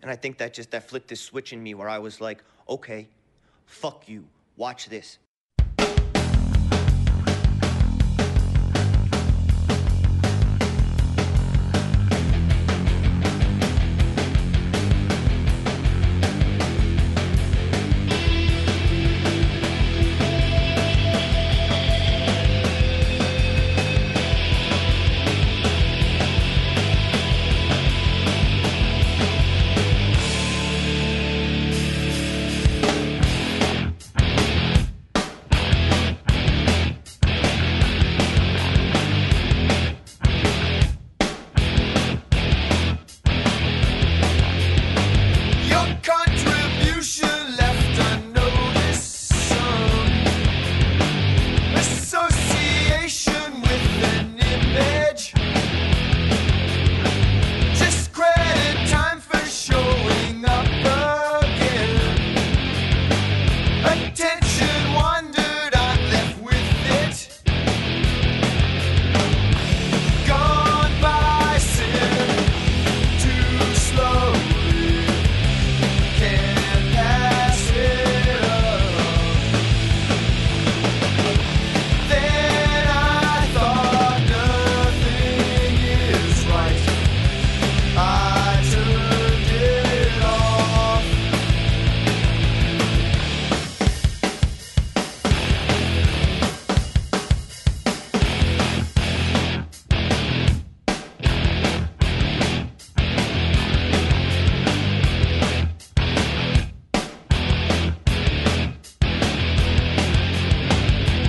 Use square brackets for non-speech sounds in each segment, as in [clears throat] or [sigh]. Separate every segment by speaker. Speaker 1: And I think that just that flipped this switch in me where I was like, okay, fuck you. Watch this.
Speaker 2: Your contribution left unnoticed. Some association with an image. Just credit time for showing up again. Attention wandered, I left with it. Gone by sin, too slowly. Can't pass it up. Then I thought nothing is right. I turned it off.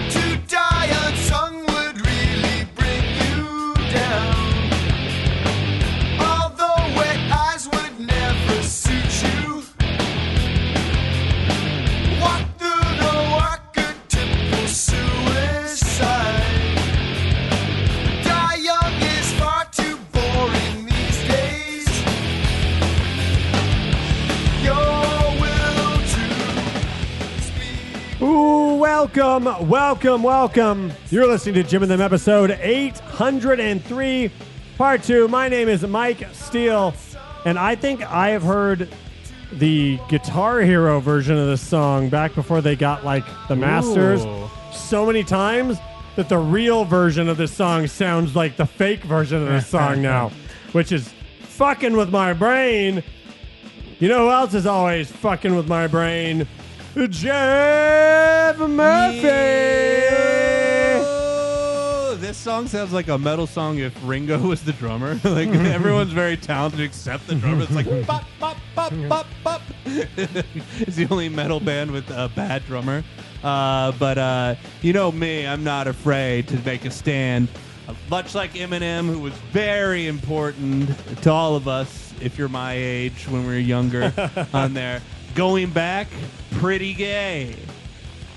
Speaker 2: To die unsung would really bring you down. Although wet eyes would never suit you. Walk through the walker temple suicide. Die young is far too boring these days. Your will to speak.
Speaker 3: Ooh, welcome, welcome, welcome. You're listening to Jim and Them episode 803, part two. My name is Mike Steele, and I think I have heard the Guitar Hero version of this song back before they got like the masters
Speaker 4: Ooh.
Speaker 3: so many times that the real version of this song sounds like the fake version of this song now, which is fucking with my brain. You know who else is always fucking with my brain? Jeff Murphy.
Speaker 4: Oh, This song sounds like a metal song if Ringo [laughs] was the drummer. like everyone's very talented except the drummer. It's like bop bop bop bop bop. [laughs] it's the only metal band with a bad drummer. Uh, but uh, you know me, I'm not afraid to make a stand. Uh, Much like Eminem, who was very important to all of us, if you're my age when we were younger, on there. Going back, pretty gay.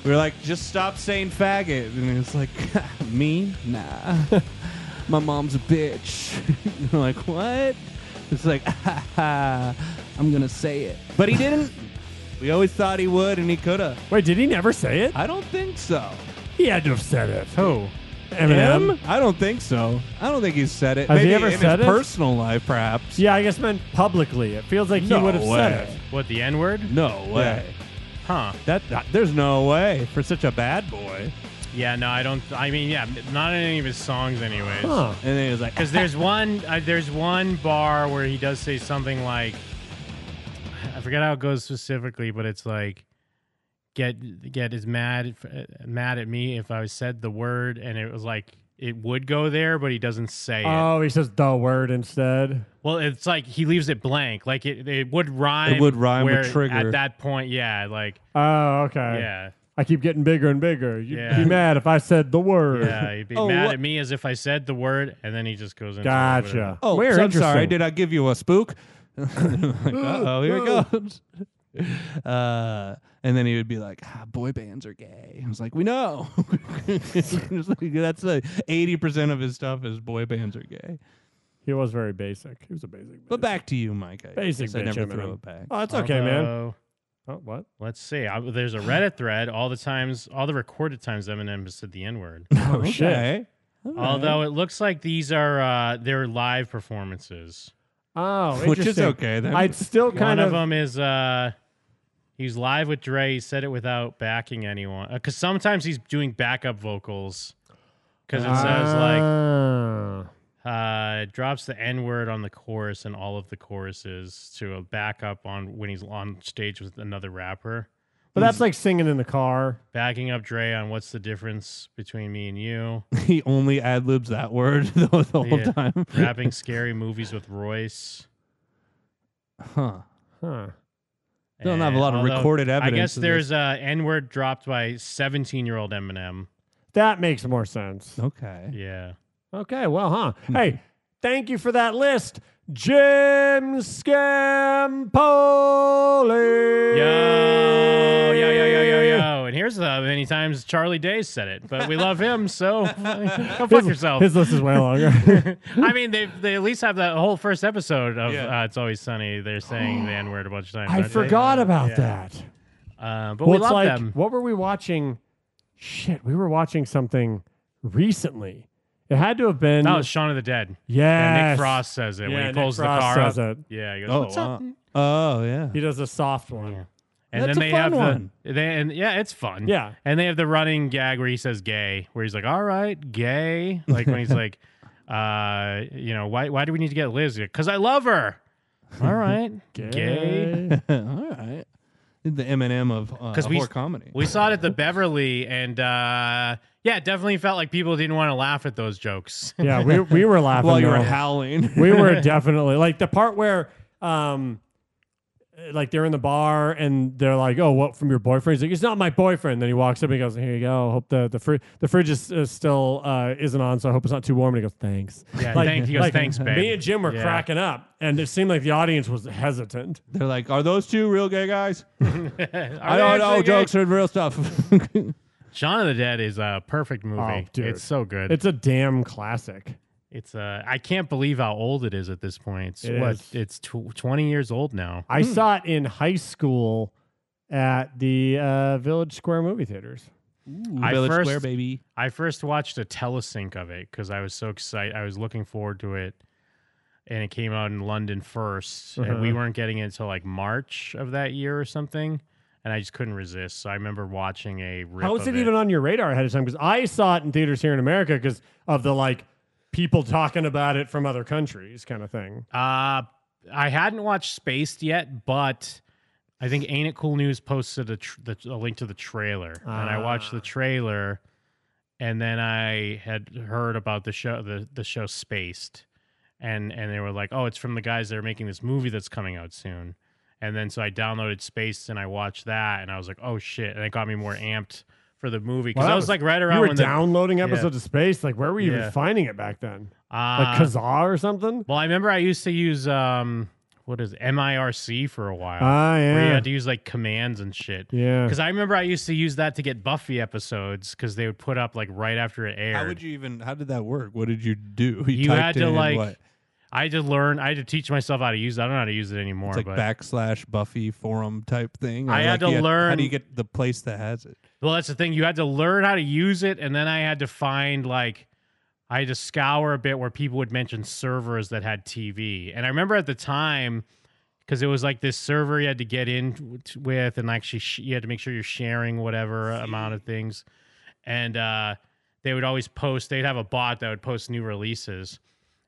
Speaker 4: We were like, just stop saying faggot. And it's like, [laughs] me? Nah. [laughs] My mom's a bitch. [laughs] We're like, what? It's like, [laughs] I'm going to say it. But he didn't. we always thought he would, and he could have.
Speaker 3: Wait, did he never say it?
Speaker 4: I don't think so.
Speaker 3: He had to have said it.
Speaker 4: Who?
Speaker 3: Eminem?
Speaker 4: I don't think so. I don't think he's said it.
Speaker 3: Has he
Speaker 4: Maybe
Speaker 3: ever
Speaker 4: in
Speaker 3: said it?
Speaker 4: his personal life, perhaps.
Speaker 3: Yeah, I guess meant publicly. It feels like he
Speaker 4: No
Speaker 3: would have said
Speaker 4: way.
Speaker 3: it.
Speaker 5: What the N word?
Speaker 4: No way.
Speaker 5: Huh?
Speaker 4: That, that- There's no way for such a bad boy.
Speaker 5: Yeah. No, I don't. I mean, yeah, not in any of his songs, anyways.
Speaker 3: Huh.
Speaker 4: And then he was like,
Speaker 5: Because there's one, uh, there's one bar where he does say something like, I forget how it goes specifically, but it's like, get get as mad if- mad at me if I said the word, and it was like it would go there, but he doesn't say it.
Speaker 3: Oh, he says the word instead.
Speaker 5: Well, it's like he leaves it blank, like it it would rhyme.
Speaker 4: It would rhyme with
Speaker 5: where
Speaker 4: trigger.
Speaker 5: at that point. Yeah, like
Speaker 3: Oh, okay.
Speaker 5: yeah.
Speaker 3: I keep getting bigger and bigger. You'd
Speaker 5: Yeah.
Speaker 3: be mad if I said the word.
Speaker 5: [laughs] Yeah, he'd be
Speaker 4: Oh,
Speaker 5: mad
Speaker 4: what-
Speaker 5: at me as if I said the word, and then he just goes into
Speaker 3: Gotcha.
Speaker 4: Oh,
Speaker 3: Weird,
Speaker 4: so I'm
Speaker 3: interesting.
Speaker 4: sorry. Did I give you
Speaker 3: [laughs]
Speaker 4: a spook? like, uh-oh, here it goes. [laughs] Uh, and then he would be like, ah, boy bands are gay. I was like, we know. [laughs] It's like, That's like 80% of his stuff is boy bands are gay.
Speaker 3: He was very basic. He was a basic.
Speaker 4: But back uh, to you, Mike. I
Speaker 3: Basic
Speaker 4: guess I
Speaker 3: bitch,
Speaker 4: never
Speaker 3: Eminem.
Speaker 4: throw it back.
Speaker 3: Oh, it's okay, man.
Speaker 5: Although,
Speaker 3: Oh, what?
Speaker 5: Let's see. I, there's a Reddit thread. All the times, all the recorded times Eminem has said the N
Speaker 3: [laughs]
Speaker 5: word.
Speaker 4: Oh,
Speaker 3: shit.
Speaker 5: Although it looks like these are uh, their live performances.
Speaker 3: Oh,
Speaker 4: Which is
Speaker 3: interesting.
Speaker 4: okay, then.
Speaker 3: I'd still
Speaker 5: One
Speaker 3: kind
Speaker 5: of
Speaker 3: of.
Speaker 5: them is uh, he's live with Dre. He said it without backing anyone because sometimes he's doing backup vocals because it says like
Speaker 3: Ah.
Speaker 5: uh, drops the N word on the chorus and all of the choruses to a backup on when he's on stage with another rapper.
Speaker 3: But that's like singing in the car.
Speaker 5: Backing up Dre on what's the difference between me
Speaker 4: [laughs]
Speaker 5: and you.
Speaker 4: [laughs] He only ad libs that word [laughs] the, the whole
Speaker 5: Yeah.
Speaker 4: time.
Speaker 5: Rapping scary movies with Royce.
Speaker 4: Huh.
Speaker 3: Huh.
Speaker 4: Don't have a lot of
Speaker 5: although
Speaker 4: recorded
Speaker 5: I
Speaker 4: evidence
Speaker 5: guess
Speaker 4: of
Speaker 5: there's a N word dropped by 17 year old Eminem.
Speaker 3: That makes more sense.
Speaker 4: Okay.
Speaker 5: Yeah.
Speaker 3: Okay, well, huh. hey, thank you for that list, Jim Scampoli.
Speaker 5: Yo, yo, yo, yo, yo, yo. And here's the many times Charlie Day said it, but we love
Speaker 4: [laughs]
Speaker 5: him, so go fuck
Speaker 3: His-
Speaker 5: yourself.
Speaker 3: His list is way
Speaker 5: [laughs]
Speaker 3: longer.
Speaker 5: I mean, they they at least have that whole first episode of
Speaker 4: Yeah.
Speaker 5: uh, "It's Always Sunny." They're saying the N word a bunch of times.
Speaker 3: I
Speaker 5: aren't they?
Speaker 3: forgot about that.
Speaker 5: Uh, but
Speaker 3: Well, it's
Speaker 5: we love
Speaker 3: like,
Speaker 5: them.
Speaker 3: what were we watching? Shit, we were watching something recently. It had to have been.
Speaker 5: No, it's Shaun of the Dead.
Speaker 3: yes.
Speaker 5: Yeah, Nick Frost says it
Speaker 3: Yeah,
Speaker 5: when he
Speaker 3: Nick
Speaker 5: pulls the
Speaker 3: Frost
Speaker 5: car
Speaker 3: says
Speaker 5: up.
Speaker 3: it.
Speaker 5: Yeah, he goes,
Speaker 4: Oh,
Speaker 5: "What's up?"
Speaker 4: wow. Oh, yeah.
Speaker 3: He does a soft one.
Speaker 5: Yeah. And
Speaker 4: That's
Speaker 5: then
Speaker 4: a
Speaker 5: they
Speaker 4: fun
Speaker 5: have the
Speaker 4: one.
Speaker 5: they and yeah, it's fun.
Speaker 3: Yeah.
Speaker 5: and they have the running gag where he says "gay," where he's like, "All right, gay," like when
Speaker 3: [laughs]
Speaker 5: he's like, uh, you know, why why do we need to get Liz? Because I love her. All right,
Speaker 3: [laughs]
Speaker 5: gay.
Speaker 4: All right. The Eminem of uh,
Speaker 5: 'Cause we-
Speaker 4: horror comedy.
Speaker 5: We saw it at the Beverly, and uh, yeah, it definitely felt like people didn't want to laugh at those jokes.
Speaker 3: Yeah, we, we were laughing.
Speaker 4: While you were
Speaker 3: though.
Speaker 4: howling. [laughs]
Speaker 3: we were definitely like the part where um like they're in the bar and they're like, "Oh, what from your boyfriend?" He's like, "It's not my boyfriend." Then he walks up and he goes, "Here you go. Hope the the fridge the fridge is, is still uh, isn't on, so I hope it's not too warm." And he goes, "Thanks."
Speaker 5: Yeah, thank- he goes, "Thanks, babe."
Speaker 3: Me and Jim were
Speaker 5: Yeah.
Speaker 3: cracking up, and it seemed like the audience was hesitant.
Speaker 4: They're like, are those two real gay guys? I
Speaker 5: [laughs] they
Speaker 4: don't know.
Speaker 5: actually gay?
Speaker 4: Jokes are real stuff. [laughs]
Speaker 5: Shaun of the Dead is a perfect movie.
Speaker 3: Oh, dude.
Speaker 5: It's so good. It's,
Speaker 3: It's a damn classic.
Speaker 5: uh, I can't believe how old it is at this point. It's
Speaker 3: It
Speaker 5: what?
Speaker 3: is.
Speaker 5: It's tw- twenty years old now.
Speaker 3: I saw it in high school at the uh, Village Square movie theaters.
Speaker 5: I
Speaker 4: Village
Speaker 5: first-
Speaker 4: Square, baby.
Speaker 5: I first watched a telesync of it because I was so excited. I was looking forward to it, and it came out in London 1st and we
Speaker 3: Uh-huh.
Speaker 5: weren't getting it until like March of that year or something. And I just couldn't resist. So I remember watching a. Rip
Speaker 3: How is
Speaker 5: of
Speaker 3: it even on your radar ahead of time? Because I saw it in theaters here in America because of the like people talking about it from other countries kind of thing.
Speaker 5: Uh, I hadn't watched Spaced yet, but I think Ain't It Cool News posted a, tr- the, a link to the trailer, and I watched
Speaker 3: Ah.
Speaker 5: the trailer, and then I had heard about the show, the the show Spaced, and and they were like, oh, it's from the guys that are making this movie that's coming out soon, and then so I downloaded Spaced and I watched that, and I was like, oh shit, and it got me more amped for the movie because
Speaker 3: Wow,
Speaker 5: I
Speaker 3: that
Speaker 5: was,
Speaker 3: was-
Speaker 5: like right
Speaker 3: You
Speaker 5: around
Speaker 3: were
Speaker 5: when
Speaker 3: downloading episodes of space. Like, where were you
Speaker 5: Yeah.
Speaker 3: even finding it back then?
Speaker 5: the uh,
Speaker 3: Like Kazaa or something?
Speaker 5: well, I remember I used to use um what is it, MIRC for a while.
Speaker 3: Ah,
Speaker 5: Where you
Speaker 3: yeah.
Speaker 5: had to use like commands and shit.
Speaker 3: Yeah.
Speaker 5: Because I remember I used to use that to get Buffy episodes because they would put up like right after it aired.
Speaker 4: How would you even? How did that work? What did you do? [laughs]
Speaker 5: You
Speaker 4: typed
Speaker 5: had to
Speaker 4: in
Speaker 5: like.
Speaker 4: what?
Speaker 5: I had to learn. I had to teach myself how to use. it. I don't know how to use it anymore.
Speaker 4: It's like
Speaker 5: but
Speaker 4: backslash Buffy forum type thing. or
Speaker 5: I had
Speaker 4: like
Speaker 5: to
Speaker 4: you How
Speaker 5: learn-
Speaker 4: do you get the place that has it?
Speaker 5: well, that's the thing. You had to learn how to use it, and then I had to find like. I had to scour a bit where people would mention servers that had TV, and I remember at the time because it was like this server you had to get in w- t- with, and actually sh- you had to make sure you're sharing whatever amount of things. And uh, they would always post; they'd have a bot that would post new releases.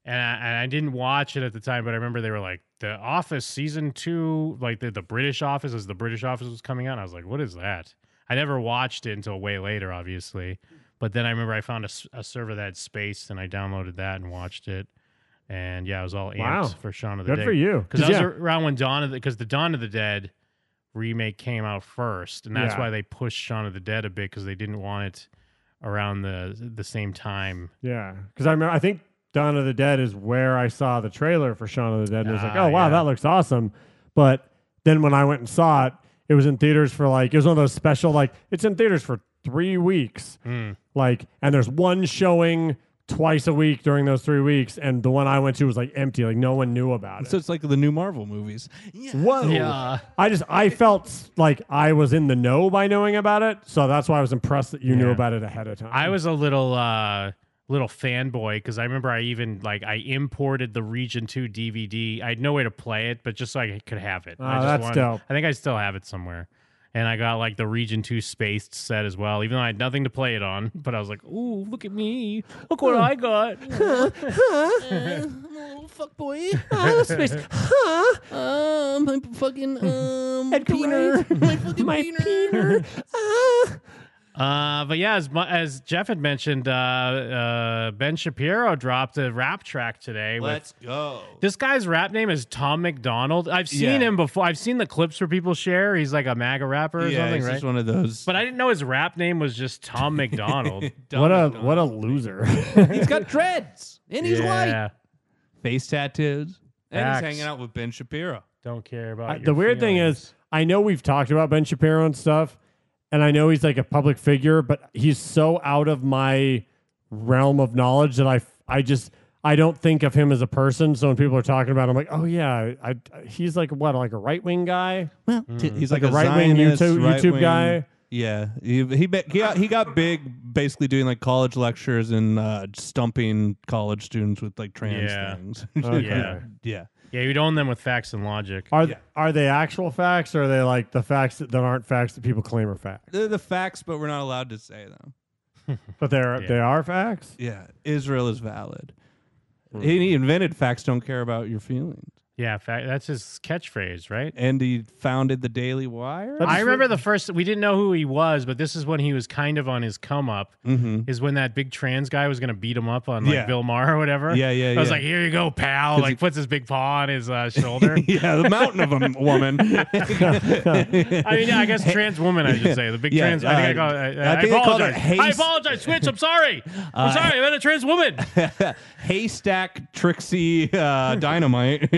Speaker 5: And I, and I didn't watch it at the time, but I remember they were like, "The Office season two, like the, the British Office, as the British Office was coming out." And I was like, "What is that?" I never watched it until way later, obviously. But then I remember I found a, s- a server that had space, and I downloaded that and watched it. And yeah, I was all amped
Speaker 3: Wow.
Speaker 5: for Shaun of the
Speaker 3: Good
Speaker 5: Dead
Speaker 3: for you.
Speaker 5: because that was
Speaker 3: yeah.
Speaker 5: around when Dawn of the because the Dawn of the Dead remake came out first, and that's
Speaker 3: Yeah.
Speaker 5: why they pushed Shaun of the Dead a bit because they didn't want it around the the same time.
Speaker 3: yeah. Because I remember, I think Dawn of the Dead is where I saw the trailer for Shaun of the Dead. And it was like,
Speaker 5: Ah,
Speaker 3: oh, wow,
Speaker 5: yeah.
Speaker 3: that looks awesome. But then when I went and saw it, it was in theaters for like, it was one of those special, like, it's in theaters for three weeks.
Speaker 5: Hmm.
Speaker 3: like and there's one showing twice a week during those three weeks and the one i went to was like empty like no one knew about it
Speaker 4: So it's like the new Marvel movies.
Speaker 3: whoa i just i felt s- like i was in the know by knowing about it so that's why i was impressed that you knew
Speaker 5: Yeah.
Speaker 3: about it ahead of time
Speaker 5: I was a little uh little fanboy because I remember I even like I imported the Region Two DVD. I had no way to play it, but just so I could have it. I
Speaker 3: Oh,
Speaker 5: just
Speaker 3: that's
Speaker 5: wanted-
Speaker 3: dope.
Speaker 5: I think I still have it somewhere. And I got like the Region Two spaced set as well, even though I had nothing to play it on. But I was like, "Ooh, look at me! Look what I got!"
Speaker 3: [laughs] Mm-hmm.
Speaker 6: fuck boy. Um, my fucking um,
Speaker 3: Edgar
Speaker 6: peener.
Speaker 3: Wright.
Speaker 6: my fucking
Speaker 3: My
Speaker 6: peener.
Speaker 3: peener. Ah.
Speaker 5: Uh, but yeah, as mu- as Jeff had mentioned, uh, uh, Ben Shapiro dropped a rap track today. with-
Speaker 4: Let's go.
Speaker 5: this guy's rap name is Tom McDonald. I've seen
Speaker 4: Yeah.
Speaker 5: him before. I've seen the clips where people share. He's like a MAGA rapper or
Speaker 4: yeah,
Speaker 5: something,
Speaker 4: it's
Speaker 5: right?
Speaker 4: just one of those.
Speaker 5: But I didn't know his rap name was
Speaker 4: [laughs]
Speaker 5: just Tom McDonald.
Speaker 3: [laughs] What a what a
Speaker 5: [laughs]
Speaker 3: loser.
Speaker 4: He's got dreads and he's white.
Speaker 5: yeah,
Speaker 4: Face tattoos. And
Speaker 5: Facts.
Speaker 4: he's hanging out with Ben Shapiro.
Speaker 5: don't care about
Speaker 3: I-
Speaker 5: your
Speaker 3: the weird thing
Speaker 5: feelings.
Speaker 3: is, I know we've talked about Ben Shapiro and stuff, and I know he's like a public figure, but he's so out of my realm of knowledge that I, f- I just, I don't think of him as a person. So when people are talking about, him, I'm like, oh yeah, I, I- he's like what, like a right wing guy?
Speaker 4: He's
Speaker 3: Like a right-wing
Speaker 4: Zionist,
Speaker 3: YouTube- YouTube
Speaker 4: right-wing-
Speaker 3: guy.
Speaker 4: Yeah, he he, ba- he got, he got big basically doing like college lectures and uh, stumping college students with like trans
Speaker 5: Yeah.
Speaker 4: things. [laughs]
Speaker 5: yeah,
Speaker 4: yeah.
Speaker 5: yeah, you'd own them with facts and logic.
Speaker 3: Are
Speaker 4: Yeah.
Speaker 3: are they actual facts, or are they like the facts that, that aren't facts that people claim are facts,
Speaker 4: They're the facts, but we're not allowed to say them.
Speaker 3: but they're
Speaker 5: Yeah.
Speaker 3: they are facts?
Speaker 4: Yeah, Israel is valid. He invented facts don't care about your feelings,
Speaker 5: Yeah, fact, that's his catchphrase, right?
Speaker 4: and he founded the Daily Wire.
Speaker 3: That's-
Speaker 5: I remember the first. We didn't know who he was, but this is when he was kind of on his come up.
Speaker 4: mm-hmm.
Speaker 5: Is when that big trans guy was gonna beat him up on like
Speaker 4: Yeah.
Speaker 5: Bill Maher or whatever.
Speaker 4: Yeah, yeah,
Speaker 5: I was
Speaker 4: yeah.
Speaker 5: like, "Here you go, pal!"
Speaker 4: 'Cause
Speaker 5: Like
Speaker 4: he-
Speaker 5: puts his big paw on his
Speaker 4: [laughs]
Speaker 5: uh, shoulder.
Speaker 4: yeah, the mountain of a m- woman.
Speaker 5: I mean,
Speaker 4: [laughs]
Speaker 5: yeah, I guess trans woman, I should say. The big
Speaker 4: Yeah,
Speaker 5: trans. I think I,
Speaker 4: uh,
Speaker 5: call, I, I,
Speaker 4: I think they called her Uh,
Speaker 5: apologize. I
Speaker 4: Hayes-
Speaker 5: apologize. Switch. I'm sorry. I'm sorry. I'm a
Speaker 4: [laughs]
Speaker 5: trans woman.
Speaker 4: Haystack Trixie
Speaker 5: [laughs]
Speaker 4: uh, Dynamite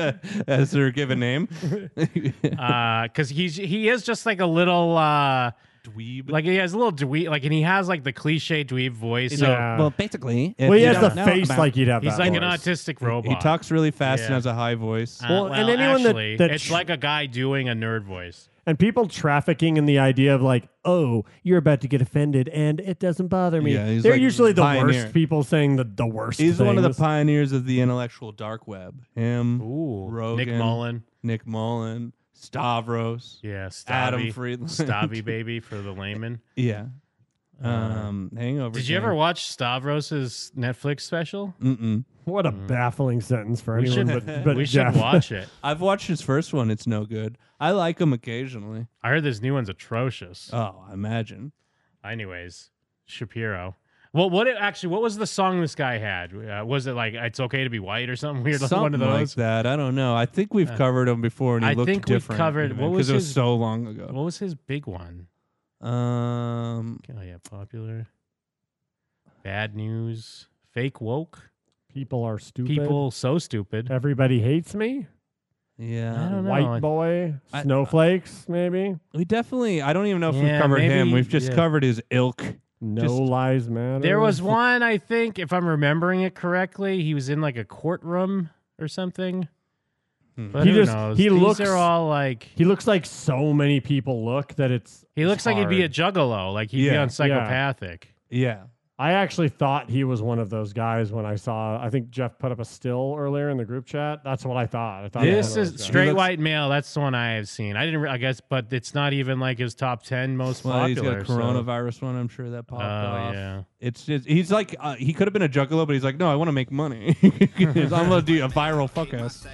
Speaker 4: [laughs] as her given name.
Speaker 5: Because Uh, he's he is just like a little uh
Speaker 4: Dweeb.
Speaker 5: like he has a little dweeb like and he has like the cliche dweeb voice. So
Speaker 3: Yeah.
Speaker 4: well, basically, if
Speaker 3: well, he
Speaker 4: you
Speaker 3: has the
Speaker 4: don't know
Speaker 3: face
Speaker 4: about-
Speaker 3: like you'd have.
Speaker 5: he's
Speaker 3: that
Speaker 5: like an
Speaker 3: voice.
Speaker 5: autistic
Speaker 4: he
Speaker 5: robot.
Speaker 4: talks really fast and
Speaker 5: Yeah.
Speaker 4: has a high voice.
Speaker 5: Uh,
Speaker 3: Well,
Speaker 5: well,
Speaker 3: and anyone that-
Speaker 5: actually,
Speaker 3: that
Speaker 5: it's
Speaker 3: tr-
Speaker 5: like a guy doing a nerd voice.
Speaker 3: and people trafficking in the idea of like, oh, you're about to get offended, and it doesn't bother me.
Speaker 4: Yeah, he's
Speaker 3: They're
Speaker 4: like
Speaker 3: usually the
Speaker 4: pioneer.
Speaker 3: worst people saying the, the worst.
Speaker 4: He's one of the
Speaker 3: things.
Speaker 4: pioneers of the intellectual dark web. Him,
Speaker 5: Ooh,
Speaker 4: Rogan,
Speaker 5: Nick Mullen.
Speaker 4: Nick Mullen, Stavros,
Speaker 5: Yeah, Stabby.
Speaker 4: Adam Friedland,
Speaker 5: Stabby baby for the layman.
Speaker 4: [laughs] yeah. Um, Hangover.
Speaker 5: Uh, Did you ever watch Stavros's Netflix special?
Speaker 4: Mm mm.
Speaker 3: What a baffling sentence for
Speaker 5: We
Speaker 3: anyone.
Speaker 5: should- [laughs]
Speaker 3: but, but
Speaker 5: we
Speaker 3: Jeff.
Speaker 5: should watch it.
Speaker 4: I've watched his first one. It's no good. I like him occasionally.
Speaker 5: I heard this new one's atrocious.
Speaker 4: Oh, I imagine.
Speaker 5: Anyways, Shapiro. Well, what it, actually? What was the song this guy had? Uh, was it like "It's Okay to Be White" or something weird? [laughs] like
Speaker 4: Something
Speaker 5: one of those.
Speaker 4: like that. I don't know. I think we've covered him before, and he
Speaker 5: I
Speaker 4: looked
Speaker 5: think we've
Speaker 4: different.
Speaker 5: covered-
Speaker 4: even,
Speaker 5: what was
Speaker 4: 'cause it was
Speaker 5: his-
Speaker 4: so long ago.
Speaker 5: What was his big one?
Speaker 4: Um,
Speaker 5: Oh yeah, popular. Bad news. Fake woke.
Speaker 3: [laughs] People are stupid.
Speaker 5: People so stupid.
Speaker 3: Everybody hates me.
Speaker 5: I
Speaker 4: yeah,
Speaker 5: don't know.
Speaker 3: White boy.
Speaker 4: I-
Speaker 3: snowflakes, maybe.
Speaker 4: we definitely. I don't even know if
Speaker 5: Yeah,
Speaker 4: we've covered him.
Speaker 5: maybe-
Speaker 4: We've just
Speaker 5: yeah.
Speaker 4: covered his ilk.
Speaker 3: No
Speaker 4: Just-
Speaker 3: lies matter.
Speaker 5: There was one I think, if I'm remembering it correctly, he was in like a courtroom or something.
Speaker 4: Hmm.
Speaker 5: But
Speaker 3: He
Speaker 5: who
Speaker 3: just-
Speaker 5: knows?
Speaker 3: he
Speaker 5: These
Speaker 3: looks-
Speaker 5: are all like
Speaker 3: He looks like so many people look that it's.
Speaker 5: he looks like he'd be a juggalo, like he'd be
Speaker 4: Yeah, yeah.
Speaker 5: on psychopathic.
Speaker 4: Yeah,
Speaker 3: I actually thought he was one of those guys when I saw. I think Jeff put up a still earlier in the group chat. That's what I thought. I thought he was
Speaker 5: This
Speaker 3: one of
Speaker 5: is
Speaker 3: those guys.
Speaker 5: straight
Speaker 4: looks-
Speaker 5: white male. That's the one I have seen. I didn't, re- I guess, but it's not even like his top ten most
Speaker 4: well, he's got
Speaker 5: popular.
Speaker 4: a
Speaker 5: so-
Speaker 4: coronavirus one. I'm sure that popped
Speaker 5: Oh
Speaker 4: off.
Speaker 5: yeah,
Speaker 4: It's just he's like uh, he could have been a juggalo, but he's like, no, I want to make money. [laughs] I'm gonna do a viral fuck ass.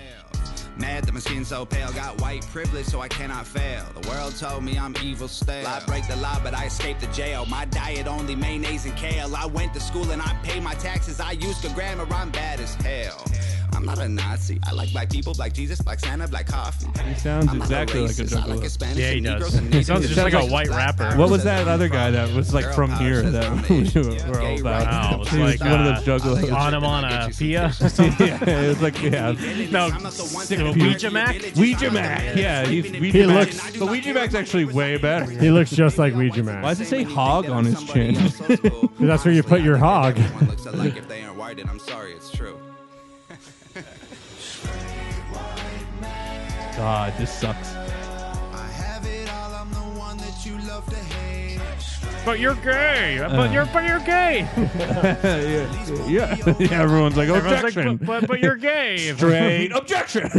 Speaker 7: Mad that my skin so pale, got white privilege, so I cannot fail. The world told me I'm evil stale. I break the law, but I escaped the jail. My diet only mayonnaise and kale. I went to school and I pay my taxes. I used to grammar, I'm bad as hell. I'm not a Nazi. I like black people, black Jesus, black Santa, black coffee.
Speaker 4: He sounds
Speaker 7: I'm not
Speaker 4: exactly like a
Speaker 7: racist. I like
Speaker 4: juggalo.
Speaker 7: Hispanics
Speaker 5: Yeah, he
Speaker 7: and
Speaker 5: does.
Speaker 7: Negroes and
Speaker 5: He sounds
Speaker 7: Negroes.
Speaker 5: just like a
Speaker 7: Black
Speaker 5: white rapper.
Speaker 7: Arabs
Speaker 4: What was
Speaker 7: says
Speaker 4: that
Speaker 7: I'm
Speaker 4: other guy
Speaker 7: from
Speaker 4: that was like
Speaker 7: Girl
Speaker 4: from
Speaker 7: power
Speaker 4: here
Speaker 7: says
Speaker 4: that
Speaker 7: I'm
Speaker 4: [laughs] we
Speaker 7: Asian.
Speaker 4: were all
Speaker 7: Gay rights.
Speaker 4: about? [laughs]
Speaker 5: Wow, it's
Speaker 4: He was
Speaker 5: like,
Speaker 4: one
Speaker 5: uh,
Speaker 4: of those juggalos.
Speaker 5: [laughs]
Speaker 4: [laughs]
Speaker 5: onomatopoeia. [laughs]
Speaker 4: yeah, it was like yeah.
Speaker 5: No, Ouija Mac?
Speaker 4: Ouija Mac. Yeah, he's Ouija
Speaker 3: He
Speaker 4: Mac.
Speaker 3: looks-
Speaker 4: The Ouija Mac's actually
Speaker 3: [laughs]
Speaker 4: way better.
Speaker 3: He looks just like Ouija
Speaker 4: Why
Speaker 3: Man.
Speaker 4: does it say hog on his chin?
Speaker 3: [laughs] That's where you put your
Speaker 7: [laughs]
Speaker 3: hog.
Speaker 7: Everyone looks alike if they aren't white, and I'm sorry, it's true.
Speaker 4: God, this sucks.
Speaker 7: I have it all, I'm the one that you love to hate.
Speaker 5: but you're gay.
Speaker 4: Uh.
Speaker 5: But you're but
Speaker 4: [laughs]
Speaker 5: you're gay.
Speaker 4: yeah, yeah, [laughs] yeah, everyone's like,
Speaker 5: Everyone's like,
Speaker 4: objection.
Speaker 5: but,
Speaker 4: [laughs]
Speaker 5: but, but you're gay.
Speaker 4: Straight objection.
Speaker 3: [laughs]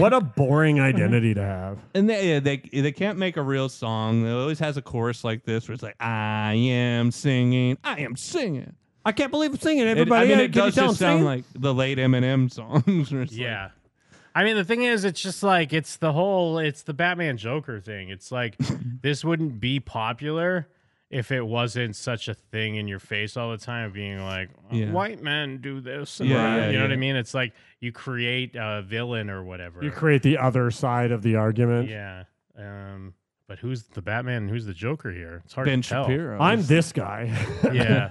Speaker 3: what a boring identity to
Speaker 5: [laughs]
Speaker 3: have.
Speaker 4: and they, yeah, they they can't make a real song. It always has a chorus like this where it's like, I am singing, I am singing.
Speaker 3: I can't believe I'm singing.
Speaker 4: It-
Speaker 3: Everybody,
Speaker 4: I mean,
Speaker 3: uh,
Speaker 4: it
Speaker 3: can you
Speaker 4: does
Speaker 3: tell
Speaker 4: just
Speaker 3: I'm
Speaker 4: sound
Speaker 3: singing?
Speaker 4: like the late Eminem songs. [laughs] where it's like-
Speaker 5: Yeah. I mean, the thing is, it's just like, it's the whole, it's the Batman Joker thing. It's
Speaker 4: [laughs]
Speaker 5: like, this wouldn't be popular if it wasn't such a thing in your face all the time, being like, "Uh,
Speaker 4: Yeah.
Speaker 5: white men do this. And
Speaker 4: Yeah,
Speaker 5: that,"
Speaker 4: yeah,
Speaker 5: you know what I
Speaker 4: yeah.
Speaker 5: mean? It's like, you create a villain or whatever.
Speaker 3: You create the other side of the argument.
Speaker 5: yeah. Um, but who's the Batman and who's the Joker here? It's hard
Speaker 4: Ben
Speaker 5: to tell.
Speaker 4: Shapiro.
Speaker 3: I'm
Speaker 4: [laughs]
Speaker 3: this guy. [laughs]
Speaker 5: Yeah.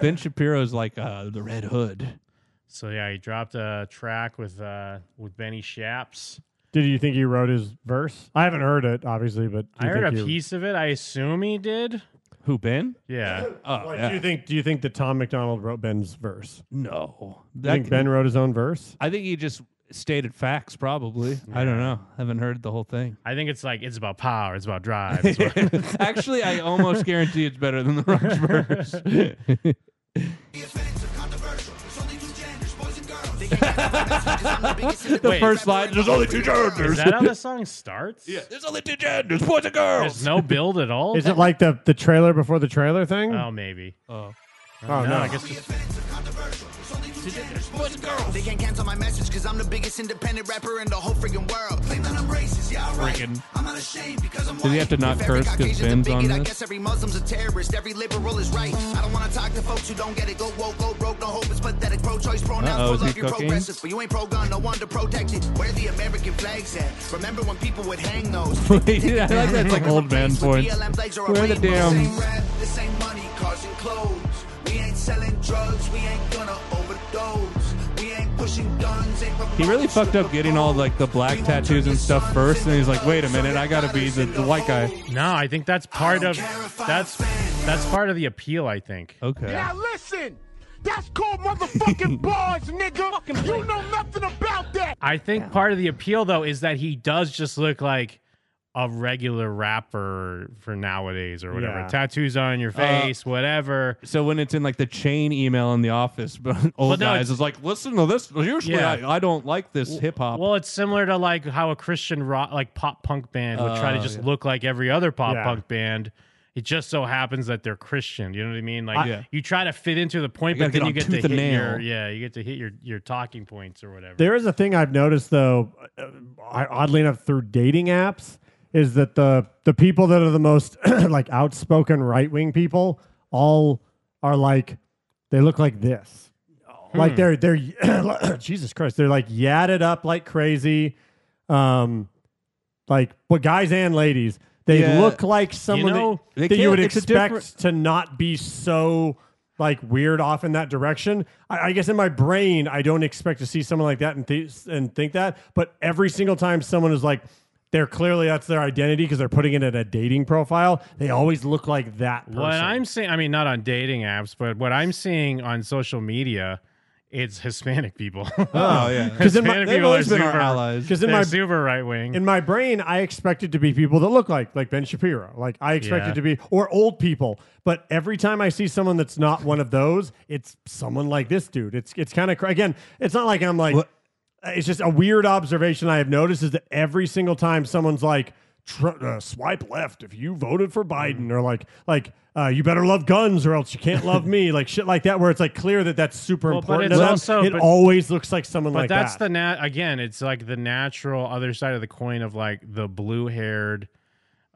Speaker 4: ben Shapiro's like uh, the Red Hood.
Speaker 5: so, yeah, he dropped a track with, uh, with Benny Shaps.
Speaker 3: Did you think he wrote his verse? I haven't heard it, obviously, but do
Speaker 5: I
Speaker 3: you
Speaker 5: heard a
Speaker 3: think you-
Speaker 5: piece of it. I assume he did.
Speaker 4: Who Ben?
Speaker 5: Yeah.
Speaker 4: Oh,
Speaker 3: Like,
Speaker 4: yeah.
Speaker 3: Do you think? Do you think that Tom McDonald wrote Ben's verse?
Speaker 4: no.
Speaker 3: Do you think Ben wrote his own verse?
Speaker 4: I think he just stated facts. Probably. I don't know. Haven't heard the whole thing.
Speaker 5: I think it's like it's about power, it's about drive. It's
Speaker 3: [laughs]
Speaker 4: [laughs]
Speaker 5: about, [laughs]
Speaker 4: Actually, I almost guarantee it's better [laughs] than the Rush verse. the
Speaker 5: Wait.
Speaker 4: first line. There's only two
Speaker 5: is
Speaker 4: genders.
Speaker 5: that how the song starts?
Speaker 4: Yeah, there's only two genders, boys and girls.
Speaker 5: There's no build at all.
Speaker 3: Is it like the the trailer before the trailer thing?
Speaker 5: oh, maybe.
Speaker 4: Oh.
Speaker 3: Oh, no.
Speaker 5: I guess just,
Speaker 7: They can't cancel my message cause I'm the biggest independent rapper in the whole freaking world. Claim that I'm racist, yeah, alright.
Speaker 4: Freaking.
Speaker 7: I'm not ashamed because I'm
Speaker 4: Did he have to
Speaker 7: white.
Speaker 4: not
Speaker 7: If every
Speaker 4: curse 'cause
Speaker 7: Caucasian's a
Speaker 4: Ben's
Speaker 7: bigot,
Speaker 4: on
Speaker 7: I
Speaker 4: this?
Speaker 7: guess every Muslim's a terrorist, every liberal is right. I don't wanna talk to folks who don't get it. Go woke, go broke, no hope is pathetic. Pro choice, pro
Speaker 4: Uh-oh,
Speaker 7: now,
Speaker 4: is
Speaker 7: full
Speaker 4: he
Speaker 7: of your
Speaker 4: cooking?
Speaker 7: progressive. But you ain't pro gun, no wonder protected. Where the American flags at? Remember when people would hang
Speaker 4: [laughs]
Speaker 7: those?
Speaker 4: Yeah, [laughs] I like that. It's like old man voice. Where the damn-
Speaker 7: This ain't money, cars and clothes. We ain't selling drugs. We ain't gonna overdose. We ain't pushing guns. Ain't
Speaker 4: He really fucked up getting all like the black tattoos and stuff first, and he's like, "Wait a minute, I gotta be the, the white guy."
Speaker 5: no, I think that's part of that's that's part of the appeal. I think.
Speaker 4: Okay.
Speaker 8: Now listen, that's called motherfucking bars, nigga. You know nothing about that.
Speaker 5: I think part of the appeal though is that he does just look like a regular rapper for nowadays or whatever.
Speaker 3: Yeah. Uh,
Speaker 5: Tattoos on your face, whatever.
Speaker 4: So when it's in like the chain email in the office, [laughs] but old
Speaker 5: no,
Speaker 4: guys
Speaker 5: it's-
Speaker 4: is like, "Listen to this." Usually,
Speaker 5: Yeah.
Speaker 4: I, I don't like this hip hop.
Speaker 5: Well, it's similar to like how a Christian rock, like pop punk band, would try to
Speaker 4: Oh,
Speaker 5: just
Speaker 4: yeah.
Speaker 5: look like every other pop
Speaker 3: Yeah.
Speaker 5: punk band. It just so happens that they're Christian. You know what I mean? Like
Speaker 4: Yeah.
Speaker 5: you try to fit into the point,
Speaker 4: You
Speaker 5: but
Speaker 4: gotta
Speaker 5: then you
Speaker 4: get
Speaker 5: get
Speaker 4: on
Speaker 5: to
Speaker 4: tooth
Speaker 5: hit
Speaker 4: and
Speaker 5: your
Speaker 4: nail.
Speaker 5: yeah, you get to hit your your talking points or whatever.
Speaker 3: There is a thing I've noticed though, uh, I- oddly enough, through dating apps, is that the the people that are the most [clears throat] like outspoken right wing people all are like they look like this,
Speaker 4: Hmm.
Speaker 3: like they're they're [clears throat] Jesus Christ, they're like yadded up like crazy, um, like but guys and ladies. They
Speaker 4: Yeah.
Speaker 3: look like someone that-
Speaker 5: know,
Speaker 4: they
Speaker 3: that, you
Speaker 4: can't-
Speaker 3: would
Speaker 4: it's a
Speaker 3: expect to not be so like weird off in that direction. I, I guess in my brain, I don't expect to see someone like that and, th- and think that. But every single time someone is like, they're clearly that's their identity because they're putting it in a dating profile. They always look like that. Person.
Speaker 5: What I'm seeing, I mean, not on dating apps, but what I'm seeing on social media, it's Hispanic people. [laughs]
Speaker 4: oh
Speaker 3: [laughs]
Speaker 4: yeah,
Speaker 3: because in my
Speaker 5: Hispanic
Speaker 4: they've
Speaker 5: people are
Speaker 4: always been our
Speaker 5: super,
Speaker 4: allies.
Speaker 3: because in
Speaker 5: they're
Speaker 3: my
Speaker 5: super right wing.
Speaker 3: in my brain, I expect it to be people that look like like Ben Shapiro. Like I expect
Speaker 5: Yeah.
Speaker 3: it to be or old people. But every time I see someone that's not one of those, it's someone like this dude. It's it's kind of cr- again, it's not like I'm like
Speaker 4: What-
Speaker 3: it's just a weird observation I have noticed is that every single time someone's like tr- uh, swipe left if you voted
Speaker 5: Hmm.
Speaker 3: for Biden or like like uh, you better love guns or else you can't love
Speaker 5: [laughs]
Speaker 3: me like shit like that where it's like clear that that's super
Speaker 5: Well, but
Speaker 3: important
Speaker 5: it's
Speaker 3: to them.
Speaker 5: also-
Speaker 3: it
Speaker 5: but-
Speaker 3: always looks like someone
Speaker 5: But
Speaker 3: like
Speaker 5: that's
Speaker 3: that.
Speaker 5: the nat again, it's like the natural other side of the coin of like the blue haired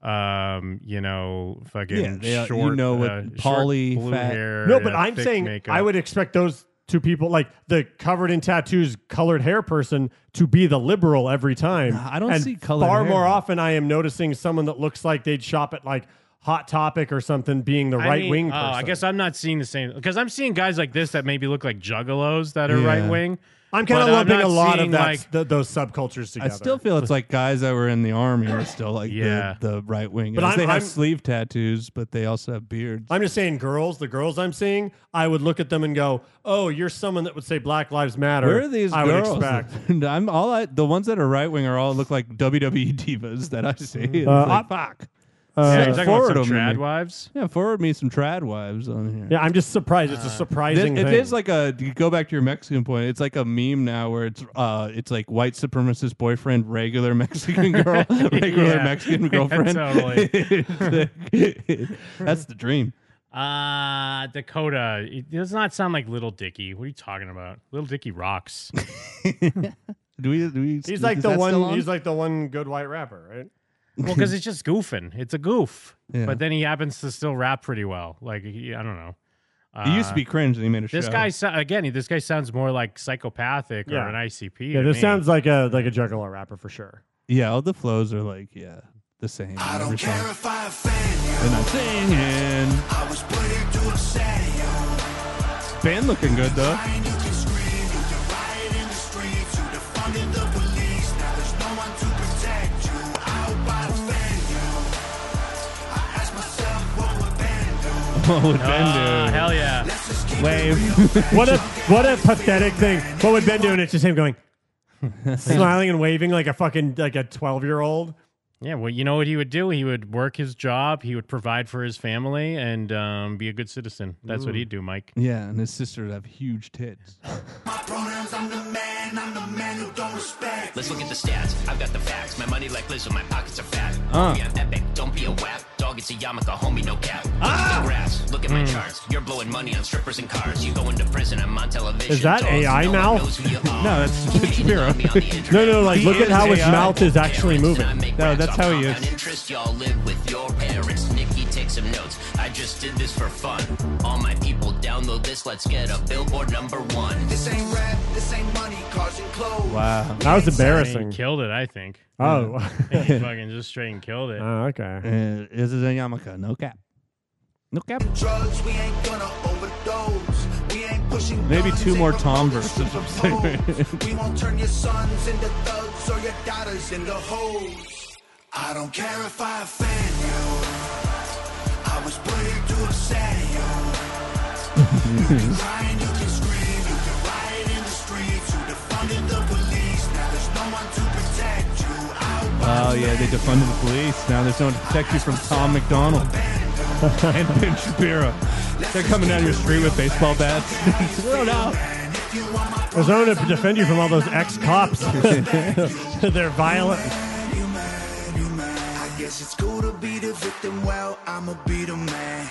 Speaker 5: um, you know, fucking
Speaker 4: Yeah, they are- you
Speaker 5: short,
Speaker 4: know what
Speaker 5: uh,
Speaker 4: poly
Speaker 5: blue
Speaker 4: fat-
Speaker 5: hair.
Speaker 3: No, but
Speaker 5: uh,
Speaker 3: I'm
Speaker 5: thick
Speaker 3: saying
Speaker 5: makeup.
Speaker 3: I would expect those two people, like the covered in tattoos, colored hair person, to be the liberal every time.
Speaker 4: Nah, I don't
Speaker 3: And
Speaker 4: see colored
Speaker 3: Far
Speaker 4: hair.
Speaker 3: more often, I am noticing someone that looks like they'd shop at like Hot Topic or something, being the
Speaker 5: I mean,
Speaker 3: right wing.
Speaker 4: uh,
Speaker 5: Oh, I
Speaker 3: person.
Speaker 5: guess I'm not seeing the same because I'm seeing guys like this that maybe look like juggalos that are
Speaker 4: Yeah.
Speaker 5: right wing.
Speaker 3: I'm kind of
Speaker 5: but I'm
Speaker 3: lumping
Speaker 5: not
Speaker 3: a lot of
Speaker 5: seeing,
Speaker 3: that,
Speaker 5: like-
Speaker 3: th- those subcultures
Speaker 4: I
Speaker 3: together.
Speaker 4: still feel it's like guys that were in the army are still like
Speaker 5: Yeah.
Speaker 4: the, the right wing.
Speaker 3: But I'm-
Speaker 4: They have
Speaker 3: I'm-
Speaker 4: sleeve tattoos, but they also have beards.
Speaker 3: I'm just saying, girls, the girls I'm seeing, I would look at them and go, "Oh, you're someone that would say Black Lives Matter."
Speaker 4: Where are these
Speaker 3: I
Speaker 4: girls?
Speaker 3: would expect.
Speaker 4: [laughs] And I'm all I, the ones E that are right wing are all look like WWE divas that I see. It's
Speaker 3: Uh,
Speaker 4: like,
Speaker 3: I-
Speaker 4: fuck.
Speaker 3: Uh,
Speaker 5: yeah, you're talking about
Speaker 4: forward
Speaker 5: some
Speaker 4: them to
Speaker 5: trad
Speaker 4: me.
Speaker 5: wives.
Speaker 4: Yeah, forward me some trad wives on here.
Speaker 3: yeah, I'm just surprised.
Speaker 4: Uh,
Speaker 3: It's a
Speaker 4: Th-
Speaker 3: surprising
Speaker 4: it
Speaker 3: thing.
Speaker 4: is like a you go back to your Mexican point. It's like a meme now where it's uh it's like white supremacist boyfriend, regular [laughs] Mexican
Speaker 5: [laughs]
Speaker 4: girl, regular
Speaker 5: Yeah.
Speaker 4: Mexican
Speaker 5: [laughs] Yeah,
Speaker 4: girlfriend.
Speaker 5: totally.
Speaker 4: It's like- [laughs] That's the dream.
Speaker 5: Uh Dakota. It does not sound like Little Dicky. What are you talking about? Little Dicky rocks.
Speaker 4: Do we? Do we
Speaker 3: he's
Speaker 4: is
Speaker 3: like the
Speaker 4: that still
Speaker 3: one.
Speaker 4: on?
Speaker 3: He's like the one good white rapper, right? [laughs]
Speaker 5: well, because it's just goofing. It's a goof.
Speaker 4: Yeah.
Speaker 5: But then he happens to still rap pretty well. Like he, I don't know. Uh,
Speaker 4: he used to be cringe, and he made a
Speaker 5: This
Speaker 4: show.
Speaker 5: guy so- again. This guy sounds more like psychopathic
Speaker 3: Yeah.
Speaker 5: or an ICP.
Speaker 3: Yeah,
Speaker 5: to
Speaker 3: this
Speaker 5: me. Ah,
Speaker 3: sounds like a like a juggalo rapper for sure.
Speaker 4: Yeah, all the flows are like yeah, the same.
Speaker 9: I
Speaker 4: every
Speaker 9: don't
Speaker 4: song.
Speaker 9: care if I offend
Speaker 4: And I'm singing.
Speaker 9: you. I was put here to upset you.
Speaker 4: Band looking good though.
Speaker 9: Crying, you can scream. You can riot in the streets. You defunded the police. Now there's no one to protect you. I hope I offend you. I ask myself, what would Ben do?
Speaker 4: What would
Speaker 5: Ah,
Speaker 4: Ben
Speaker 5: hell yeah.
Speaker 9: Let's just keep it
Speaker 4: Wave.
Speaker 9: real.
Speaker 3: [laughs] What a what a pathetic thing. What would Ben do? And it's just him
Speaker 5: [laughs]
Speaker 3: going, smiling and waving like a fucking like a twelve year old.
Speaker 5: Yeah, well, you know what he would do? He would work his job, he would provide for his family, and um, be a good citizen. That's what he'd do, Mike.
Speaker 4: do? Yeah, and his sisters have huge tits.
Speaker 9: My pronouns, I'm the man. I'm the man who don't respect.
Speaker 8: Let's look at the stats. I've got the facts. My money like Lizzo, my pockets are fat.
Speaker 4: Uh.
Speaker 8: Homie, I'm epic. Don't be a whap. Dog, it's a yarmulke, homie, no cap. Ah! The grass. Look at my
Speaker 3: Hmm.
Speaker 8: charts. You're blowing money on strippers and cars. You go into prison. I'm on television.
Speaker 3: Is that
Speaker 8: Dogs,
Speaker 3: AI
Speaker 8: no one
Speaker 3: now?
Speaker 8: knows who
Speaker 3: [laughs]
Speaker 8: you are.
Speaker 4: No, that's just
Speaker 8: Hating
Speaker 4: Shapiro.
Speaker 8: on me on the internet.
Speaker 3: No, no, like
Speaker 4: He
Speaker 3: look at
Speaker 4: is
Speaker 3: how his
Speaker 4: AI.
Speaker 3: mouth is actually
Speaker 8: Parents,
Speaker 3: moving.
Speaker 8: and I make
Speaker 4: No,
Speaker 8: racks
Speaker 4: that's
Speaker 8: off
Speaker 4: how he
Speaker 8: compound
Speaker 4: is.
Speaker 8: Interest, y'all live with your parents. Nikki, take some notes. I just did this for fun. All my people, download this. Let's get a billboard number one.
Speaker 10: This ain't rap, this ain't money, cars and clothes.
Speaker 4: Wow.
Speaker 3: That was
Speaker 5: I mean,
Speaker 3: embarrassing.
Speaker 5: killed it, I think.
Speaker 3: Oh,
Speaker 5: I think [laughs] he fucking just straight and killed it.
Speaker 3: [laughs] oh okay.
Speaker 4: Uh, this is a yarmulke, no cap. No cap.
Speaker 10: Drugs, we ain't gonna overdose. We ain't pushing
Speaker 4: Maybe
Speaker 10: guns,
Speaker 4: two
Speaker 10: ain't
Speaker 4: more
Speaker 10: gonna
Speaker 4: Tom
Speaker 10: roll the
Speaker 4: verses,
Speaker 10: Super
Speaker 4: I'm saying.
Speaker 10: Bowl. we won't turn your sons into thugs or your daughters into hoes.
Speaker 9: I don't care if I offend you. I was put here to upset you. you can cry and you can scream. You can riot in the streets. You defunded the police. Now there's no one to protect you. I hope I
Speaker 4: Oh yeah, they defunded the police. Now there's no one to protect you from Tom [laughs] McDonald and Ben Shapiro. They're coming down your street with baseball bats. [laughs] Throw it out.
Speaker 3: There's no one to defend you from all those ex cops. [laughs] They're violent.
Speaker 9: you mad, you mad. I guess it's cool to be the victim. Well, I'ma be the man.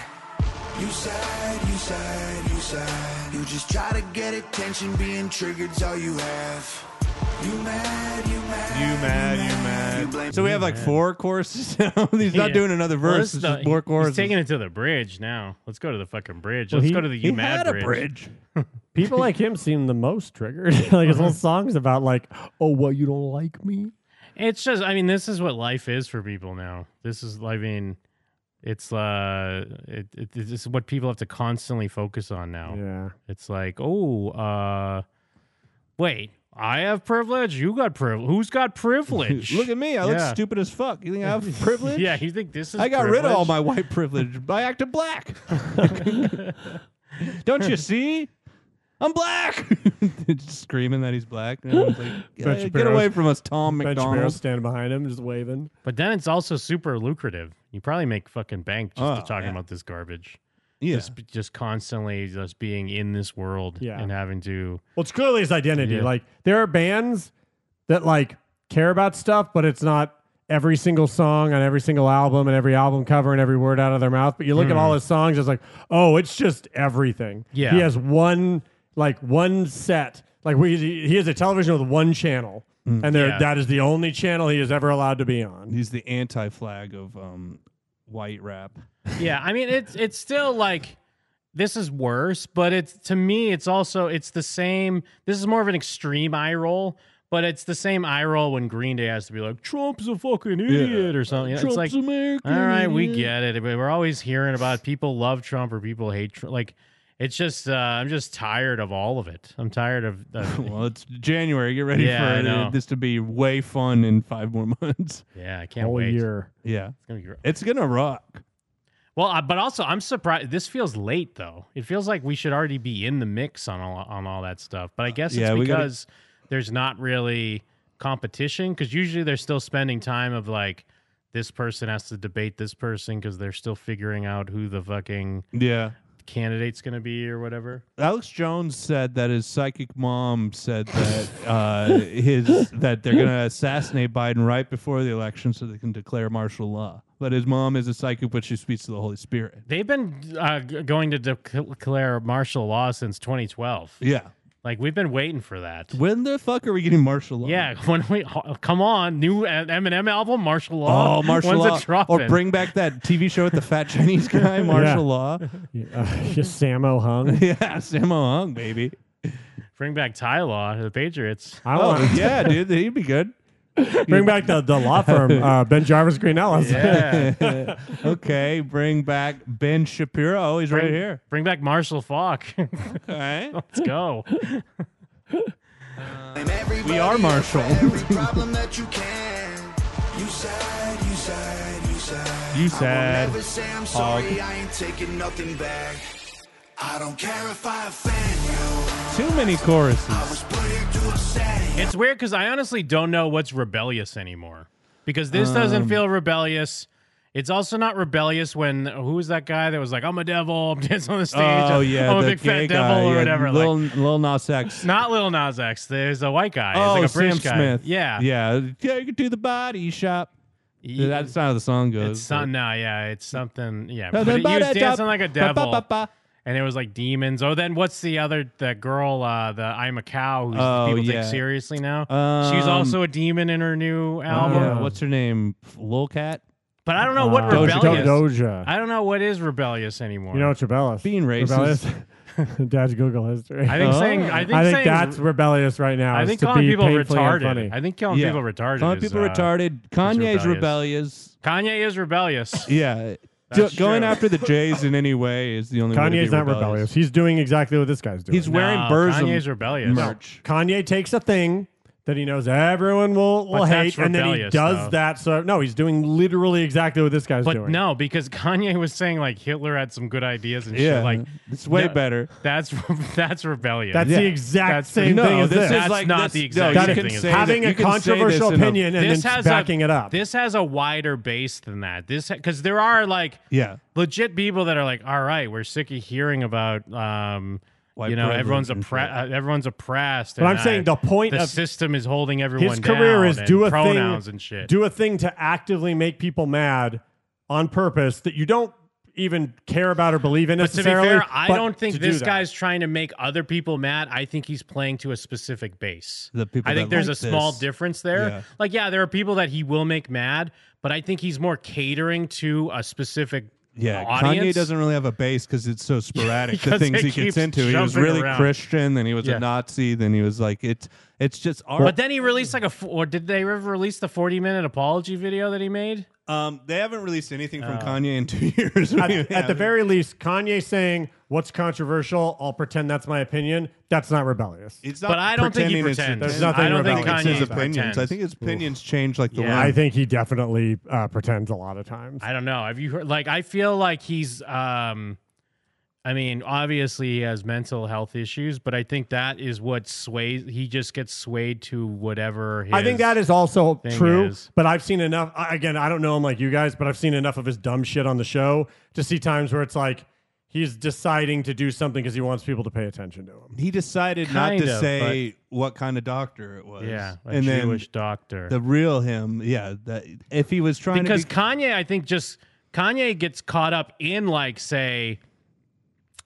Speaker 9: You sad, you sad, you sad. You just try to get attention. Being triggered's all you have. You mad, you mad.
Speaker 4: You mad? You mad? So we have like four courses now. [laughs] He's not
Speaker 5: Yeah.
Speaker 4: doing another
Speaker 5: Well,
Speaker 4: verse.
Speaker 5: this
Speaker 4: It's
Speaker 5: the-
Speaker 4: just more
Speaker 5: He's
Speaker 4: courses.
Speaker 5: taking it to the bridge now. Let's go to the fucking bridge.
Speaker 3: Well,
Speaker 5: Let's
Speaker 3: he-
Speaker 5: go to the
Speaker 3: he
Speaker 5: U Mad bridge. [laughs]
Speaker 3: People like him seem the most triggered. [laughs] like his
Speaker 5: Uh-huh.
Speaker 3: whole song's about like, oh, what you don't like me.
Speaker 5: It's just, I mean, this is what life is for people now. This is, I mean, it's uh, it, it, this is what people have to constantly focus on now.
Speaker 3: Yeah.
Speaker 5: It's like, oh, uh, wait, I have privilege. You got privilege.
Speaker 4: [laughs]
Speaker 5: Who's got privilege?
Speaker 4: Look at me. I look
Speaker 5: Yeah.
Speaker 4: stupid as fuck. You think I have [laughs] privilege?
Speaker 5: Yeah, you think this is?
Speaker 4: I got rid of all
Speaker 5: privilege?
Speaker 4: my white privilege by acting black. [laughs] Don't you see? I'm black. [laughs] Just screaming that he's black. [laughs] Everyone's like,
Speaker 3: Ben
Speaker 4: "Get- Get
Speaker 3: Shapiro's-
Speaker 4: away from us, Tom
Speaker 3: Ben Shapiro's
Speaker 4: McDonald.
Speaker 3: standing behind him, just waving.
Speaker 5: But then it's also super lucrative. You probably make fucking bank just
Speaker 4: Oh,
Speaker 5: to talking
Speaker 4: yeah.
Speaker 5: about this garbage.
Speaker 4: Yeah.
Speaker 5: Just, just constantly just being in this world
Speaker 3: Yeah.
Speaker 5: and having to.
Speaker 3: Well, it's clearly his identity.
Speaker 5: Yeah.
Speaker 3: Like there are bands that like care about stuff, but it's not every single song on every single album and every album cover and every word out of their mouth. But you look at all his songs, it's like, oh, it's just everything.
Speaker 5: Hmm. Yeah.
Speaker 3: he has one like one set. Like we, he has a television with one channel, and there
Speaker 5: Yeah.
Speaker 3: that is the only channel he is ever allowed to be on.
Speaker 4: He's the anti-flag of um, white rap.
Speaker 5: Yeah, I mean it's it's still like this is worse, but it's to me it's also it's the same. This is more of an extreme eye roll, but it's the same eye roll when Green Day has to be like Trump's a fucking idiot or something. You know, it's like
Speaker 4: American.
Speaker 5: all right, we get it, but we're always hearing about people love Trump or people hate Trump. Like it's just uh, I'm just tired of all of it. I'm tired of.
Speaker 3: [laughs]
Speaker 4: [laughs]
Speaker 5: of
Speaker 4: Well, it's January. Get ready
Speaker 5: Yeah, I
Speaker 4: for uh,
Speaker 5: know.
Speaker 4: this to be way fun in five more [laughs] months.
Speaker 5: yeah, I can't
Speaker 3: All
Speaker 5: wait.
Speaker 3: year.
Speaker 4: Yeah,
Speaker 5: It's gonna be gr-
Speaker 4: it's gonna rock.
Speaker 5: Well, uh, but also I'm surprised. This feels late though. It feels like we should already be in the mix on all on all that stuff. But I guess
Speaker 4: Yeah,
Speaker 5: it's
Speaker 4: we gotta-
Speaker 5: because there's not really competition because usually they're still spending time of like this person has to debate this person because they're still figuring out who the fucking
Speaker 4: Yeah.
Speaker 5: candidate's going to be or whatever.
Speaker 4: Alex Jones said that his psychic mom said that uh, his [laughs] that they're gonna assassinate Biden right before the election so they can declare martial law. But his mom is a psychic, but she speaks to the Holy Spirit.
Speaker 5: They've been uh, g- going to dec- declare martial law since 2012.
Speaker 4: Yeah.
Speaker 5: Like we've been waiting for that.
Speaker 4: When the fuck are we getting martial law?
Speaker 5: Yeah, [laughs] when we oh, come on, new uh, Eminem album, Martial Law.
Speaker 4: Oh, martial
Speaker 5: [laughs] When's
Speaker 4: law.
Speaker 5: It dropping?
Speaker 4: Or bring back that TV show with the fat Chinese
Speaker 5: [laughs]
Speaker 4: guy, martial law.
Speaker 3: Yeah, uh, [laughs] just Sammo Hung.
Speaker 4: [laughs] Yeah, Sammo Hung, baby.
Speaker 5: bring back Ty Law to the Patriots.
Speaker 3: I
Speaker 4: Oh,
Speaker 3: want [laughs] to
Speaker 4: yeah, dude, he'd be good.
Speaker 3: bring back the, the law firm, uh, Ben Jarvis Green Ellis.
Speaker 5: [laughs] Yeah,
Speaker 4: [laughs] Okay, bring back Ben Shapiro. Oh, he's right
Speaker 5: Bring- [laughs]
Speaker 4: here.
Speaker 5: bring back Marshall Falk. [laughs]
Speaker 4: All right.
Speaker 5: Let's
Speaker 4: [laughs]
Speaker 5: go.
Speaker 4: We are Marshall.
Speaker 2: Every problem that you can. You sad, you sad, you sad.
Speaker 4: You
Speaker 2: I
Speaker 4: sad.
Speaker 2: will never say I'm sorry, I ain't taking nothing back. I don't care if I offend you.
Speaker 4: Too many choruses.
Speaker 2: I was playing to upset you.
Speaker 5: It's weird because I honestly don't know what's rebellious anymore because this
Speaker 4: Um,
Speaker 5: doesn't feel rebellious. It's also not rebellious when who was that guy that was like, "I'm a devil, I'm [laughs] dancing on the stage, uh,
Speaker 4: Oh yeah,
Speaker 5: I'm a
Speaker 4: the
Speaker 5: big
Speaker 4: gay
Speaker 5: fat
Speaker 4: guy,
Speaker 5: devil" or
Speaker 4: yeah,
Speaker 5: whatever."
Speaker 4: Lil,
Speaker 5: like,
Speaker 4: Lil Nas
Speaker 5: [laughs]
Speaker 4: X.
Speaker 5: not Lil Nas X. There's a white guy.
Speaker 4: oh,
Speaker 5: It's like a
Speaker 4: Sam
Speaker 5: British guy.
Speaker 4: Smith.
Speaker 5: Yeah,
Speaker 4: yeah, yeah. You could do the body shop.
Speaker 5: He-
Speaker 4: That's not how the song goes.
Speaker 5: It's some, no, yeah, it's something. Yeah,
Speaker 4: The
Speaker 5: but he was
Speaker 4: body shop.
Speaker 5: dancing like a devil,
Speaker 4: Ba-ba-ba-ba.
Speaker 5: and it was like demons. Oh, then what's the other the girl? Uh, the I'm a cow who
Speaker 4: Oh,
Speaker 5: people
Speaker 4: yeah.
Speaker 5: take seriously now. She's
Speaker 4: Um,
Speaker 5: also a demon in her new album.
Speaker 4: Yeah, what's her name? Lil Cat.
Speaker 5: But I don't know what
Speaker 3: Uh,
Speaker 5: rebellious.
Speaker 3: Doja.
Speaker 5: I don't know what is rebellious anymore.
Speaker 3: uh, You know it's rebellious.
Speaker 4: Being
Speaker 3: Rebellious. [laughs]
Speaker 4: racist.
Speaker 3: Dad's Google history.
Speaker 5: I think
Speaker 4: Oh.
Speaker 5: saying I think,
Speaker 3: I think
Speaker 5: saying,
Speaker 3: that's rebellious right now.
Speaker 5: I
Speaker 3: is
Speaker 5: think
Speaker 3: to
Speaker 5: calling
Speaker 3: be
Speaker 5: people
Speaker 3: painfully
Speaker 5: retarded.
Speaker 3: Funny.
Speaker 5: I think calling
Speaker 4: Yeah.
Speaker 5: people retarded.
Speaker 4: Calling
Speaker 5: is,
Speaker 4: people
Speaker 5: uh,
Speaker 4: retarded. Kanye's rebellious.
Speaker 5: rebellious. Kanye
Speaker 3: [laughs]
Speaker 5: is rebellious.
Speaker 4: Yeah.
Speaker 5: That's
Speaker 4: Go- going
Speaker 5: true.
Speaker 4: after
Speaker 5: [laughs]
Speaker 4: the Jays in any way is the only way to
Speaker 3: Kanye's
Speaker 4: be
Speaker 3: not rebellious. He's doing exactly what this guy's doing.
Speaker 4: He's wearing
Speaker 5: No,
Speaker 4: Burzum
Speaker 5: Kanye's rebellious.
Speaker 4: merch.
Speaker 3: Kanye takes a thing that he knows everyone will, will
Speaker 5: But
Speaker 3: hate,
Speaker 5: that's
Speaker 3: and then he
Speaker 5: rebellious,
Speaker 3: does
Speaker 5: though.
Speaker 3: that. So no, he's doing literally exactly what this guy's
Speaker 5: But
Speaker 3: doing.
Speaker 5: no, because [laughs] Kanye was saying like Hitler had some good ideas and
Speaker 4: Yeah,
Speaker 5: shit. Like
Speaker 4: it's way
Speaker 5: no,
Speaker 4: better.
Speaker 5: That's [laughs] that's rebellious.
Speaker 3: that's the
Speaker 4: Yeah.
Speaker 3: exact
Speaker 5: That's-
Speaker 3: same
Speaker 4: no,
Speaker 3: thing as
Speaker 4: this
Speaker 3: this.
Speaker 4: is
Speaker 5: That's
Speaker 4: like
Speaker 5: not
Speaker 4: this-
Speaker 5: the
Speaker 4: no,
Speaker 5: exact
Speaker 4: you
Speaker 5: same
Speaker 4: can
Speaker 5: thing as
Speaker 4: say
Speaker 5: that.
Speaker 3: having
Speaker 4: that-
Speaker 3: a
Speaker 4: you can say
Speaker 3: controversial
Speaker 4: this in a-
Speaker 3: opinion and
Speaker 5: this
Speaker 3: then
Speaker 5: has
Speaker 3: backing
Speaker 5: a,
Speaker 3: it up.
Speaker 5: This has a wider base than that. This because there are like
Speaker 4: Yeah.
Speaker 5: legit people that are like, all right, we're sick of hearing about, um,
Speaker 4: White
Speaker 5: you know,
Speaker 4: privilege
Speaker 5: everyone's
Speaker 4: and
Speaker 5: oppre- uh, everyone's oppressed.
Speaker 3: But
Speaker 5: and,
Speaker 3: I'm saying
Speaker 5: uh,
Speaker 3: the point
Speaker 5: the
Speaker 3: of-
Speaker 5: system is holding everyone.
Speaker 3: his career
Speaker 5: down
Speaker 3: is
Speaker 5: and
Speaker 3: do a
Speaker 5: pronouns
Speaker 3: thing,
Speaker 5: and shit.
Speaker 3: do a thing to actively make people mad on purpose that you don't even care about or believe in
Speaker 5: but to be
Speaker 3: necessarily.
Speaker 5: fair, I
Speaker 3: but
Speaker 5: don't think
Speaker 3: to do
Speaker 5: this
Speaker 3: that.
Speaker 5: guy's trying to make other people mad. I think he's playing to a specific base.
Speaker 4: The people
Speaker 5: I think
Speaker 4: that
Speaker 5: there's
Speaker 4: like
Speaker 5: a small
Speaker 4: this.
Speaker 5: difference there.
Speaker 4: Yeah.
Speaker 5: Like, yeah, there are people that he will make mad, but I think he's more catering to a specific
Speaker 4: Yeah, Kanye
Speaker 5: audience.
Speaker 4: doesn't really have a base because it's
Speaker 5: [laughs]
Speaker 4: so sporadic. the
Speaker 5: Because
Speaker 4: things
Speaker 5: it
Speaker 4: he gets
Speaker 5: keeps
Speaker 4: into, he was
Speaker 5: jumping
Speaker 4: really
Speaker 5: around.
Speaker 4: Christian, then he was
Speaker 5: Yeah.
Speaker 4: a Nazi, then he was like, it's it's just art.
Speaker 5: But then he released like a, f- or did they ever release the 40 minute apology video that he made?
Speaker 4: um, they haven't released anything
Speaker 5: Oh.
Speaker 4: from Kanye in two [laughs] years.
Speaker 5: [laughs]
Speaker 3: At, at the very least, Kanye saying what's controversial, I'll pretend that's my opinion. That's not rebellious.
Speaker 4: it's not
Speaker 5: but I don't think he
Speaker 4: pretending it's
Speaker 5: pretends.
Speaker 4: his
Speaker 3: There's nothing
Speaker 5: I don't think
Speaker 3: rebellious.
Speaker 4: opinions, it's
Speaker 5: Kanye
Speaker 4: his opinions.
Speaker 5: pretends.
Speaker 4: I think his opinions change like the
Speaker 5: Yeah.
Speaker 4: wind.
Speaker 3: I think he definitely uh, pretends a lot of times.
Speaker 5: I don't know. Have you heard? Like, I feel like he's. um I mean, obviously he has mental health issues, but I think that is what sways. He just gets swayed to whatever. His,
Speaker 3: I think that is also
Speaker 5: thing
Speaker 3: true,
Speaker 5: is-
Speaker 3: but I've seen enough. I- Again, I don't know him like you guys, but I've seen enough of his dumb shit on the show to see times where it's like he's deciding to do something because he wants people to pay attention to him.
Speaker 4: he decided not
Speaker 5: Kind
Speaker 4: to
Speaker 5: of,
Speaker 4: say what kind of doctor it was.
Speaker 5: Yeah, a
Speaker 4: and then
Speaker 5: Jewish doctor.
Speaker 4: the real him. Yeah, that if he was trying
Speaker 5: because
Speaker 4: to be,
Speaker 5: Kanye, I think, just Kanye gets caught up in like say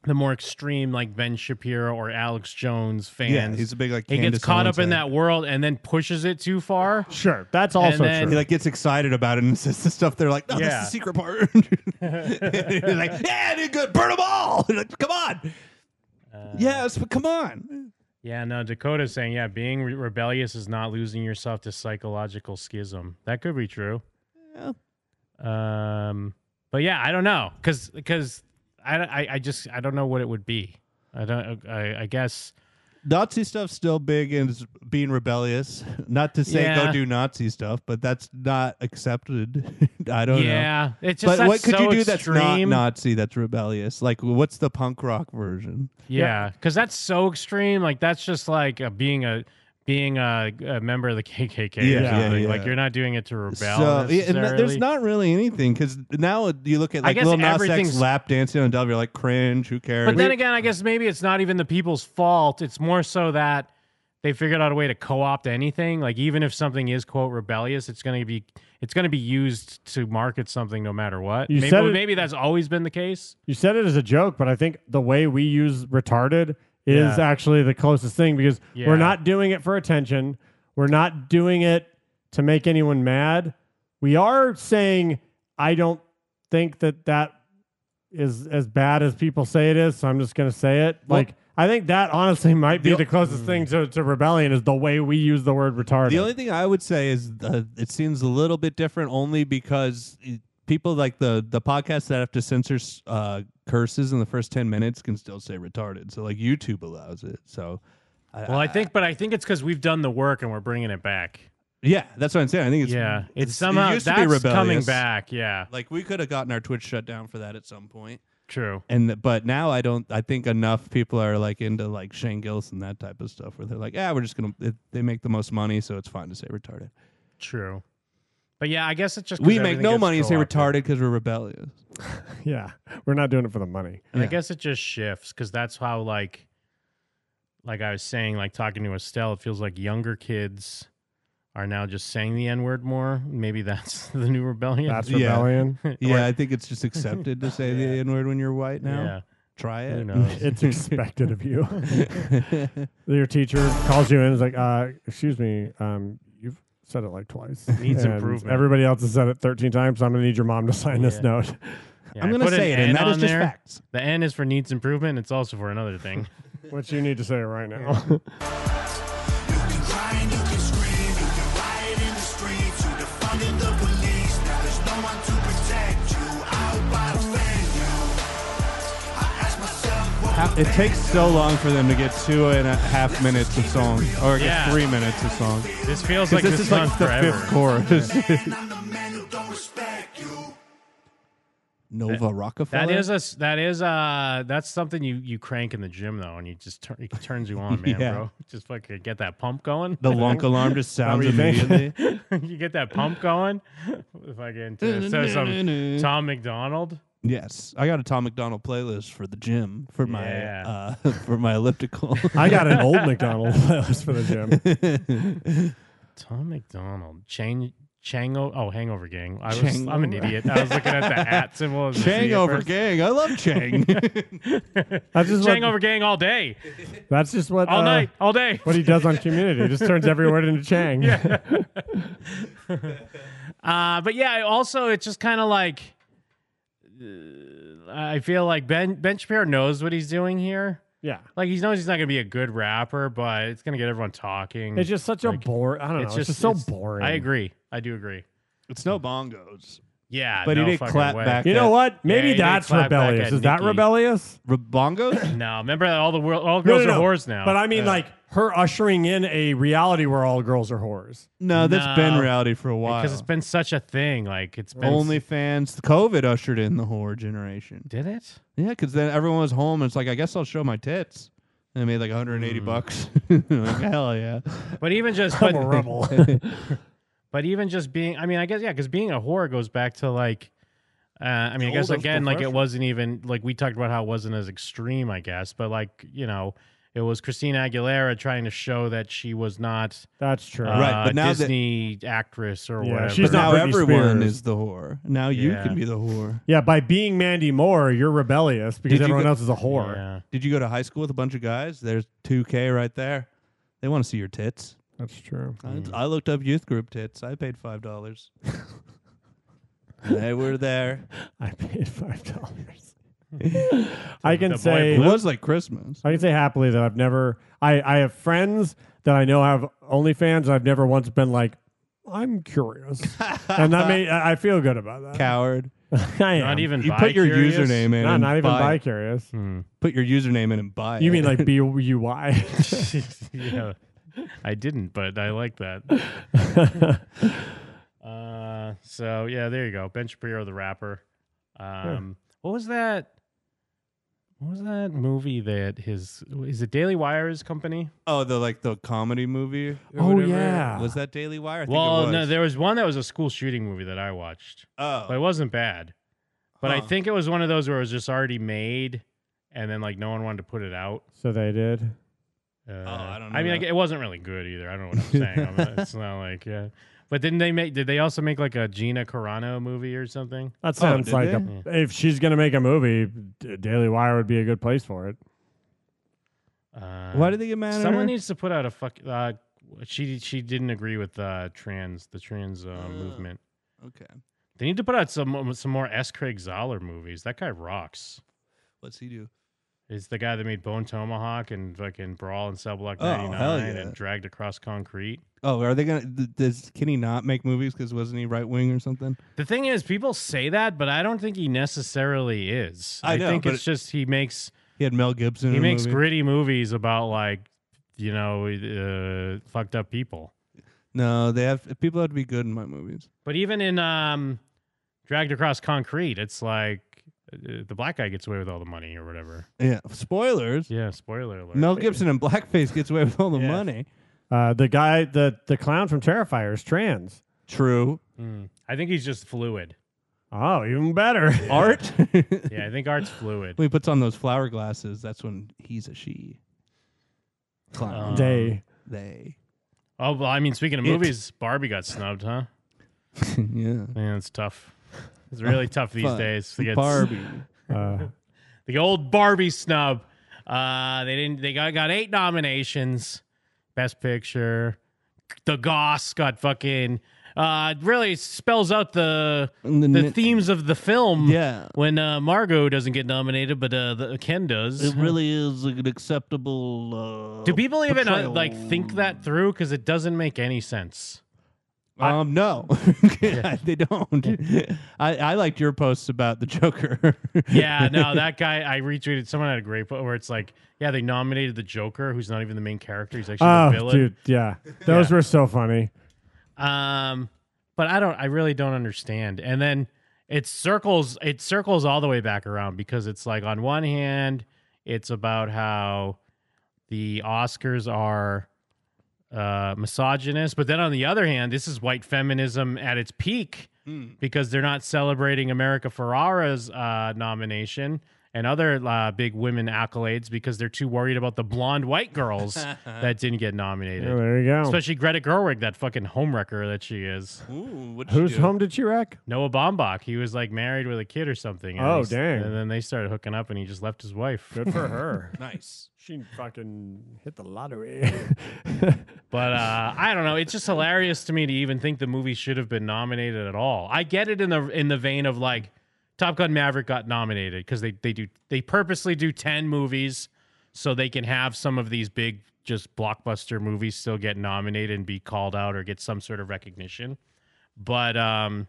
Speaker 5: the more extreme like Ben Shapiro or Alex Jones fans.
Speaker 4: yeah, he's a big like
Speaker 5: he
Speaker 4: Candace
Speaker 5: gets caught
Speaker 4: Owens
Speaker 5: up in
Speaker 4: head.
Speaker 5: that world and then pushes it too far.
Speaker 3: Sure, that's
Speaker 5: And
Speaker 3: also
Speaker 5: then-
Speaker 4: He
Speaker 3: true.
Speaker 4: like gets excited about it and [laughs] says the stuff. They're like, "No,
Speaker 5: Yeah.
Speaker 4: that's the secret part." [laughs] He's like, "Yeah, I did good. Burn them all. [laughs] Like, come on.
Speaker 5: Uh,
Speaker 4: yes, but come on.
Speaker 5: Yeah, no, Dakota's saying, yeah, being re- rebellious is not losing yourself to psychological schism. That could be true. Yeah. Um, but yeah, I don't know, cause, 'cause I, don't- I, I just, I don't know what it would be. I don't, I, I guess.
Speaker 4: Nazi stuff's still big and is being rebellious. Not to say
Speaker 5: Yeah.
Speaker 4: go do Nazi stuff, but that's not accepted. [laughs] I don't know.
Speaker 5: yeah, it's just
Speaker 4: But
Speaker 5: that's
Speaker 4: what could
Speaker 5: so
Speaker 4: you do
Speaker 5: extreme.
Speaker 4: that's not Nazi? That's rebellious. Like, what's the punk rock version?
Speaker 5: Yeah, because that's so extreme. Like that's just like a, being a being a, a member of the KKK.
Speaker 4: Yeah,
Speaker 5: or
Speaker 4: yeah,
Speaker 5: something.
Speaker 4: yeah.
Speaker 5: Like you're not doing it to rebel.
Speaker 4: So yeah, and
Speaker 5: necessarily.
Speaker 4: there's not really anything because now you look at
Speaker 5: I
Speaker 4: like
Speaker 5: guess
Speaker 4: Lil Nas X
Speaker 5: everything's-
Speaker 4: lap dancing on W, you're like cringe. Who cares?
Speaker 5: But then again, I guess maybe it's not even the people's fault. It's more so that they figured out a way to co-opt anything. Like even if something is quote rebellious, it's going to be it's going to be used to market something no matter what.
Speaker 3: You
Speaker 5: maybe,
Speaker 3: said it-
Speaker 5: maybe that's always been the case.
Speaker 3: You said it as a joke, but I think the way we use retarded is
Speaker 5: Yeah.
Speaker 3: actually the closest thing because
Speaker 5: Yeah.
Speaker 3: we're not doing it for attention. We're not doing it to make anyone mad. We are saying, I don't think that that is as bad as people say it is, so I'm just going to say it.
Speaker 4: Well-
Speaker 3: like, I think that honestly might be
Speaker 4: The- Hmm.
Speaker 3: the, closest thing to, to rebellion is the way we use the word retarded.
Speaker 4: The only thing I would say is uh, it seems a little bit different only because it- people like the the podcasts that have to censor s- uh, curses in the first 10 minutes can still say retarded. So like YouTube allows it. So
Speaker 5: Well, I think, but I think it's because we've done the work and we're bringing it back.
Speaker 4: yeah, that's what I'm saying. I think it's
Speaker 5: yeah, it's,
Speaker 4: it
Speaker 5: somehow
Speaker 4: used to be
Speaker 5: that's coming
Speaker 4: rebellious.
Speaker 5: back. Yeah,
Speaker 4: Like we could have gotten our Twitch shut down for that at some point.
Speaker 5: true.
Speaker 4: And th- but now I don't I think enough people are like into like Shane Gillis and that type of stuff where they're like, "Yeah, we're just going to they make the most money, so it's fine to say retarded."
Speaker 5: True. But yeah, I guess it's just 'cause
Speaker 4: We make
Speaker 5: everything
Speaker 4: no
Speaker 5: gets
Speaker 4: money to say
Speaker 5: co-opted.
Speaker 4: retarded cuz we're rebellious.
Speaker 3: [laughs] yeah, we're not doing it for the money.
Speaker 5: And I
Speaker 4: Yeah.
Speaker 5: guess it just shifts because that's how like like I was saying, like talking to Estelle, it feels like younger kids are now just saying the N word more. Maybe that's [laughs] the new rebellion.
Speaker 3: That's
Speaker 4: Yeah.
Speaker 3: rebellion.
Speaker 5: Or-
Speaker 4: Yeah, I think it's just accepted to
Speaker 5: [laughs]
Speaker 4: say the N word when you're white now.
Speaker 5: Yeah.
Speaker 4: Try it. [laughs]
Speaker 5: Who [laughs] knows?
Speaker 3: It's expected of you. Your teacher calls you in and is like, uh, excuse me, um, you've said it like twice.
Speaker 5: Needs
Speaker 3: And
Speaker 5: improvement.
Speaker 3: Everybody else has said it 13 times, so I'm going to need your mom to sign this
Speaker 5: Yeah.
Speaker 3: note.
Speaker 5: Yeah,
Speaker 4: I'm
Speaker 5: I
Speaker 4: going to
Speaker 5: put an
Speaker 4: say it, and
Speaker 5: N
Speaker 4: that is
Speaker 5: on
Speaker 4: just
Speaker 5: there.
Speaker 4: facts.
Speaker 5: The N is for needs improvement. It's also for
Speaker 4: [laughs]
Speaker 5: another thing.
Speaker 3: what you need to say right now.
Speaker 2: You can grind, you can scream, you can riot in the streets. You defunded the police, now there's no one to protect you. I hope I offend you. I ask myself, what would
Speaker 4: It takes so long for them to get two and a half minutes of song, or I guess
Speaker 5: Yeah.
Speaker 4: three minutes of song.
Speaker 5: this feels like
Speaker 4: Because
Speaker 5: this,
Speaker 4: this is like
Speaker 5: on
Speaker 4: the
Speaker 5: forever.
Speaker 4: fifth chorus.
Speaker 2: man, I'm the man who don't respect
Speaker 4: [laughs]
Speaker 2: you.
Speaker 4: Nova Rockefeller.
Speaker 5: That is a s- that is uh that's something you you crank in the gym though, and you just turn it turns you on, man,
Speaker 4: [laughs] Yeah.
Speaker 5: bro. Just fucking get that pump going.
Speaker 4: the Lonk alarm just sounds [laughs]
Speaker 3: you think?
Speaker 4: immediately.
Speaker 5: [laughs] you get that pump going. If I get into
Speaker 4: [laughs]
Speaker 5: so some Tom McDonald.
Speaker 4: yes, I got a Tom McDonald playlist for the gym for my
Speaker 5: Yeah.
Speaker 4: uh, [laughs] for my [laughs] elliptical.
Speaker 3: I got an old McDonald's [laughs] playlist for the gym.
Speaker 5: Tom McDonald. Chang Chango. Oh, Hangover Gang. I was. I'm an
Speaker 4: Chango-
Speaker 5: idiot. I was looking at the at
Speaker 4: [laughs]
Speaker 5: symbol. as a Z [laughs] at
Speaker 4: Changover
Speaker 5: first.
Speaker 4: gang, I love Chang.
Speaker 3: That's just what,
Speaker 5: Changover Gang all day,
Speaker 3: That's just what
Speaker 5: all
Speaker 3: uh,
Speaker 5: night, all day.
Speaker 3: What he does on Community He just turns every word into Chang. [laughs] Yeah.
Speaker 5: Uh, but yeah, also it's just kind of like uh, I feel like Ben Ben Shapiro knows what he's doing here. Like he knows he's not gonna be a good rapper, but it's gonna get everyone talking.
Speaker 3: It's just such a
Speaker 5: Like,
Speaker 3: bore. I don't know. It's, just, so
Speaker 5: it's-
Speaker 3: boring.
Speaker 5: I agree. I do agree.
Speaker 4: [laughs] it's no bongos.
Speaker 5: Yeah,
Speaker 4: But he
Speaker 5: no
Speaker 4: did
Speaker 5: fucking
Speaker 4: clap
Speaker 5: way.
Speaker 4: back.
Speaker 3: You know what? Maybe
Speaker 5: you did
Speaker 3: that's
Speaker 5: clap back
Speaker 3: rebellious.
Speaker 5: at
Speaker 3: Is that
Speaker 5: Nicki.
Speaker 3: rebellious?
Speaker 4: Re- [laughs] Bongos?
Speaker 5: No, remember that all the world, all girls are whores now.
Speaker 3: But I mean, like her ushering in a reality where all girls are whores.
Speaker 4: No, that's been
Speaker 5: No.
Speaker 4: reality for a while.
Speaker 5: because it's been such a thing. Like it's been
Speaker 4: OnlyFans. COVID ushered in the whore generation.
Speaker 5: Did it?
Speaker 4: Yeah, because then everyone was home. And it's like, I guess I'll show my tits. And I made like 180
Speaker 3: Hmm.
Speaker 4: bucks. [laughs] like,
Speaker 3: [laughs]
Speaker 4: hell yeah.
Speaker 5: But even just
Speaker 3: I'm
Speaker 5: but,
Speaker 3: a
Speaker 5: [laughs]
Speaker 3: rebel.
Speaker 5: but even just being. I mean, I guess yeah, because being a whore goes back to like. Uh, I mean, I guess
Speaker 4: Old
Speaker 5: again, like it
Speaker 4: profession.
Speaker 5: wasn't even like we talked about how it wasn't as extreme. I guess, but like you know, it was Christina Aguilera trying to show that she was not
Speaker 3: [laughs] That's true.
Speaker 5: uh,
Speaker 4: Right, but now that-
Speaker 5: Disney actress or
Speaker 3: Yeah,
Speaker 5: whatever.
Speaker 3: she's not
Speaker 4: now
Speaker 3: Britney
Speaker 4: everyone
Speaker 3: Spears.
Speaker 4: is the whore. Now you
Speaker 5: Yeah.
Speaker 4: can be the whore.
Speaker 3: Yeah, by being Mandy Moore, you're rebellious because
Speaker 4: Did you
Speaker 3: everyone
Speaker 4: go-
Speaker 3: else is a whore.
Speaker 5: Yeah.
Speaker 4: Did you go to high school with a bunch of guys? There's 2K right there. They want to see your tits.
Speaker 3: That's true.
Speaker 4: I- I, looked up youth group tits. I paid
Speaker 3: [laughs]
Speaker 4: $5. they were there.
Speaker 3: I paid five
Speaker 5: [laughs]
Speaker 3: dollars. I can
Speaker 5: boy
Speaker 3: say
Speaker 4: It was like Christmas.
Speaker 3: I can say happily that I've never I, I have friends that I know have OnlyFans and I've never once been like, I'm
Speaker 5: [laughs]
Speaker 3: curious. and that may I I feel good about that.
Speaker 4: Coward.
Speaker 3: [laughs] I
Speaker 5: Not
Speaker 3: am.
Speaker 5: even Hmm.
Speaker 4: You put your
Speaker 5: bi-curious?
Speaker 4: username in.
Speaker 3: not,
Speaker 4: and
Speaker 3: not even
Speaker 4: buy
Speaker 3: bi
Speaker 4: it.
Speaker 3: curious.
Speaker 4: Put your username in and buy
Speaker 3: You
Speaker 4: it.
Speaker 3: mean like B U Y?
Speaker 5: [laughs] yeah, I didn't, but I like that.
Speaker 3: [laughs]
Speaker 5: uh, so yeah, there you go. Ben Shapiro, the rapper. Um, What was that? What was that movie that his is it Daily Wire's company?
Speaker 4: Oh, the like the comedy movie. or
Speaker 3: Oh,
Speaker 4: whatever?
Speaker 3: yeah.
Speaker 4: Was that Daily Wire? I think it
Speaker 5: Well,
Speaker 4: was.
Speaker 5: no, there was one that was a school shooting movie that I watched,
Speaker 4: oh,
Speaker 5: but it wasn't bad. But I
Speaker 4: Huh.
Speaker 5: think it was one of those where it was just already made, and then like no one wanted to put it out.
Speaker 3: So they did.
Speaker 5: Uh,
Speaker 4: Oh, I don't
Speaker 5: I mean,
Speaker 4: know.
Speaker 5: like, it wasn't really good either. I don't know what I'm saying. I'm not- it's not like yeah. But didn't they make? Did they also make like a Gina Carano movie or something?
Speaker 3: That sounds
Speaker 4: did
Speaker 3: Oh, like a, if she's gonna make a movie, D- Daily Wire would be a good place for it.
Speaker 5: Uh,
Speaker 4: why did they get mad? at
Speaker 5: Someone
Speaker 4: her?
Speaker 5: needs to put out a fuck. Uh, she she didn't agree with uh, trans the trans uh, movement.
Speaker 4: okay.
Speaker 5: They need to put out some um, some more S. Craig Zoller movies. That guy rocks.
Speaker 4: What's he do?
Speaker 5: Is the guy that made Bone Tomahawk and fucking Brawl and Cell Block
Speaker 4: Oh, hell
Speaker 5: 99
Speaker 4: yeah.
Speaker 5: and Dragged Across Concrete.
Speaker 4: Oh, are they gonna? th- Does can he not make movies? Because wasn't he right wing or something?
Speaker 5: The thing is, people say that, but I don't think he necessarily is.
Speaker 4: I know,
Speaker 5: think
Speaker 4: but
Speaker 5: it's just he makes
Speaker 4: He had Mel Gibson.
Speaker 5: he
Speaker 4: in a
Speaker 5: makes
Speaker 4: movie.
Speaker 5: gritty movies about like you know uh, fucked up people.
Speaker 4: No, they have people have to be good in my movies.
Speaker 5: But even in um, Dragged Across Concrete, it's like uh, the black guy gets away with all the money or whatever.
Speaker 4: Yeah, spoilers.
Speaker 5: Yeah, spoiler alert.
Speaker 4: Mel Gibson in blackface gets away with all the
Speaker 5: Yeah.
Speaker 4: money.
Speaker 3: Uh, the guy, the the clown from Terrifier is trans.
Speaker 4: True
Speaker 5: Mm. I think he's just fluid.
Speaker 3: Oh, even better.
Speaker 4: art. when
Speaker 5: [laughs] Yeah, I think
Speaker 4: [laughs]
Speaker 5: art's fluid.
Speaker 4: he puts on those flower glasses, that's when he's a she. Clown.
Speaker 5: Um,
Speaker 3: Day.
Speaker 4: they. [laughs]
Speaker 5: Oh, well, I mean, speaking of
Speaker 4: It-
Speaker 5: movies, Barbie got snubbed, huh?
Speaker 4: yeah.
Speaker 5: Man, it's tough. It's really tough these
Speaker 4: Fuck.
Speaker 5: days to get
Speaker 4: Barbie.
Speaker 3: Uh,
Speaker 5: the old Barbie snub. Uh, they didn't. They got got eight nominations: Best Picture. The Goss got fucking. Uh, it really spells out the
Speaker 4: The
Speaker 5: the,
Speaker 4: ni-
Speaker 5: themes of the film.
Speaker 4: Yeah.
Speaker 5: When uh, Margot doesn't get nominated, but uh, the, Ken does.
Speaker 4: It really is an acceptable. Uh,
Speaker 5: Do people even uh,
Speaker 4: portrayal.
Speaker 5: like think that through? Because it doesn't make any sense.
Speaker 4: Um, no, [laughs] they don't. [laughs] I, I liked your posts about the Joker.
Speaker 5: Yeah, no, that guy. I retweeted. Someone had a great po- where it's like, yeah, they nominated the Joker, who's not even the main character. He's actually the
Speaker 3: [laughs] oh,
Speaker 5: villain.
Speaker 3: dude, yeah, those were so funny.
Speaker 5: Um, but I don't. I really don't understand. And then it circles. It circles all the way back around because it's like on one hand, it's about how the Oscars are uh, misogynist, but then on the other hand, this is white feminism at its peak because they're not celebrating America Ferrara's uh, nomination and other uh, big women accolades because they're too worried about the blonde white girls that didn't get nominated.
Speaker 3: Oh, there you go.
Speaker 5: Especially Greta Gerwig, that fucking homewrecker that she is.
Speaker 4: [laughs] Ooh, what'd she
Speaker 3: Whose
Speaker 4: do?
Speaker 3: home did she wreck?
Speaker 5: Noah Baumbach, he was like married with a kid or something. and
Speaker 3: Oh,
Speaker 5: he s-
Speaker 3: dang.
Speaker 5: And then they started hooking up and he just left his wife.
Speaker 3: Good for
Speaker 5: [laughs]
Speaker 3: her.
Speaker 4: Nice.
Speaker 3: she fucking hit the lottery.
Speaker 5: But uh, I don't know. It's just hilarious to me to even think the movie should have been nominated at all. I get it in the in the vein of like Top Gun Maverick got nominated because they they do they purposely do ten movies so they can have some of these big just blockbuster movies still get nominated and be called out or get some sort of recognition. But um,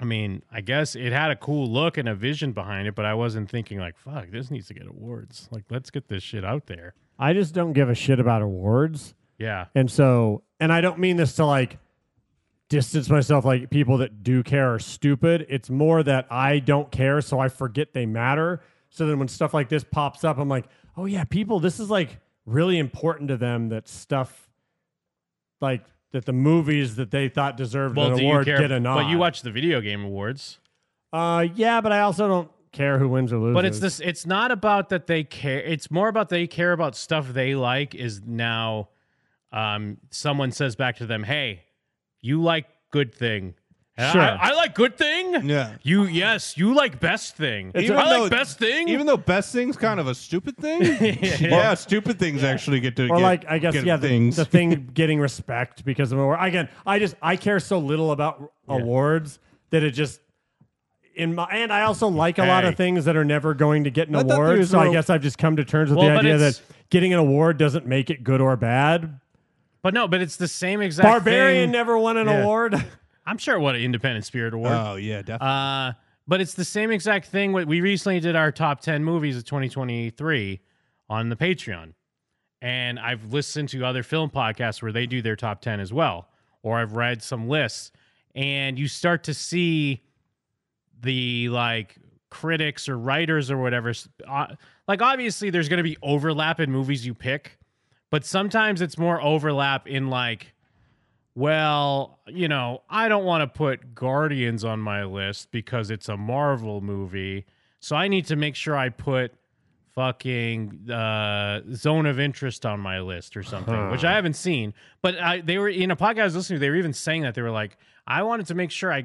Speaker 5: I mean, I guess it had a cool look and a vision behind it, but I wasn't thinking like, fuck, this needs to get awards. Like, let's get this shit out there.
Speaker 3: [laughs] I just don't give a shit about awards.
Speaker 5: Yeah.
Speaker 3: And so, and I don't mean this to like distance myself like people that do care are stupid. It's more that I don't care, so I forget they matter. So then when stuff like this pops up, I'm like, oh yeah, people, this is like really important to them that stuff like that the movies that they thought deserved
Speaker 5: Well,
Speaker 3: an
Speaker 5: do
Speaker 3: award
Speaker 5: you care?
Speaker 3: get a nod.
Speaker 5: But you watch the video game awards.
Speaker 3: Uh, yeah, but I also don't care who wins or loses.
Speaker 5: But it's this. It's not about that they care. It's more about they care about stuff they like. Is now, um, someone says back to them, "Hey, you like good thing." And I-
Speaker 3: Sure.
Speaker 5: I, like good thing.
Speaker 4: Yeah.
Speaker 5: You yes, you like best thing.
Speaker 3: It's
Speaker 5: I
Speaker 3: a-
Speaker 5: like best thing.
Speaker 4: Even though best thing's kind of a stupid
Speaker 5: [laughs]
Speaker 4: thing. yeah. stupid things actually get to
Speaker 3: or
Speaker 4: get-
Speaker 3: like I guess
Speaker 4: get
Speaker 3: yeah, the,
Speaker 4: things.
Speaker 3: the thing getting respect because of award. Again, I just I care so little about awards that it just in my and I also like a lot
Speaker 5: Hey.
Speaker 3: of things that are never going to get an
Speaker 4: I thought
Speaker 3: award.
Speaker 4: these
Speaker 3: So I
Speaker 4: were-
Speaker 3: guess I've just come to terms with
Speaker 5: Well,
Speaker 3: the
Speaker 5: but
Speaker 3: idea that
Speaker 5: it's-
Speaker 3: getting an award doesn't make it good or bad.
Speaker 5: but no, but it's the same exact.
Speaker 3: Barbarian
Speaker 5: thing.
Speaker 3: never won an
Speaker 5: Yeah.
Speaker 3: award.
Speaker 5: I'm sure what an Independent Spirit Award.
Speaker 4: oh yeah, definitely.
Speaker 5: Uh, but it's the same exact thing. What we recently did our top ten movies of 2023 on the Patreon, and I've listened to other film podcasts where they do their top ten as well, or I've read some lists, and you start to see the like critics or writers or whatever. s- Uh, like obviously, there's going to be overlap in movies you pick, but sometimes it's more overlap in like, well, you know, I don't want to put Guardians on my list because it's a Marvel movie, so I need to make sure I put fucking uh, Zone of Interest on my list or something, which I haven't seen. But I, they were in a podcast I was listening to. They were even saying that they were like, I wanted to make sure I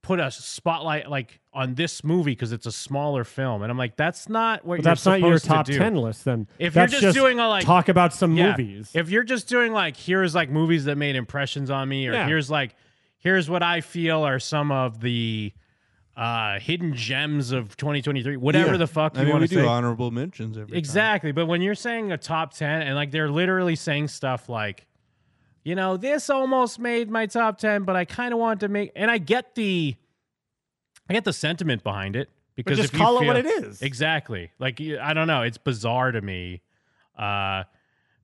Speaker 5: put a spotlight like on this movie because it's a smaller film, and I'm like, that's not what
Speaker 3: But [laughs]
Speaker 5: you're
Speaker 3: that's not your
Speaker 5: supposed to
Speaker 3: top
Speaker 5: do.
Speaker 3: ten list, then.
Speaker 5: If you're
Speaker 3: that's
Speaker 5: just doing a, like-
Speaker 3: talk about some
Speaker 5: Yeah.
Speaker 3: movies,
Speaker 5: If you're just doing like here's like movies that made impressions on me, or
Speaker 3: Yeah.
Speaker 5: here's like here's what I feel are some of the uh hidden gems of 2023, whatever the fuck
Speaker 4: I
Speaker 5: you
Speaker 4: mean,
Speaker 5: want
Speaker 4: we
Speaker 5: to say.
Speaker 4: do honorable mentions every time.
Speaker 5: Exactly. But when you're saying a top 10, and like they're literally saying stuff like, you know, this almost made my top 10, but I kind of wanted to make, and I get the, I get the sentiment behind it because
Speaker 3: just
Speaker 5: if you
Speaker 3: call it what
Speaker 5: feel-
Speaker 3: it is.
Speaker 5: Exactly. Like, you- I don't know. It's bizarre to me. Uh,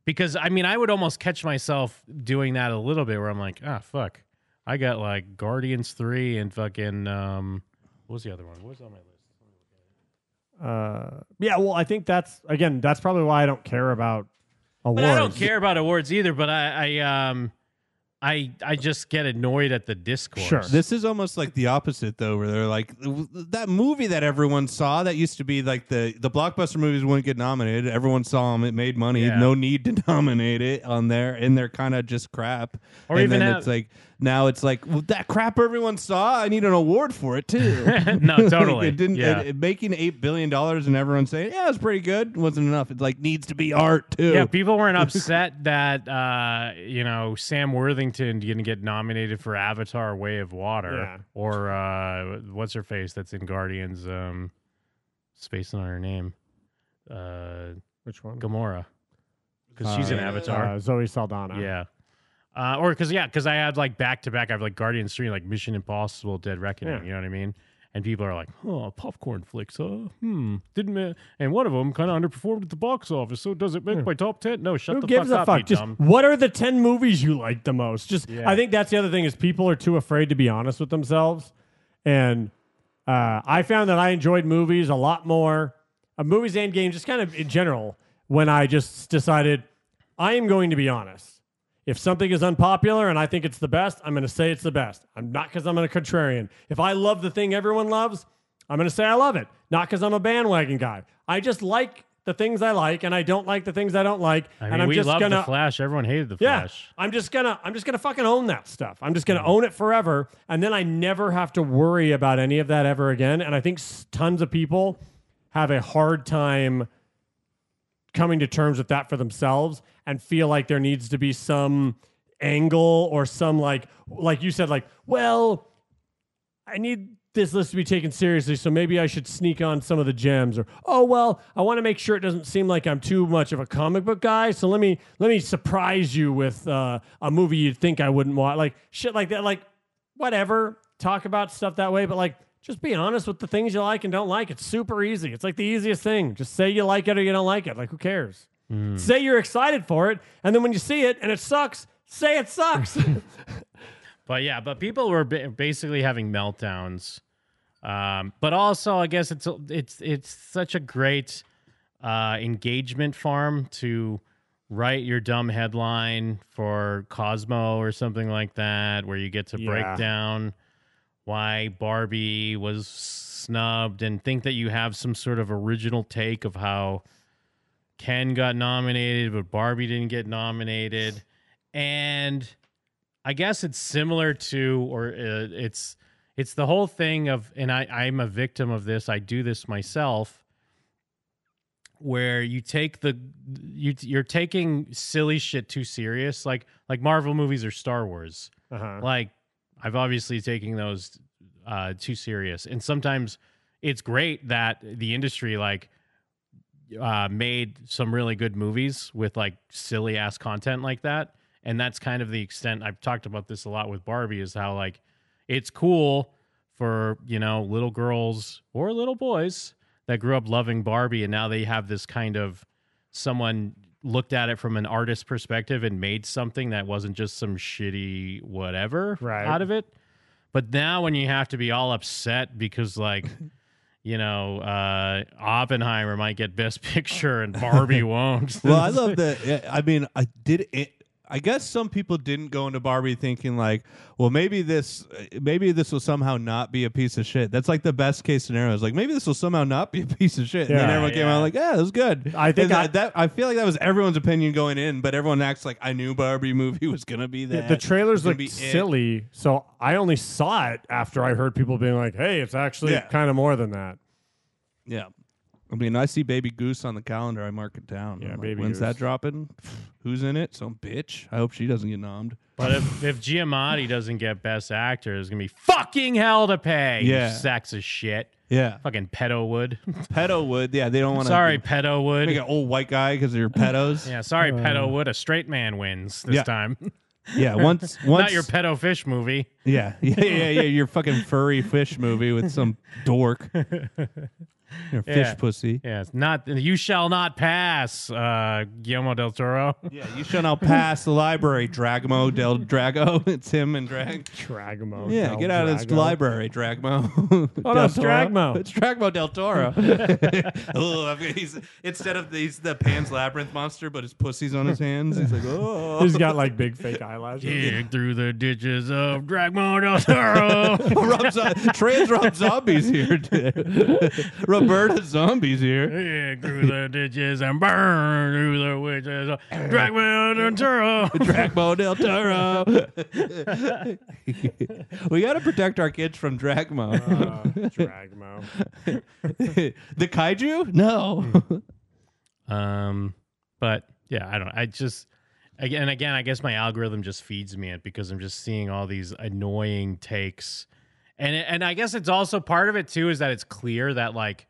Speaker 5: because I mean, I would almost catch myself doing that a little bit where I'm like, ah, fuck. I got like Guardians 3 and fucking, um, what was the other one? What was on my list?
Speaker 3: uh, yeah. Well, I think that's again. That's probably why I don't care about awards.
Speaker 5: But I don't care about awards either. But I, I, um, I, I just get annoyed at the discourse.
Speaker 3: Sure.
Speaker 4: This is almost like the opposite, though, where they're like that movie that everyone saw that used to be like the the blockbuster movies wouldn't get nominated. Everyone saw them; it made money.
Speaker 5: Yeah.
Speaker 4: No need to [laughs] nominate it on there, and they're kind of just crap.
Speaker 5: Or
Speaker 4: and
Speaker 5: even
Speaker 4: then
Speaker 5: have-
Speaker 4: it's like now it's like well, that crap everyone saw. I need an award for it too. [laughs]
Speaker 5: [laughs] no, totally.
Speaker 4: it didn't
Speaker 5: Yeah.
Speaker 4: it, it- making eight billion dollars and everyone saying yeah, it's pretty good wasn't enough. It like needs to be art too.
Speaker 5: yeah, people weren't upset that uh, you know Sam Worthington didn't get nominated for Avatar: Way of Water
Speaker 3: Yeah.
Speaker 5: or uh, what's her face that's in Guardians. Um, spacing on her name, uh,
Speaker 3: which one.
Speaker 5: Gamora, because she's in
Speaker 4: Uh,
Speaker 5: Avatar.
Speaker 3: Uh, Zoe Saldana.
Speaker 5: yeah. Uh, or because yeah, because I had like back to back. I have like Guardians three, and, like Mission Impossible, Dead Reckoning.
Speaker 3: Yeah.
Speaker 5: You know what I mean? And people are like, "Oh, popcorn flicks, huh? Hmm, didn't." ma-" And one of them kind of underperformed at the box office, so does it make my top ten? No, shut
Speaker 3: Who
Speaker 5: the
Speaker 3: gives
Speaker 5: fuck
Speaker 3: a
Speaker 5: up,
Speaker 3: fuck?
Speaker 5: you
Speaker 3: Just
Speaker 5: dumb.
Speaker 3: what are the ten movies you like the most? Just
Speaker 5: Yeah.
Speaker 3: I think that's the other thing is people are too afraid to be honest with themselves, and uh, I found that I enjoyed movies a lot more, uh, movies and games, just kind of in general. When I just decided I am going to be honest. If something is unpopular and I think it's the best, I'm going to say it's the best. I'm not because I'm a contrarian. If I love the thing everyone loves, I'm going to say I love it, not because I'm a bandwagon guy. I just like the things I like, and I don't like the things I don't like.
Speaker 5: I mean,
Speaker 3: and I'm
Speaker 5: we
Speaker 3: just
Speaker 5: loved
Speaker 3: gonna,
Speaker 5: the Flash. Everyone hated the
Speaker 3: yeah,
Speaker 5: Flash.
Speaker 3: I'm just gonna, I'm just gonna fucking own that stuff. I'm just gonna own it forever, and then I never have to worry about any of that ever again. And I think s- tons of people have a hard time coming to terms with that for themselves and feel like there needs to be some angle or some like like you said like well i need this list to be taken seriously so maybe i should sneak on some of the gems or oh well i want to make sure it doesn't seem like i'm too much of a comic book guy so let me let me surprise you with uh, a movie you'd think i wouldn't watch like shit like that like whatever talk about stuff that way but like just be honest with the things you like and don't like it's super easy it's like the easiest thing just say you like it or you don't like it like who cares say you're excited for it and then when you see it and it sucks say it sucks
Speaker 5: But yeah, but people were ba- basically having meltdowns. Um, but also, I guess it's it's it's such a great uh, engagement farm to write your dumb headline for Cosmo or something like that, where you get to
Speaker 3: Yeah.
Speaker 5: break down why Barbie was snubbed and think that you have some sort of original take of how Ken got nominated, but Barbie didn't get nominated. And I guess it's similar to, or uh, it's it's the whole thing of, and I I'm a victim of this. I do this myself, where you take the you you're taking silly shit too serious, like like Marvel movies or Star Wars.
Speaker 3: [laughs] uh-huh.
Speaker 5: Like I've obviously taken those uh, too serious, and sometimes it's great that the industry like uh, made some really good movies with like silly ass content like that. And that's kind of the extent I've talked about this a lot with Barbie is how like it's cool for, you know, little girls or little boys that grew up loving Barbie and now they have this kind of someone looked at it from an artist perspective and made something that wasn't just some shitty whatever
Speaker 3: Right.
Speaker 5: out of it. But now when you have to be all upset because like [laughs] you know, uh, Oppenheimer might get Best [laughs] Picture and
Speaker 4: [laughs]
Speaker 5: Barbie won't.
Speaker 3: [laughs]
Speaker 4: well, I love that. yeah, I mean, I did it. I guess some people didn't go into Barbie thinking like, well, maybe this, maybe this will somehow not be a piece of shit. That's like the best case scenario. It's like maybe this will somehow not be a piece of shit. And then
Speaker 3: Yeah.
Speaker 4: everyone came out like, yeah, it was good.
Speaker 3: I think
Speaker 4: And
Speaker 3: I-
Speaker 4: that, that- I feel like that was everyone's opinion going in, but everyone acts like I knew Barbie movie was gonna be that.
Speaker 3: The trailers
Speaker 4: It's gonna
Speaker 3: looked
Speaker 4: be it.
Speaker 3: silly, so I only saw it after I heard people being like, "Hey, it's actually
Speaker 4: Yeah.
Speaker 3: kind of more than that."
Speaker 4: Yeah. I mean, I see Baby Goose on the calendar. I mark it down.
Speaker 3: Yeah,
Speaker 4: I'm like,
Speaker 3: Baby
Speaker 4: When's
Speaker 3: Goose.
Speaker 4: that dropping? Who's in it? Some bitch. I hope she doesn't get nommed.
Speaker 5: [laughs] But if, if Giamatti doesn't get Best Actor, there's gonna be fucking hell to pay. you
Speaker 4: Yeah.
Speaker 5: sacks of shit.
Speaker 4: Yeah.
Speaker 5: Fucking pedo
Speaker 4: [laughs]
Speaker 5: wood.
Speaker 4: Pedo would. Yeah, they don't want to.
Speaker 5: sorry, pedo wood.
Speaker 4: Make an old white guy because they're pedos.
Speaker 5: [laughs] Yeah, sorry, pedo wood. A straight man wins this
Speaker 4: Yeah.
Speaker 5: time. [laughs]
Speaker 4: yeah. Once, once.
Speaker 5: Not your pedo fish movie.
Speaker 4: yeah, [laughs] yeah, yeah, yeah. Your fucking furry fish movie with some
Speaker 5: [laughs]
Speaker 4: dork. Your
Speaker 5: Yeah.
Speaker 4: fish pussy.
Speaker 5: Yeah, it's not. You shall not pass, uh, Guillermo del Toro.
Speaker 4: [laughs] Yeah, you shall not pass the library, Dragmo del Drago. [laughs] It's him and Drag.
Speaker 3: Dragmo.
Speaker 4: Yeah,
Speaker 3: Del
Speaker 4: get out of this
Speaker 3: Drago.
Speaker 4: library,
Speaker 5: [laughs]
Speaker 4: Dragmo.
Speaker 3: Oh,
Speaker 4: Del
Speaker 3: no, it's
Speaker 4: Toro.
Speaker 3: Dragmo.
Speaker 4: It's Dragmo del Toro. [laughs] oh, I've got- he's, instead of he's the Pan's Labyrinth monster, but his pussy's on his hands. He's
Speaker 5: [laughs]
Speaker 4: like, oh.
Speaker 3: He's got like big fake eyelashes.
Speaker 4: [laughs]
Speaker 5: Dig through the ditches of Dragmo del Toro.
Speaker 4: [laughs] Rob Zo- trans Rob Zombies here. Roberta Zombies here.
Speaker 5: Dig through the ditches and burn through the witches of Dragmo del Toro.
Speaker 4: [laughs] Dragmo del Toro. [laughs] we got to protect our kids from Dragmo.
Speaker 3: Uh, Dragmo.
Speaker 4: [laughs] the kaiju? No.
Speaker 5: Um, but yeah, I don't. I just again, again, I guess my algorithm just feeds me it because I'm just seeing all these annoying takes, and it- and I guess it's also part of it too is that it's clear that like,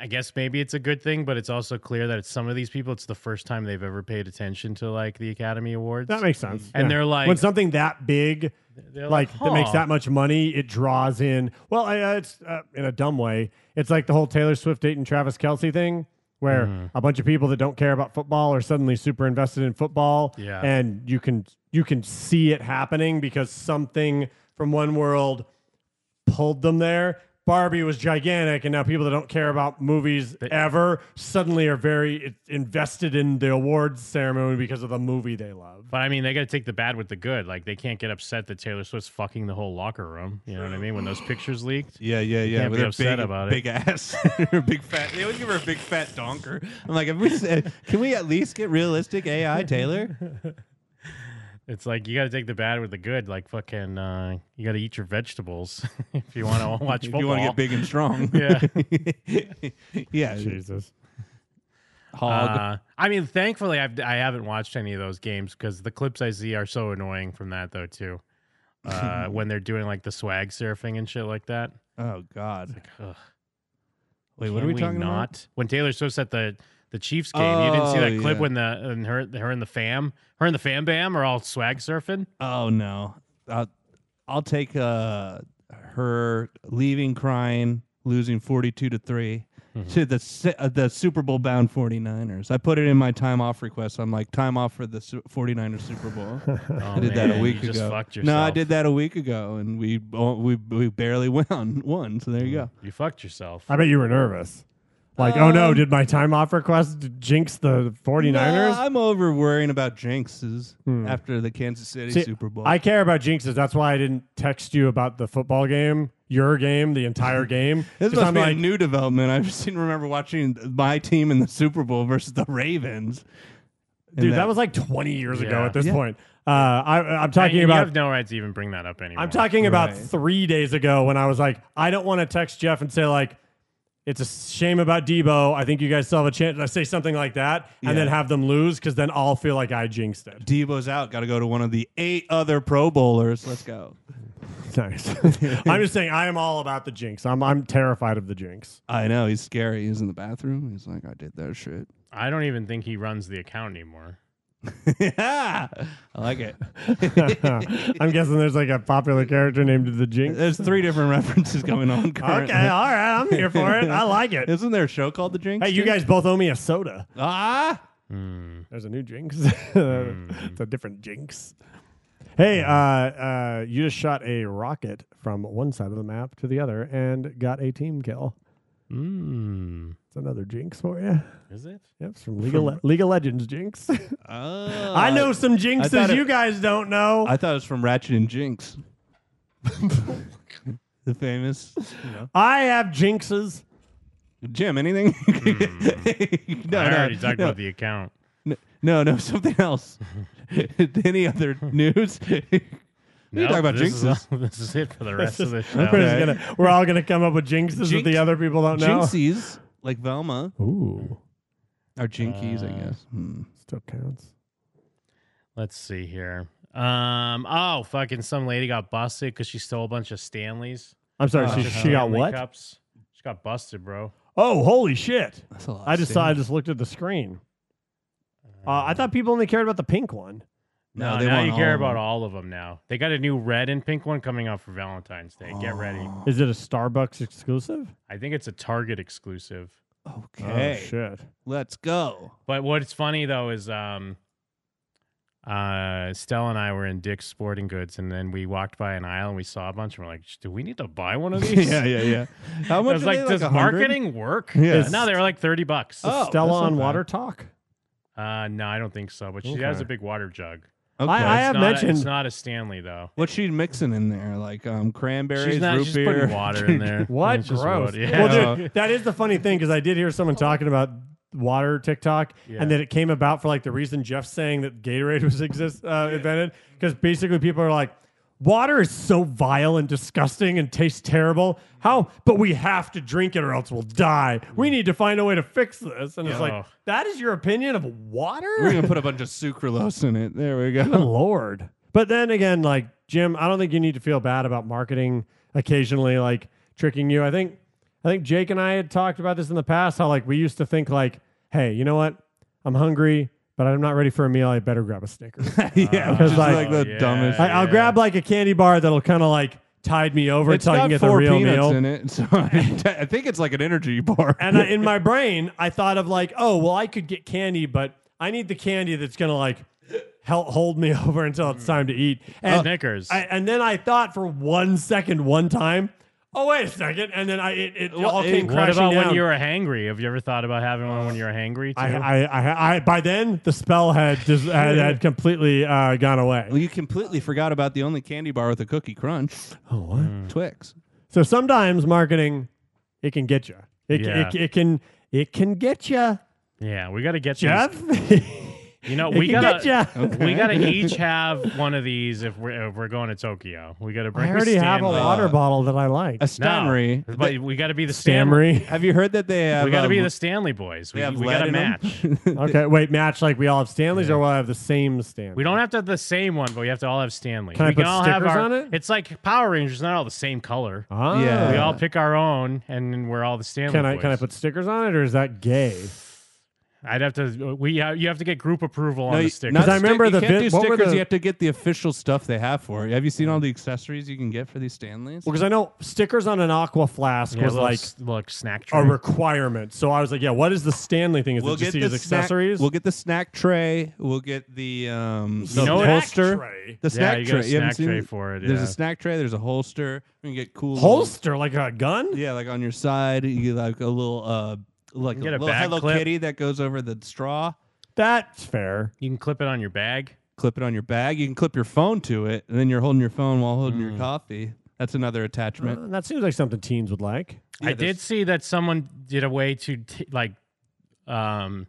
Speaker 5: I guess maybe it's a good thing, but it's also clear that it's some of these people. It's the first time they've ever paid attention to like the Academy Awards.
Speaker 3: That makes sense.
Speaker 5: And they're like-
Speaker 3: when something that big,
Speaker 5: They're
Speaker 3: like, that makes
Speaker 5: huh.
Speaker 3: that much money, it draws in. Well, I, uh, it's uh, in a dumb way. It's like the whole Taylor Swift dating Travis Kelsey thing, where a bunch of people that don't care about football are suddenly super invested in football.
Speaker 5: Yeah.
Speaker 3: and you can you can see it happening because something from one world pulled them there. Barbie was gigantic, and now people that don't care about movies ever suddenly are very invested in the awards ceremony because of the movie they love.
Speaker 5: But I mean, they got to take the bad with the good. Like they can't get upset that Taylor Swift's fucking the whole locker room. You know what I mean? When those pictures leaked.
Speaker 4: [laughs] Yeah, yeah, yeah.
Speaker 5: can't
Speaker 4: with
Speaker 5: be
Speaker 4: her
Speaker 5: upset
Speaker 4: big,
Speaker 5: about it.
Speaker 4: big ass, [laughs] Her big fat. They always give her a big fat donker. I'm like, have we said, can we at least get realistic AI Taylor?
Speaker 5: It's like you got to take the bad with the good. Like fucking, uh, you got to eat your vegetables [laughs] if you
Speaker 4: [laughs]
Speaker 5: want to watch
Speaker 4: if
Speaker 5: football.
Speaker 4: you want to get big and strong,
Speaker 5: [laughs] Yeah.
Speaker 4: [laughs] yeah,
Speaker 3: Jesus.
Speaker 4: hog.
Speaker 5: Uh, I mean, thankfully, I've I haven't watched any of those games because the clips I see are so annoying from that though too.
Speaker 4: [laughs]
Speaker 5: Uh, when they're doing like the swag surfing and shit like that.
Speaker 4: oh God.
Speaker 5: ugh.
Speaker 4: Wait, what
Speaker 5: Can
Speaker 4: are we,
Speaker 5: we
Speaker 4: talking
Speaker 5: not?
Speaker 4: about?
Speaker 5: When Taylor Swift's at the the Chiefs game, you didn't see
Speaker 4: Oh,
Speaker 5: that clip
Speaker 4: yeah.
Speaker 5: when the and her her and the fam, her and the fam bam are all swag surfing.
Speaker 4: Oh no, I'll, I'll take uh, her leaving crying, losing forty-two to 3
Speaker 5: Mm-hmm.
Speaker 4: to the Si- uh, the Super Bowl bound 49ers. I put it in my time off request. I'm like time off for the Su- 49ers Super Bowl.
Speaker 5: Oh,
Speaker 4: I did that a
Speaker 5: man,
Speaker 4: week
Speaker 5: you
Speaker 4: ago.
Speaker 5: Just fucked yourself.
Speaker 4: no, I did that a week ago, and we oh, we we barely [laughs] won one. So there you go.
Speaker 5: You fucked yourself.
Speaker 3: I bet you were nervous. Like, oh
Speaker 4: Um,
Speaker 3: no, did my time off request jinx the 49ers?
Speaker 4: Nah, I'm over worrying about jinxes after the Kansas City
Speaker 3: See,
Speaker 4: Super Bowl.
Speaker 3: I care about jinxes. That's why I didn't text you about the football game, your game, the entire game.
Speaker 4: [laughs] this
Speaker 3: 'Cause
Speaker 4: must
Speaker 3: I'm
Speaker 4: be
Speaker 3: like,
Speaker 4: a new development. I just didn't remember watching my team in the Super Bowl versus the Ravens. And
Speaker 3: dude, that, was like 20 years ago
Speaker 5: Yeah.
Speaker 3: at this
Speaker 4: Yeah.
Speaker 3: point. Uh, I, I'm talking
Speaker 5: you
Speaker 3: about.
Speaker 5: have no right to even bring that up anymore.
Speaker 3: I'm talking about
Speaker 4: Right.
Speaker 3: three days ago when I was like, I don't want to text Jeff and say like, it's a shame about Debo. I think you guys still have a chance. I say something like that, and then
Speaker 4: Yeah.
Speaker 3: have them lose because then I'll feel like I jinxed it.
Speaker 4: Debo's out. Got to go to one of the eight other Pro Bowlers. Let's go.
Speaker 3: Nice. [laughs] I'm just saying, I am all about the jinx. I'm I'm terrified of the jinx. [laughs]
Speaker 4: I know he's scary. He's in the bathroom. He's like, I did that shit.
Speaker 5: I don't even think he runs the account anymore.
Speaker 4: [laughs] yeah, I like it.
Speaker 3: I'm guessing there's like a popular character named the jinx.
Speaker 4: [laughs] There's three different references going on. Currently.
Speaker 3: Okay, all right, I'm here for it. I like it.
Speaker 4: Isn't there a show called The Jinx?
Speaker 3: Hey, you
Speaker 4: too?
Speaker 3: guys both owe me a soda.
Speaker 4: Ah,
Speaker 3: [laughs] There's a new jinx. it's a different jinx. Hey, uh,
Speaker 4: Hmm.
Speaker 3: uh, you just shot a rocket from one side of the map to the other and got a team kill.
Speaker 4: Hmm.
Speaker 5: Mm.
Speaker 3: It's another jinx for you.
Speaker 4: [laughs]
Speaker 5: Is it?
Speaker 3: Yep, it's from League of, Le- League of Legends jinx. [laughs]
Speaker 4: Oh,
Speaker 3: I know some
Speaker 4: Uh, I
Speaker 3: jinxes
Speaker 4: thought it-
Speaker 3: you guys don't know.
Speaker 4: I thought it was from Ratchet and [laughs] Jinx. the famous you know.
Speaker 3: I have jinxes.
Speaker 4: Jim. Anything? [laughs] no,
Speaker 5: I already talked
Speaker 4: no,
Speaker 5: about the account.
Speaker 4: N- No, [laughs] no, something else. Any other news? [laughs] we
Speaker 5: No,
Speaker 4: talk about
Speaker 5: this
Speaker 4: jinxes.
Speaker 5: Is,
Speaker 4: [laughs]
Speaker 5: [laughs] this is it for the rest of the show.
Speaker 3: We're, just gonna, we're all gonna come up with jinxes that
Speaker 4: Jinx-
Speaker 3: the other people don't know.
Speaker 4: Jinxies, like Velma,
Speaker 3: Ooh,
Speaker 4: are jinkies, I guess. Hmm.
Speaker 3: still counts.
Speaker 5: Let's see here. Um. Oh, fucking some lady got busted because she stole a bunch of Stanleys.
Speaker 3: I'm
Speaker 4: Oh,
Speaker 3: sorry,
Speaker 5: Bunch
Speaker 3: she,
Speaker 5: of
Speaker 3: she got
Speaker 5: Stanley
Speaker 3: what?
Speaker 5: Cups. She got busted, bro.
Speaker 3: Oh, holy shit!
Speaker 4: That's a lot.
Speaker 3: I just saw. I just looked at the screen. Uh, I thought people only cared about the pink one.
Speaker 5: No,
Speaker 4: No, they
Speaker 5: now
Speaker 4: want
Speaker 5: you care
Speaker 4: all of
Speaker 5: about
Speaker 4: them.
Speaker 5: all of them now. They got a new red and pink one coming out for Valentine's Day. Get ready.
Speaker 4: Oh.
Speaker 3: Is it a Starbucks exclusive?
Speaker 5: I think it's a Target exclusive.
Speaker 4: Okay,
Speaker 3: Oh shit!
Speaker 4: let's go.
Speaker 5: But what's funny though is um uh Stella and I were in Dick's Sporting Goods and then we walked by an aisle and we saw a bunch and we're like, do we need to buy one of
Speaker 4: [laughs]
Speaker 5: these?
Speaker 4: yeah, yeah, yeah. How
Speaker 5: I
Speaker 4: much?
Speaker 5: was
Speaker 4: are
Speaker 5: like,
Speaker 4: they,
Speaker 5: does
Speaker 4: 100?
Speaker 5: marketing work?
Speaker 4: Yeah.
Speaker 5: No, they were like 30 bucks.
Speaker 4: Oh,
Speaker 3: Stella
Speaker 4: that's not
Speaker 3: on
Speaker 4: bad.
Speaker 3: water talk.
Speaker 5: Uh no, I don't think so, but she has
Speaker 3: Okay.
Speaker 5: a big water jug.
Speaker 4: Okay.
Speaker 3: I- I
Speaker 5: It's
Speaker 3: have
Speaker 5: not a-
Speaker 3: mentioned-
Speaker 5: it's not a Stanley though.
Speaker 4: What's she mixing in there? Like um, cranberries,
Speaker 5: She's not
Speaker 4: root
Speaker 5: she's
Speaker 4: beer.
Speaker 5: putting water in there.
Speaker 3: What
Speaker 5: It's just
Speaker 3: gross?
Speaker 5: water. Yeah.
Speaker 3: Well, dude, that is the funny thing because I did hear someone talking about water TikTok,
Speaker 5: Yeah.
Speaker 3: and that it came about for like the reason Jeff's saying that Gatorade was exist uh, invented because basically people are like. Water is so vile and disgusting and tastes terrible. How? But we have to drink it or else we'll die. We need to find a way to fix this. And it's
Speaker 5: Yeah.
Speaker 3: like that is your opinion of
Speaker 4: [laughs] We're
Speaker 3: water?
Speaker 4: gonna put a bunch of sucralose in it. There we
Speaker 3: Good [laughs]
Speaker 4: go.
Speaker 3: lord. But then again, like Jim, I don't think you need to feel bad about marketing occasionally like tricking you. I think I think Jake and I had talked about this in the past, how like we used to think like, hey, you know what? I'm hungry, but I'm not ready for a meal. I better grab a Snickers.
Speaker 4: [laughs] yeah,
Speaker 3: because
Speaker 4: just
Speaker 3: like-
Speaker 4: like the
Speaker 5: Oh, Yeah.
Speaker 4: dumbest.
Speaker 3: I, I'll
Speaker 5: Yeah.
Speaker 3: grab like a candy bar that'll kind of like tide me over
Speaker 4: it's
Speaker 3: until I
Speaker 4: got
Speaker 3: can get the
Speaker 4: four
Speaker 3: real
Speaker 4: peanuts
Speaker 3: meal.
Speaker 4: in it, [laughs] so I, I think it's like an energy bar.
Speaker 3: and I, in my brain, I thought of like, oh, well, I could get candy, but I need the candy that's gonna like help hold me [laughs] over until it's time to eat. And
Speaker 5: Oh. Snickers.
Speaker 3: I, and then I thought for one second, one time, oh wait a second, and then I it, it all came
Speaker 5: What
Speaker 3: crashing
Speaker 5: about
Speaker 3: down.
Speaker 5: when you were hangry? Have you ever thought about having one when you were hangry? Too?
Speaker 3: I, I, I, I, by then the spell had just, had, had completely uh, gone
Speaker 4: Well,
Speaker 3: away.
Speaker 4: [laughs] you completely forgot about the only candy bar with a cookie crunch.
Speaker 3: Oh, what?
Speaker 5: Hmm.
Speaker 4: Twix.
Speaker 3: So sometimes marketing, it can get you. It,
Speaker 5: Yeah.
Speaker 3: it, it can it can get you,
Speaker 5: yeah, we got to get
Speaker 3: Jeff. [laughs]
Speaker 5: these- You know,
Speaker 3: It
Speaker 5: we
Speaker 3: can
Speaker 5: got
Speaker 3: get
Speaker 5: to
Speaker 3: ya.
Speaker 5: we got to each have one of these if we're if we're going to Tokyo. We got to bring.
Speaker 3: I
Speaker 5: a
Speaker 3: already have a
Speaker 5: Stanley.
Speaker 3: water bottle that I like.
Speaker 4: A
Speaker 5: No,
Speaker 4: Stanley.
Speaker 5: but we got to be the Stanley.
Speaker 3: Stammery.
Speaker 4: Have you heard that they have?
Speaker 5: We got to
Speaker 4: um,
Speaker 5: be the Stanley boys. We,
Speaker 4: they have
Speaker 5: we
Speaker 4: lead
Speaker 5: got to
Speaker 4: in 'em?
Speaker 3: [laughs]
Speaker 5: match.
Speaker 3: okay, wait, match like we all have Stanleys or we'll have the same Stanley.
Speaker 5: We don't have to have the same one, but we have to all have Stanley.
Speaker 3: Can I
Speaker 5: we
Speaker 3: put
Speaker 5: can all have
Speaker 3: stickers
Speaker 5: our,
Speaker 3: on it?
Speaker 5: It's like Power Rangers, not all the same color.
Speaker 3: Ah.
Speaker 4: Yeah.
Speaker 5: We all pick our own, and then we're all the Stanley.
Speaker 3: Can I
Speaker 5: boys.
Speaker 3: can I put stickers on it or is that gay?
Speaker 5: I'd have to. We have, you have to get group approval
Speaker 4: No,
Speaker 5: on
Speaker 4: you-
Speaker 5: the stickers.
Speaker 4: not
Speaker 3: I remember
Speaker 4: stick-
Speaker 3: the
Speaker 4: you can't
Speaker 3: vi-
Speaker 4: do
Speaker 3: what were
Speaker 4: stickers.
Speaker 3: the-
Speaker 4: You have to get the official stuff they have for it. Have you seen all the accessories you can get for these Stanleys?
Speaker 3: Well, because I know stickers on an aqua flask
Speaker 5: Yeah,
Speaker 3: was
Speaker 5: little
Speaker 3: like
Speaker 5: s- little snack
Speaker 3: a
Speaker 5: tray.
Speaker 3: requirement. So I was like, yeah, what is the Stanley thing? Is it just these
Speaker 4: snack-
Speaker 3: accessories?
Speaker 4: We'll get the snack tray. We'll get the um the
Speaker 5: know what-
Speaker 4: holster.
Speaker 3: Tray.
Speaker 4: The snack
Speaker 5: you get a
Speaker 4: tray. haven't
Speaker 5: snack
Speaker 4: seen
Speaker 5: tray
Speaker 4: it?
Speaker 5: for it,
Speaker 4: There's
Speaker 5: yeah.
Speaker 4: a snack tray. There's a holster. We can get cool little-
Speaker 3: Holster like a gun?
Speaker 4: Yeah, like on your side, you get like a little uh like a
Speaker 5: get a
Speaker 4: little
Speaker 5: bag
Speaker 4: Hello
Speaker 5: clip.
Speaker 4: Kitty that goes over the straw.
Speaker 3: That's fair.
Speaker 5: You can clip it on your bag.
Speaker 4: Clip it on your bag. You can clip your phone to it, and then you're holding your phone while holding
Speaker 5: Mm.
Speaker 4: your coffee. That's another attachment.
Speaker 3: Uh, that seems like something teens would like.
Speaker 5: I did see that someone did a way to t- like um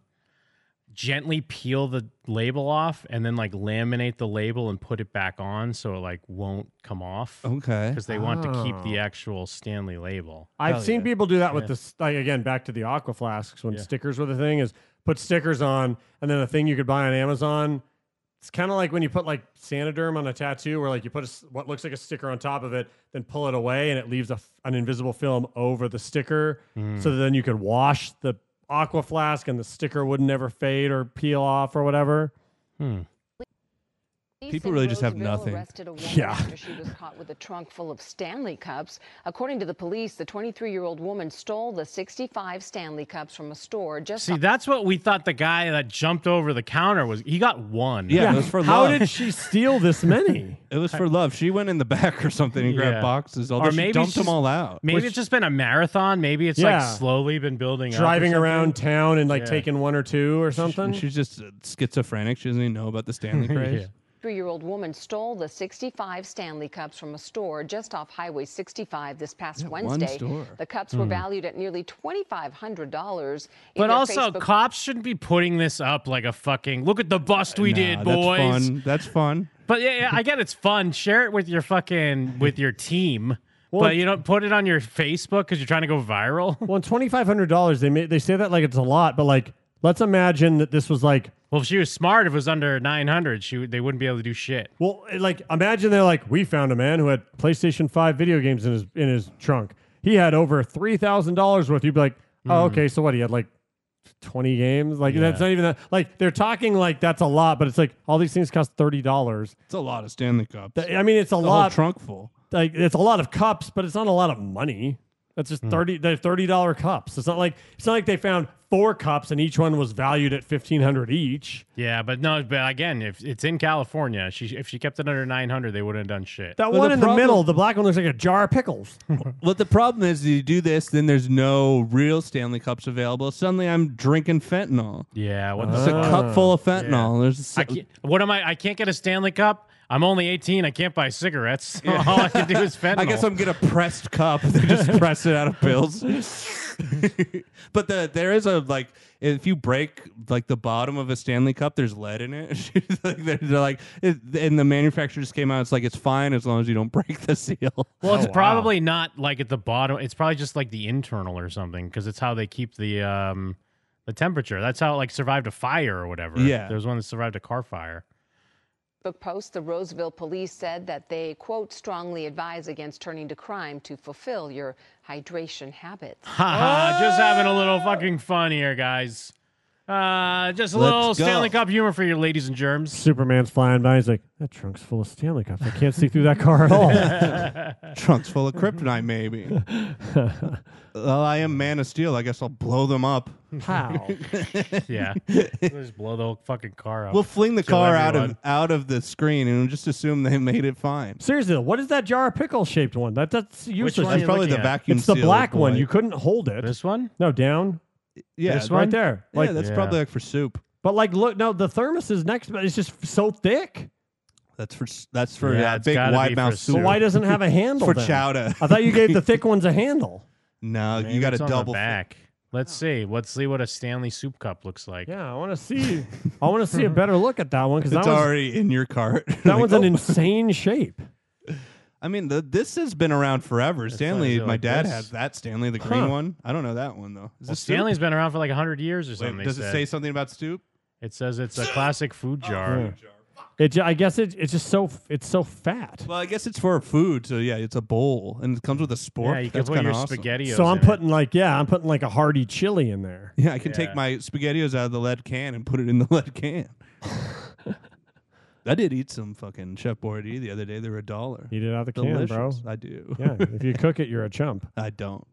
Speaker 5: gently peel the label off and then like laminate the label and put it back on so it like won't come off
Speaker 4: Okay.
Speaker 5: because they want to keep the
Speaker 3: Oh.
Speaker 5: actual Stanley label.
Speaker 3: I've
Speaker 4: Hell
Speaker 3: seen
Speaker 4: yeah.
Speaker 3: people do that with
Speaker 5: Yeah.
Speaker 3: the s like again back to the aqua flasks when
Speaker 5: Yeah.
Speaker 3: stickers were the thing is put stickers on and then a thing you could buy on Amazon. It's kind of like when you put like Sanoderm on a tattoo where like you put a s what looks like a sticker on top of it, then pull it away and it leaves a f an invisible film over the sticker,
Speaker 4: Mm.
Speaker 3: so that then you could wash the aqua flask and the sticker would never fade or peel off or whatever.
Speaker 4: People really just have
Speaker 11: Roseville
Speaker 4: nothing.
Speaker 11: Arrested a woman
Speaker 3: Yeah.
Speaker 11: After she was caught with a trunk full of Stanley cups. According to the police, the 23-year-old woman stole the 65 Stanley cups from a store just
Speaker 5: See, that's what we thought the guy that jumped over the counter was. He got one.
Speaker 4: Yeah, it was for
Speaker 3: How
Speaker 4: love.
Speaker 3: did she steal this many?
Speaker 4: [laughs] it was for love. She went in the [laughs] back or something and grabbed
Speaker 5: Yeah.
Speaker 4: boxes. Although
Speaker 5: Or
Speaker 4: she
Speaker 5: maybe
Speaker 4: dumped
Speaker 5: she's-
Speaker 4: them all out.
Speaker 5: Maybe it's just been a marathon. Maybe it's
Speaker 3: Yeah.
Speaker 5: like slowly been building up. or
Speaker 3: Driving
Speaker 5: something.
Speaker 3: around town and like
Speaker 5: Yeah.
Speaker 3: taking one or two or something.
Speaker 4: And she's just uh, schizophrenic. She doesn't even know about the Stanley craze.
Speaker 5: Yeah.
Speaker 11: 23-year-old woman stole the 65 Stanley cups from a store just off Highway 65 this past
Speaker 4: one
Speaker 11: Wednesday.
Speaker 4: store. Ah,
Speaker 11: The cups
Speaker 3: Hmm.
Speaker 11: were valued at nearly $2,500. In
Speaker 5: But
Speaker 11: their
Speaker 5: also,
Speaker 11: Facebook
Speaker 5: cops shouldn't be putting this up like a fucking look at the bust we
Speaker 4: Nah,
Speaker 5: did,
Speaker 4: that's
Speaker 5: boys.
Speaker 4: Fun. That's fun.
Speaker 5: But yeah, yeah, I get it's fun. Share it with your fucking with your team.
Speaker 3: Well-
Speaker 5: but you don't put it on your Facebook because you're trying to go viral. [laughs]
Speaker 3: well, twenty five hundred dollars. They ma- they say that like it's a lot, but like let's imagine that this was like
Speaker 5: Well, if she was smart, if it was under 900, she would- they wouldn't be able to do shit.
Speaker 3: Well, like imagine they're like, we found a man who had PlayStation Five video games in his in his trunk. He had over three thousand dollars worth. You'd be like, oh, okay, so what? He had like twenty games. Like that's not even that. Like they're talking like that's a lot, but it's like all these things cost thirty dollars.
Speaker 4: It's a lot of Stanley cups. The
Speaker 3: I mean, it's a
Speaker 4: whole
Speaker 3: lot.
Speaker 4: trunk full.
Speaker 3: like it's a lot of cups, but it's not a lot of money. That's just thirty. They're thirty dollar cups. It's not like it's not like they found four cups and each one was valued at fifteen hundred each.
Speaker 5: Yeah, but no, but again, if it's in California, she if she kept it under 900, they wouldn't have done shit.
Speaker 3: That
Speaker 4: Well,
Speaker 3: one
Speaker 4: the
Speaker 3: in
Speaker 4: problem-
Speaker 3: the middle, the black one looks like a jar of pickles.
Speaker 4: Well, the problem is you do this, then there's no real Stanley cups available. Suddenly, I'm drinking fentanyl.
Speaker 5: yeah, what the
Speaker 4: It's a
Speaker 5: fuck?
Speaker 4: cup full of fentanyl. There's a,
Speaker 5: Ah, I can't, what am I? I can't get a Stanley Cup. I'm only 18. I can't buy cigarettes. [laughs] All I can do is fentanyl.
Speaker 4: I guess I'm get a pressed cup. [laughs] They just press it out of pills. [laughs] but the there is a like if you break like the bottom of a Stanley cup, there's lead in it. [laughs] She's like, they're, they're like, it, and the manufacturer just came out. It's like it's fine as long as you don't break the seal.
Speaker 5: Well, it's probably not like at the bottom. It's probably just like the internal or something because it's how they keep the um the temperature. That's how it like survived a fire or whatever.
Speaker 4: Yeah.
Speaker 5: there's one that survived a car fire.
Speaker 11: Facebook post, the Roseville police said that they, quote, strongly advise against turning to crime to fulfill your hydration habits.
Speaker 5: Haha, Uh, just having a
Speaker 4: oh!
Speaker 5: little fucking fun here, guys. Uh, just a
Speaker 4: Let's
Speaker 5: little
Speaker 4: go.
Speaker 5: Stanley Cup humor for your ladies
Speaker 4: [laughs]
Speaker 5: and
Speaker 3: [laughs]
Speaker 5: germs.
Speaker 3: Superman's flying by. He's like, that trunk's full of Stanley cups. I can't see through that car at all.
Speaker 4: [laughs] Trunks full of kryptonite, maybe. well, I am Man of Steel. I guess I'll blow them up.
Speaker 3: [laughs] How?
Speaker 5: Yeah, just blow the whole fucking car up.
Speaker 4: We'll fling the
Speaker 5: Kill
Speaker 4: car out of
Speaker 5: everyone.
Speaker 4: out of the screen and just assume they made it fine.
Speaker 3: Seriously, though, what is that jar of pickle shaped one? That that's useless.
Speaker 5: one are
Speaker 4: That's
Speaker 5: you
Speaker 4: probably
Speaker 5: looking
Speaker 4: the
Speaker 5: at?
Speaker 4: vacuum.
Speaker 3: it's the
Speaker 4: seal
Speaker 3: black
Speaker 4: with
Speaker 3: one.
Speaker 4: white.
Speaker 3: You couldn't hold it.
Speaker 5: this one.
Speaker 3: no, down.
Speaker 4: yeah,
Speaker 5: this
Speaker 3: Right
Speaker 5: one?
Speaker 3: there. Like,
Speaker 4: yeah, that's
Speaker 5: Yeah.
Speaker 4: probably like for soup.
Speaker 3: but like, look, no, the thermos is next, but it's just so thick.
Speaker 4: That's for s- that's for
Speaker 5: Yeah,
Speaker 4: uh,
Speaker 5: it's
Speaker 4: big
Speaker 5: gotta be
Speaker 4: wide mouth
Speaker 5: for
Speaker 4: soup.
Speaker 5: soup.
Speaker 3: So why doesn't it have a handle?
Speaker 4: [laughs] for
Speaker 3: then?
Speaker 4: chowder?
Speaker 3: I thought you gave the thick ones a handle.
Speaker 4: [laughs] no,
Speaker 5: Maybe
Speaker 4: you got to
Speaker 5: it's on the
Speaker 4: double.
Speaker 5: back. Let's see. Let's see what a Stanley soup cup looks
Speaker 3: [laughs]
Speaker 5: like.
Speaker 3: Yeah, I want to see. I want to [laughs] see a better look at that one because
Speaker 4: It's
Speaker 3: that one's,
Speaker 4: already in your
Speaker 5: [laughs]
Speaker 4: cart.
Speaker 3: that
Speaker 4: Like,
Speaker 3: one's
Speaker 4: [laughs]
Speaker 3: an
Speaker 4: oh.
Speaker 3: insane shape.
Speaker 4: I mean, the, this has been around forever.
Speaker 5: why I
Speaker 4: Stanley,
Speaker 5: feel
Speaker 4: my
Speaker 5: like
Speaker 4: dad
Speaker 5: this.
Speaker 4: has that Stanley, the green
Speaker 3: Huh.
Speaker 4: one. I don't know that one though. Is
Speaker 5: Well,
Speaker 4: this soup?
Speaker 5: Stanley's been around for like 100 years or
Speaker 4: Wait,
Speaker 5: something. they
Speaker 4: does it
Speaker 5: said.
Speaker 4: say something about soup?
Speaker 5: It says it's a
Speaker 4: [gasps]
Speaker 5: classic food jar.
Speaker 3: It, ju- I guess it, it's just so f- it's so fat.
Speaker 4: Well, I guess it's for food, so yeah, it's a bowl and it comes with a spork.
Speaker 5: Yeah, you can
Speaker 4: That's
Speaker 5: put
Speaker 4: kind
Speaker 5: your
Speaker 4: of awesome.
Speaker 5: spaghetti.
Speaker 3: So I'm putting like yeah, I'm putting like a hearty chili in there.
Speaker 4: [laughs] Yeah, I can take
Speaker 5: Yeah.
Speaker 4: my spaghettios out of the lead can and put it in the [laughs] lead
Speaker 5: [laughs]
Speaker 4: can. I did eat some fucking Chef Boyardee the other day. They were a dollar.
Speaker 3: Eat it out the can,
Speaker 4: Delicious.
Speaker 3: bro.
Speaker 4: I do.
Speaker 3: [laughs] Yeah, if you cook it, you're a chump.
Speaker 4: I don't.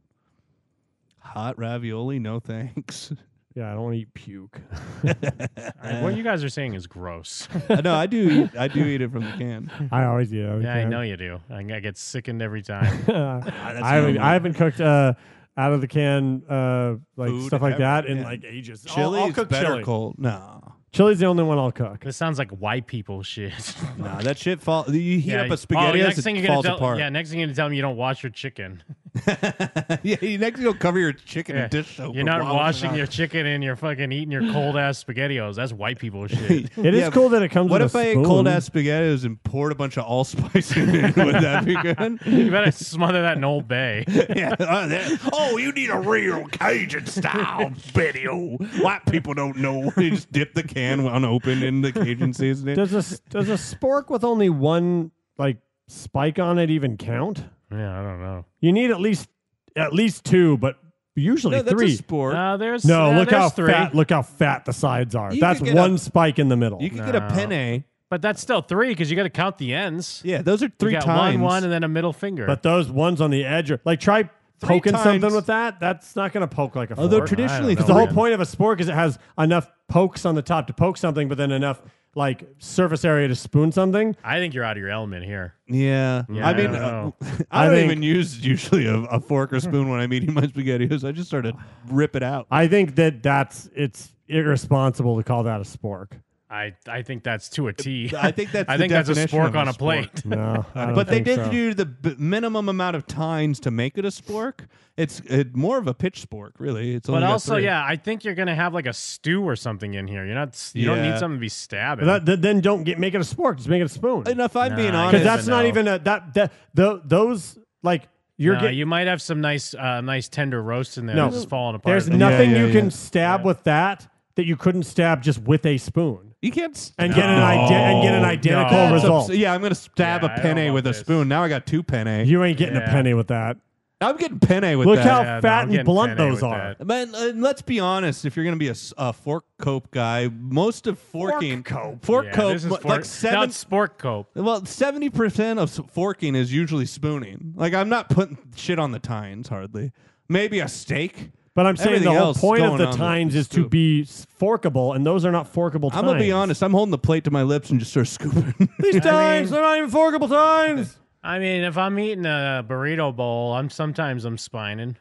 Speaker 4: Hot ravioli, no thanks. [laughs]
Speaker 3: Yeah, I don't want to eat puke.
Speaker 5: what you guys are saying
Speaker 4: [laughs]
Speaker 5: is gross.
Speaker 4: Uh, no, I do. Eat, I do eat it from the
Speaker 5: [laughs]
Speaker 4: can.
Speaker 3: [laughs] I always eat it. out of the
Speaker 5: yeah, I
Speaker 3: can. [laughs]
Speaker 5: know you do. I, I get sickened
Speaker 4: [laughs]
Speaker 5: every time.
Speaker 4: Ah,
Speaker 3: I haven't, I haven't cooked uh, out of the can uh, like
Speaker 4: Food
Speaker 3: stuff like
Speaker 4: ever,
Speaker 3: that in
Speaker 4: yeah.
Speaker 3: like ages. I'll-
Speaker 4: Chili
Speaker 3: I'll,
Speaker 4: is
Speaker 3: cook
Speaker 4: better
Speaker 3: chili.
Speaker 4: cold. No,
Speaker 3: Chili's the only one I'll cook.
Speaker 5: this sounds like white people shit. [laughs]
Speaker 4: no, that shit fall. You heat
Speaker 5: yeah,
Speaker 4: up a
Speaker 5: oh,
Speaker 4: spaghetti,
Speaker 5: next thing
Speaker 4: it
Speaker 5: you're gonna
Speaker 4: falls
Speaker 5: tell,
Speaker 4: apart.
Speaker 5: Yeah, next thing you're gonna tell me you don't wash your chicken.
Speaker 4: [laughs] yeah, you next you'll cover your chicken
Speaker 5: Yeah.
Speaker 4: in dish soap.
Speaker 5: [laughs] You're
Speaker 4: and
Speaker 5: not
Speaker 4: wash it
Speaker 5: washing
Speaker 4: out.
Speaker 5: your chicken and you're fucking
Speaker 4: [laughs]
Speaker 5: eating your cold ass spaghettios. That's white people shit.
Speaker 3: [laughs] It is
Speaker 4: Yeah,
Speaker 3: cool that it comes.
Speaker 4: What
Speaker 3: with
Speaker 4: if
Speaker 3: a
Speaker 4: I
Speaker 3: spoon.
Speaker 4: ate cold ass spaghettios and poured a bunch of allspice in
Speaker 5: [laughs]
Speaker 4: it? Would that be good?
Speaker 5: you better smother that in Old Bay.
Speaker 4: yeah. Oh, that- oh, you need a real Cajun
Speaker 5: [laughs]
Speaker 4: style video. White people don't know. [laughs] They just dip the can unopened in the Cajun seasoning.
Speaker 3: Does a s- does a spork with only one like spike on it even count?
Speaker 5: yeah, I don't know.
Speaker 3: You need at least at least two, but usually
Speaker 4: no, that's
Speaker 3: three.
Speaker 4: a sport.
Speaker 5: Uh, there's
Speaker 3: no,
Speaker 5: uh,
Speaker 3: look
Speaker 5: there's
Speaker 3: how
Speaker 5: three.
Speaker 3: fat look how fat the sides are.
Speaker 4: You
Speaker 3: that's
Speaker 4: could get
Speaker 3: one
Speaker 4: a-
Speaker 3: spike in the middle.
Speaker 4: you could get a
Speaker 5: No.
Speaker 4: penne
Speaker 5: But that's still three because you got to count the ends.
Speaker 4: Yeah, those are
Speaker 5: you
Speaker 4: three
Speaker 5: got
Speaker 4: times.
Speaker 5: One, one, and then a middle finger.
Speaker 3: But those ones on the edge are like try poking something
Speaker 4: times.
Speaker 3: with that. That's not going to poke like a. Fork.
Speaker 4: Although traditionally,
Speaker 3: Because the whole
Speaker 4: three-
Speaker 3: point of a spork is it has enough pokes on the top to poke something, but then enough like surface area to spoon something.
Speaker 5: I think you're out of your element here.
Speaker 4: Yeah.
Speaker 5: Yeah,
Speaker 4: I
Speaker 5: I
Speaker 4: mean,
Speaker 5: don't
Speaker 4: uh,
Speaker 5: [laughs] know.
Speaker 4: I
Speaker 3: I
Speaker 4: don't
Speaker 3: think-
Speaker 4: even use usually a, a fork or spoon when I'm eating my spaghettios. I just sort of rip it out.
Speaker 3: I think that that's it's irresponsible to call that a spork.
Speaker 5: I, I think that's to a T.
Speaker 4: I think
Speaker 5: [laughs]
Speaker 4: that's
Speaker 5: I
Speaker 4: the
Speaker 5: think that's a
Speaker 4: definition
Speaker 5: spork
Speaker 4: of
Speaker 5: on
Speaker 4: a
Speaker 5: a
Speaker 4: [laughs]
Speaker 5: plate.
Speaker 3: No, [laughs] I don't
Speaker 4: But they
Speaker 3: think
Speaker 4: did
Speaker 3: so.
Speaker 4: do the b- minimum amount of times to make it a spork. It's it, more of a pitch spork, really. It's only
Speaker 5: But
Speaker 4: got
Speaker 5: also,
Speaker 4: three.
Speaker 5: yeah, I think you're gonna have like a stew or something in here. You're not. s- You don't
Speaker 4: Yeah.
Speaker 5: need something to be stabbing.
Speaker 3: That, that- then don't get make it a spork. Just make it a spoon.
Speaker 4: And if I'm
Speaker 5: Nah,
Speaker 4: being
Speaker 5: I
Speaker 4: honest,
Speaker 3: Because
Speaker 5: guess
Speaker 3: that's
Speaker 5: but
Speaker 3: not
Speaker 5: no.
Speaker 3: even a that that the those like you're
Speaker 5: No,
Speaker 3: getting.
Speaker 5: you might have some nice, uh, nice tender roast in there.
Speaker 3: No.
Speaker 5: that's just falling apart.
Speaker 3: there's
Speaker 5: But-
Speaker 3: nothing
Speaker 4: yeah,
Speaker 3: you
Speaker 4: yeah.
Speaker 3: can stab with that that you couldn't stab just with a spoon.
Speaker 4: you can't s-
Speaker 3: and get an ide- and get an identical
Speaker 5: no.
Speaker 4: That's
Speaker 3: result.
Speaker 4: abs- yeah, I'm gonna stab
Speaker 5: Yeah, I
Speaker 4: a
Speaker 5: don't
Speaker 4: penne
Speaker 5: want
Speaker 4: with a
Speaker 5: this.
Speaker 4: spoon. Now I got two penne.
Speaker 3: You ain't getting a
Speaker 5: Yeah.
Speaker 3: penny with that.
Speaker 4: I'm getting penne with
Speaker 3: Look
Speaker 4: that.
Speaker 3: how
Speaker 5: Yeah, no,
Speaker 3: fat
Speaker 5: I'm
Speaker 3: and
Speaker 5: getting
Speaker 3: blunt
Speaker 5: penne
Speaker 3: those
Speaker 5: with
Speaker 3: are.
Speaker 5: that.
Speaker 4: Man, uh, let's be honest. If you're going to be a, s- a fork cope guy, most of forking
Speaker 3: cope.
Speaker 4: fork
Speaker 5: Yeah,
Speaker 4: cope,
Speaker 5: this is
Speaker 4: mu-
Speaker 5: fork-
Speaker 4: like
Speaker 5: Now
Speaker 4: seven.
Speaker 5: it's spork cope.
Speaker 4: Well, seventy percent of s- forking is usually spooning. Like I'm not putting shit on the tines hardly. Maybe a steak.
Speaker 3: But I'm saying the
Speaker 4: Everything
Speaker 3: whole
Speaker 4: else
Speaker 3: point of
Speaker 4: going
Speaker 3: the
Speaker 4: on with
Speaker 3: tines
Speaker 4: the
Speaker 3: is to
Speaker 4: scoop.
Speaker 3: be s- forkable, and those are not forkable tines.
Speaker 4: I'm gonna be honest. I'm holding the plate to my lips and just start scooping.
Speaker 3: These tines, they're not even forkable tines.
Speaker 5: I mean, if I'm eating a burrito bowl, I'm sometimes I'm
Speaker 4: [laughs]
Speaker 5: spining,
Speaker 4: Well,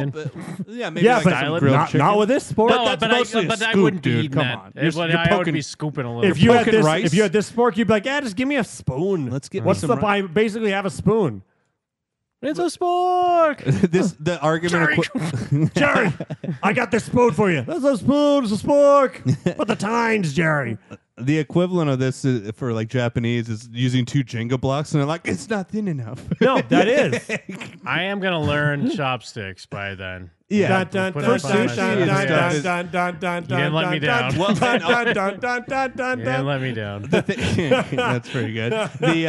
Speaker 5: steining.
Speaker 4: but- yeah, maybe
Speaker 3: Yeah,
Speaker 4: like
Speaker 3: but
Speaker 4: some
Speaker 5: not-
Speaker 4: grilled
Speaker 3: not,
Speaker 4: chicken.
Speaker 3: not with this sport.
Speaker 4: No, that's
Speaker 5: but
Speaker 4: mostly
Speaker 5: I,
Speaker 4: a
Speaker 5: but I
Speaker 4: scoop,
Speaker 5: wouldn't
Speaker 4: dude.
Speaker 5: be eating
Speaker 4: Come
Speaker 5: that.
Speaker 4: on.
Speaker 5: It
Speaker 4: You're-
Speaker 5: would-
Speaker 4: you're
Speaker 5: I would
Speaker 4: poking-
Speaker 5: be scooping a little.
Speaker 3: if you had
Speaker 4: poking
Speaker 3: this,
Speaker 4: rice?
Speaker 3: if you had this fork, you'd be like, "Yeah, just give me a spoon."
Speaker 4: Let's get me
Speaker 3: What's
Speaker 4: some
Speaker 3: the?
Speaker 4: ri-
Speaker 3: I basically have a spoon. It's a spork,
Speaker 4: [laughs] this the argument. equi-
Speaker 3: [laughs]
Speaker 4: [laughs]
Speaker 3: Jerry. I got this spoon for you. That's a spoon. It's a spork. But the tines, Jerry.
Speaker 4: the equivalent of this is, for like Japanese is using two Jenga blocks, and they're like, it's not thin enough. [laughs]
Speaker 3: No, that
Speaker 5: [laughs]
Speaker 3: is.
Speaker 5: I am gonna learn chopsticks by then.
Speaker 4: yeah.
Speaker 3: Dun, dun,
Speaker 5: Put
Speaker 3: dun,
Speaker 5: it up
Speaker 3: dun,
Speaker 5: on
Speaker 3: dun,
Speaker 5: my
Speaker 3: dun,
Speaker 4: shelf.
Speaker 3: dun, dun, dun,
Speaker 5: You didn't let me
Speaker 3: dun,
Speaker 5: [laughs]
Speaker 3: [laughs] dun,
Speaker 5: down.
Speaker 3: dun, dun, dun, dun, dun, dun,
Speaker 5: You
Speaker 3: dun.
Speaker 5: didn't let me
Speaker 4: [laughs]
Speaker 5: down.
Speaker 4: That's pretty good. The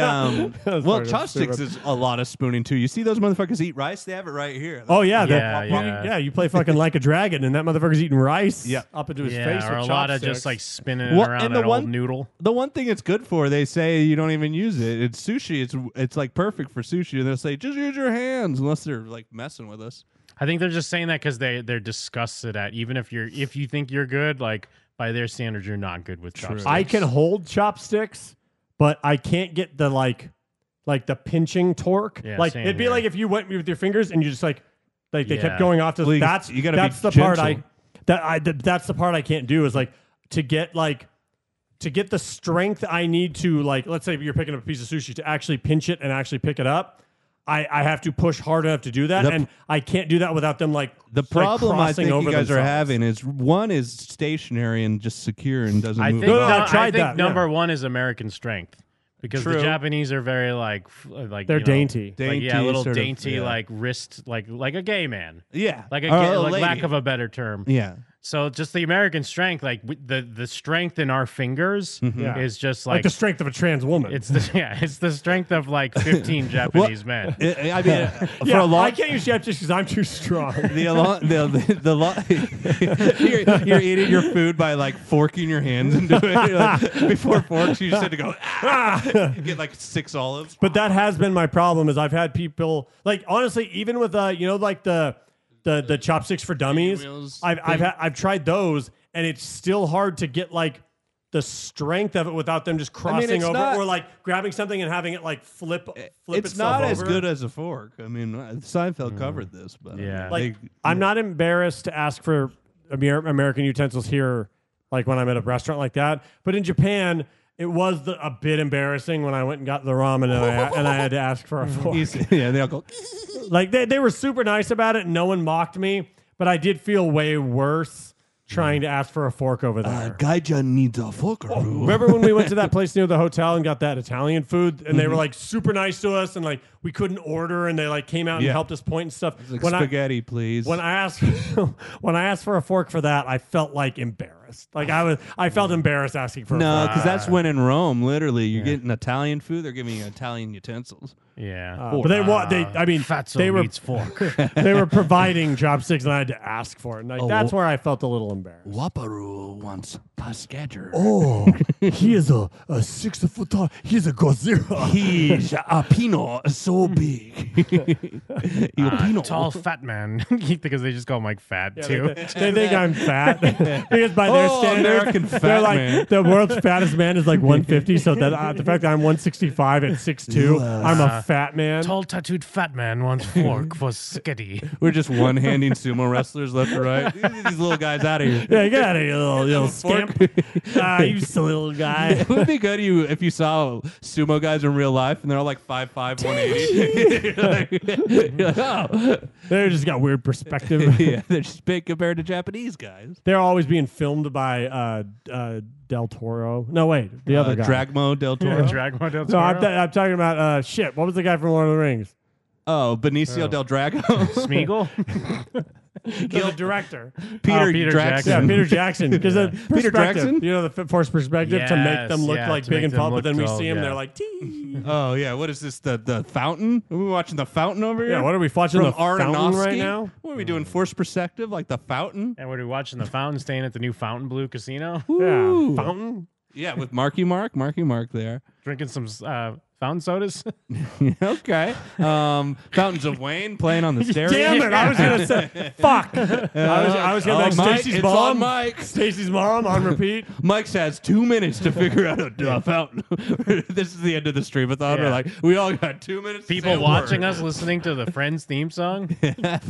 Speaker 3: [laughs]
Speaker 4: um,
Speaker 3: was
Speaker 4: well,
Speaker 3: fucking
Speaker 4: chopsticks is a lot of spooning too. You see those motherfuckers eat rice? They have it right here.
Speaker 3: Oh yeah, the-
Speaker 5: Yeah,
Speaker 3: you-
Speaker 5: yeah.
Speaker 3: You play fucking like a dragon, and that motherfucker's eating rice.
Speaker 4: Yeah.
Speaker 3: up into his
Speaker 5: yeah,
Speaker 3: face.
Speaker 5: or
Speaker 3: with
Speaker 5: a lot of just
Speaker 3: chopsticks.
Speaker 5: like spinning it
Speaker 4: Well,
Speaker 5: around
Speaker 4: and
Speaker 5: that
Speaker 4: the
Speaker 5: old
Speaker 4: one-
Speaker 5: noodle.
Speaker 4: The one thing it's good for, they say you don't even use it. It's sushi. It's it's like perfect for sushi. And they'll say just use your hands, unless they're like messing with us.
Speaker 5: I think they're just saying that because they they're disgusted at even if you're if you think you're good, like by their standards, you're not good with chopsticks.
Speaker 3: I can hold chopsticks, but I can't get the like, like the pinching torque.
Speaker 5: Yeah,
Speaker 3: like
Speaker 5: same
Speaker 3: it'd be
Speaker 5: here.
Speaker 3: like if you went with your fingers and you just like, like they
Speaker 5: Yeah.
Speaker 3: kept going off to.
Speaker 4: Well, you-
Speaker 3: that's
Speaker 4: you gotta be
Speaker 3: that's the part I
Speaker 4: gentle.
Speaker 3: that I that, that's the part I can't do is like to get like to get the strength I need to like let's say you're picking up a piece of sushi to actually pinch it and actually pick it up. I, I have to push hard enough to do that,
Speaker 4: The-
Speaker 3: and I can't do that without them like
Speaker 4: The
Speaker 3: like,
Speaker 4: problem I
Speaker 3: crossing
Speaker 4: think
Speaker 3: over
Speaker 4: you guys are
Speaker 3: themselves.
Speaker 4: having is one is stationary and just secure and doesn't
Speaker 5: I
Speaker 4: move.
Speaker 5: think,
Speaker 3: no,
Speaker 5: no-
Speaker 3: I tried
Speaker 5: I think
Speaker 3: that,
Speaker 5: number
Speaker 3: yeah.
Speaker 5: one is American strength because
Speaker 4: True.
Speaker 5: the Japanese are very like f- like
Speaker 3: They're
Speaker 5: you know,
Speaker 3: dainty.
Speaker 5: like, yeah,
Speaker 4: Dainty
Speaker 5: little
Speaker 4: sort of-
Speaker 5: dainty
Speaker 4: yeah.
Speaker 5: like wrist like like a gay man,
Speaker 4: yeah,
Speaker 5: like a,
Speaker 4: Or
Speaker 5: gay, like
Speaker 4: lady.
Speaker 5: lack of a better term.
Speaker 4: yeah.
Speaker 5: So just the American strength, like w- the the strength in our fingers
Speaker 4: Mm-hmm.
Speaker 3: Yeah.
Speaker 5: is just
Speaker 3: like,
Speaker 5: like,
Speaker 3: the strength of a trans woman.
Speaker 5: it's the [laughs] yeah it's the strength
Speaker 3: [laughs]
Speaker 5: of like fifteen Japanese men.
Speaker 4: I I mean, for
Speaker 3: yeah,
Speaker 4: a long
Speaker 3: I can't use chopsticks because I'm too strong. [laughs]
Speaker 4: the alo- the the, the lo- [laughs] you're, you're eating your food by like forking your hands into it. [laughs] You're like- before forks, you just had to go ah, You get like six olives.
Speaker 3: But that has been my problem is I've had people like honestly, even with uh, you know, like the the the chopsticks for dummies.
Speaker 4: Wheels
Speaker 3: I've I've ha- I've tried those, and it's still hard to get like the strength of it without them just
Speaker 4: mean,
Speaker 3: crossing
Speaker 4: it's
Speaker 3: over
Speaker 4: not-
Speaker 3: or like grabbing something and having it like flip flip
Speaker 4: it's
Speaker 3: itself
Speaker 4: not as
Speaker 3: over.
Speaker 4: good as a fork. I mean, uh, Seinfeld covered this, but I mean,
Speaker 5: Yeah.
Speaker 3: like
Speaker 4: they-
Speaker 3: I'm not embarrassed to ask for Amer- American utensils here, like when I'm at a restaurant like that. But in Japan, it was the, a bit embarrassing when I went and got the ramen and I, and I had to ask for a fork.
Speaker 4: [laughs] he's- yeah, they all go.
Speaker 3: Like they, they were super nice about it. No one mocked me, but I did feel way worse trying to ask for a fork
Speaker 4: Uh,
Speaker 3: over
Speaker 4: [laughs]
Speaker 3: there.
Speaker 4: Gaijin "Ah, needs a fork.
Speaker 3: Remember when we went
Speaker 4: [laughs]
Speaker 3: to that place near the hotel and got that Italian food, and
Speaker 4: Mm-hmm.
Speaker 3: they were like super nice to us, and like we couldn't order, and they like came out and
Speaker 4: Yeah.
Speaker 3: helped us point and stuff.
Speaker 4: Like
Speaker 3: When I-
Speaker 4: spaghetti, please.
Speaker 3: when I asked [laughs] when I asked for a fork for that, I felt like embarrassed. Like I was, I felt embarrassed asking for. a
Speaker 4: no,
Speaker 3: fork.
Speaker 4: because that's when in Rome, literally, you're getting Italian food. They're giving you Italian utensils.
Speaker 5: Yeah.
Speaker 3: Uh, but they what they
Speaker 4: Ah,
Speaker 3: I mean
Speaker 5: Fatso
Speaker 3: they were
Speaker 5: meets
Speaker 3: [laughs]
Speaker 5: fork.
Speaker 3: they
Speaker 4: [laughs]
Speaker 3: were providing chopsticks and I had to ask for it. And like,
Speaker 5: Oh,
Speaker 3: that's
Speaker 5: wha-
Speaker 3: where I felt a little embarrassed.
Speaker 4: Waparu wants Pascadger.
Speaker 3: Oh, [laughs] he is a, a six foot tall. He's a Godzilla.
Speaker 4: [laughs]
Speaker 3: [laughs]
Speaker 4: He's a Pino so big. You
Speaker 5: Ah,
Speaker 3: [laughs]
Speaker 4: Pino.
Speaker 5: tall fat man [laughs] because they just call him like fat
Speaker 3: Yeah, [laughs]
Speaker 5: too.
Speaker 3: They, they think I'm fat [laughs] because by their
Speaker 4: Oh,
Speaker 3: standards,
Speaker 4: American
Speaker 3: they're
Speaker 4: fat
Speaker 3: like
Speaker 4: man.
Speaker 3: the world's fattest man
Speaker 4: [laughs]
Speaker 3: is like 150. So that uh, the fact that I'm 165 at 6'2", I'm a fat man.
Speaker 5: [laughs] Tall tattooed fat man
Speaker 3: [laughs]
Speaker 5: wants fork for skitty. [laughs]
Speaker 4: We're just one-handing sumo wrestlers left and right. Get These little guys out of here.
Speaker 3: Yeah, get out of here, you
Speaker 4: [laughs]
Speaker 3: little, you little
Speaker 4: Fork.
Speaker 3: scamp.
Speaker 4: [laughs]
Speaker 3: Ah, you silly little guy.
Speaker 4: It would be good you if you saw sumo guys in real life and they're all like five five, one eighty. [laughs] you're
Speaker 3: [laughs]
Speaker 4: like, you're like, oh,
Speaker 3: They just got weird perspective.
Speaker 4: [laughs] yeah, they're just big compared to Japanese guys.
Speaker 3: They're always being filmed by uh, uh, Del Toro. No, wait,
Speaker 4: Uh,
Speaker 3: the other guy.
Speaker 4: Dragmo del Toro.
Speaker 5: Drag model.
Speaker 3: no, I'm, [laughs] I'm talking about uh, shit. What was the guy from Lord of the Rings?
Speaker 4: oh, Benicio del Drago. [laughs]
Speaker 5: Smeagol? [laughs]
Speaker 3: The
Speaker 4: [laughs]
Speaker 3: director.
Speaker 4: Peter,
Speaker 3: Yeah,
Speaker 4: Jackson.
Speaker 5: Peter Jackson.
Speaker 3: Oh, Peter Jackson. Because the
Speaker 4: Peter
Speaker 3: perspective,
Speaker 4: Jackson?
Speaker 3: you know, the fi- forced perspective to make them
Speaker 5: Yes,
Speaker 3: look
Speaker 5: yeah,
Speaker 3: like
Speaker 5: to
Speaker 3: big
Speaker 5: make
Speaker 3: and
Speaker 5: them
Speaker 3: tall, but
Speaker 5: look
Speaker 3: then we
Speaker 5: tall,
Speaker 3: see him,
Speaker 5: yeah.
Speaker 3: they're like,
Speaker 4: [laughs]
Speaker 3: "Tee."
Speaker 4: Oh yeah, what is this? The the fountain? Are we watching the fountain over here?
Speaker 3: yeah, what are we watching
Speaker 4: From
Speaker 3: the fountain
Speaker 4: Aronofsky?
Speaker 3: right now?
Speaker 4: What are we doing? Forced perspective, like the fountain?
Speaker 5: and we're watching the fountain staying at the new Fountain Blue Casino,
Speaker 3: Yeah,
Speaker 4: Ooh.
Speaker 3: fountain.
Speaker 4: Yeah, with Marky Mark, Marky Mark there. [laughs]
Speaker 5: drinking some uh,
Speaker 3: [laughs]
Speaker 5: fountain sodas.
Speaker 4: okay. Um, Fountains of Wayne playing
Speaker 3: [laughs]
Speaker 4: on the stereo.
Speaker 3: Damn it! I was gonna
Speaker 4: [laughs]
Speaker 3: say, fuck. I was, I was gonna
Speaker 4: Oh,
Speaker 3: like
Speaker 4: Mike,
Speaker 3: Stacy's
Speaker 4: it's
Speaker 3: mom.
Speaker 4: on Mike.
Speaker 3: Stacy's mom
Speaker 5: [laughs]
Speaker 3: on repeat.
Speaker 4: Mike's has two minutes to figure out a uh, fountain. [laughs] this is the end of the streamathon. We're
Speaker 5: Yeah.
Speaker 4: like, we all got two minutes.
Speaker 5: People watching us listening to the Friends
Speaker 3: [laughs]
Speaker 5: theme song.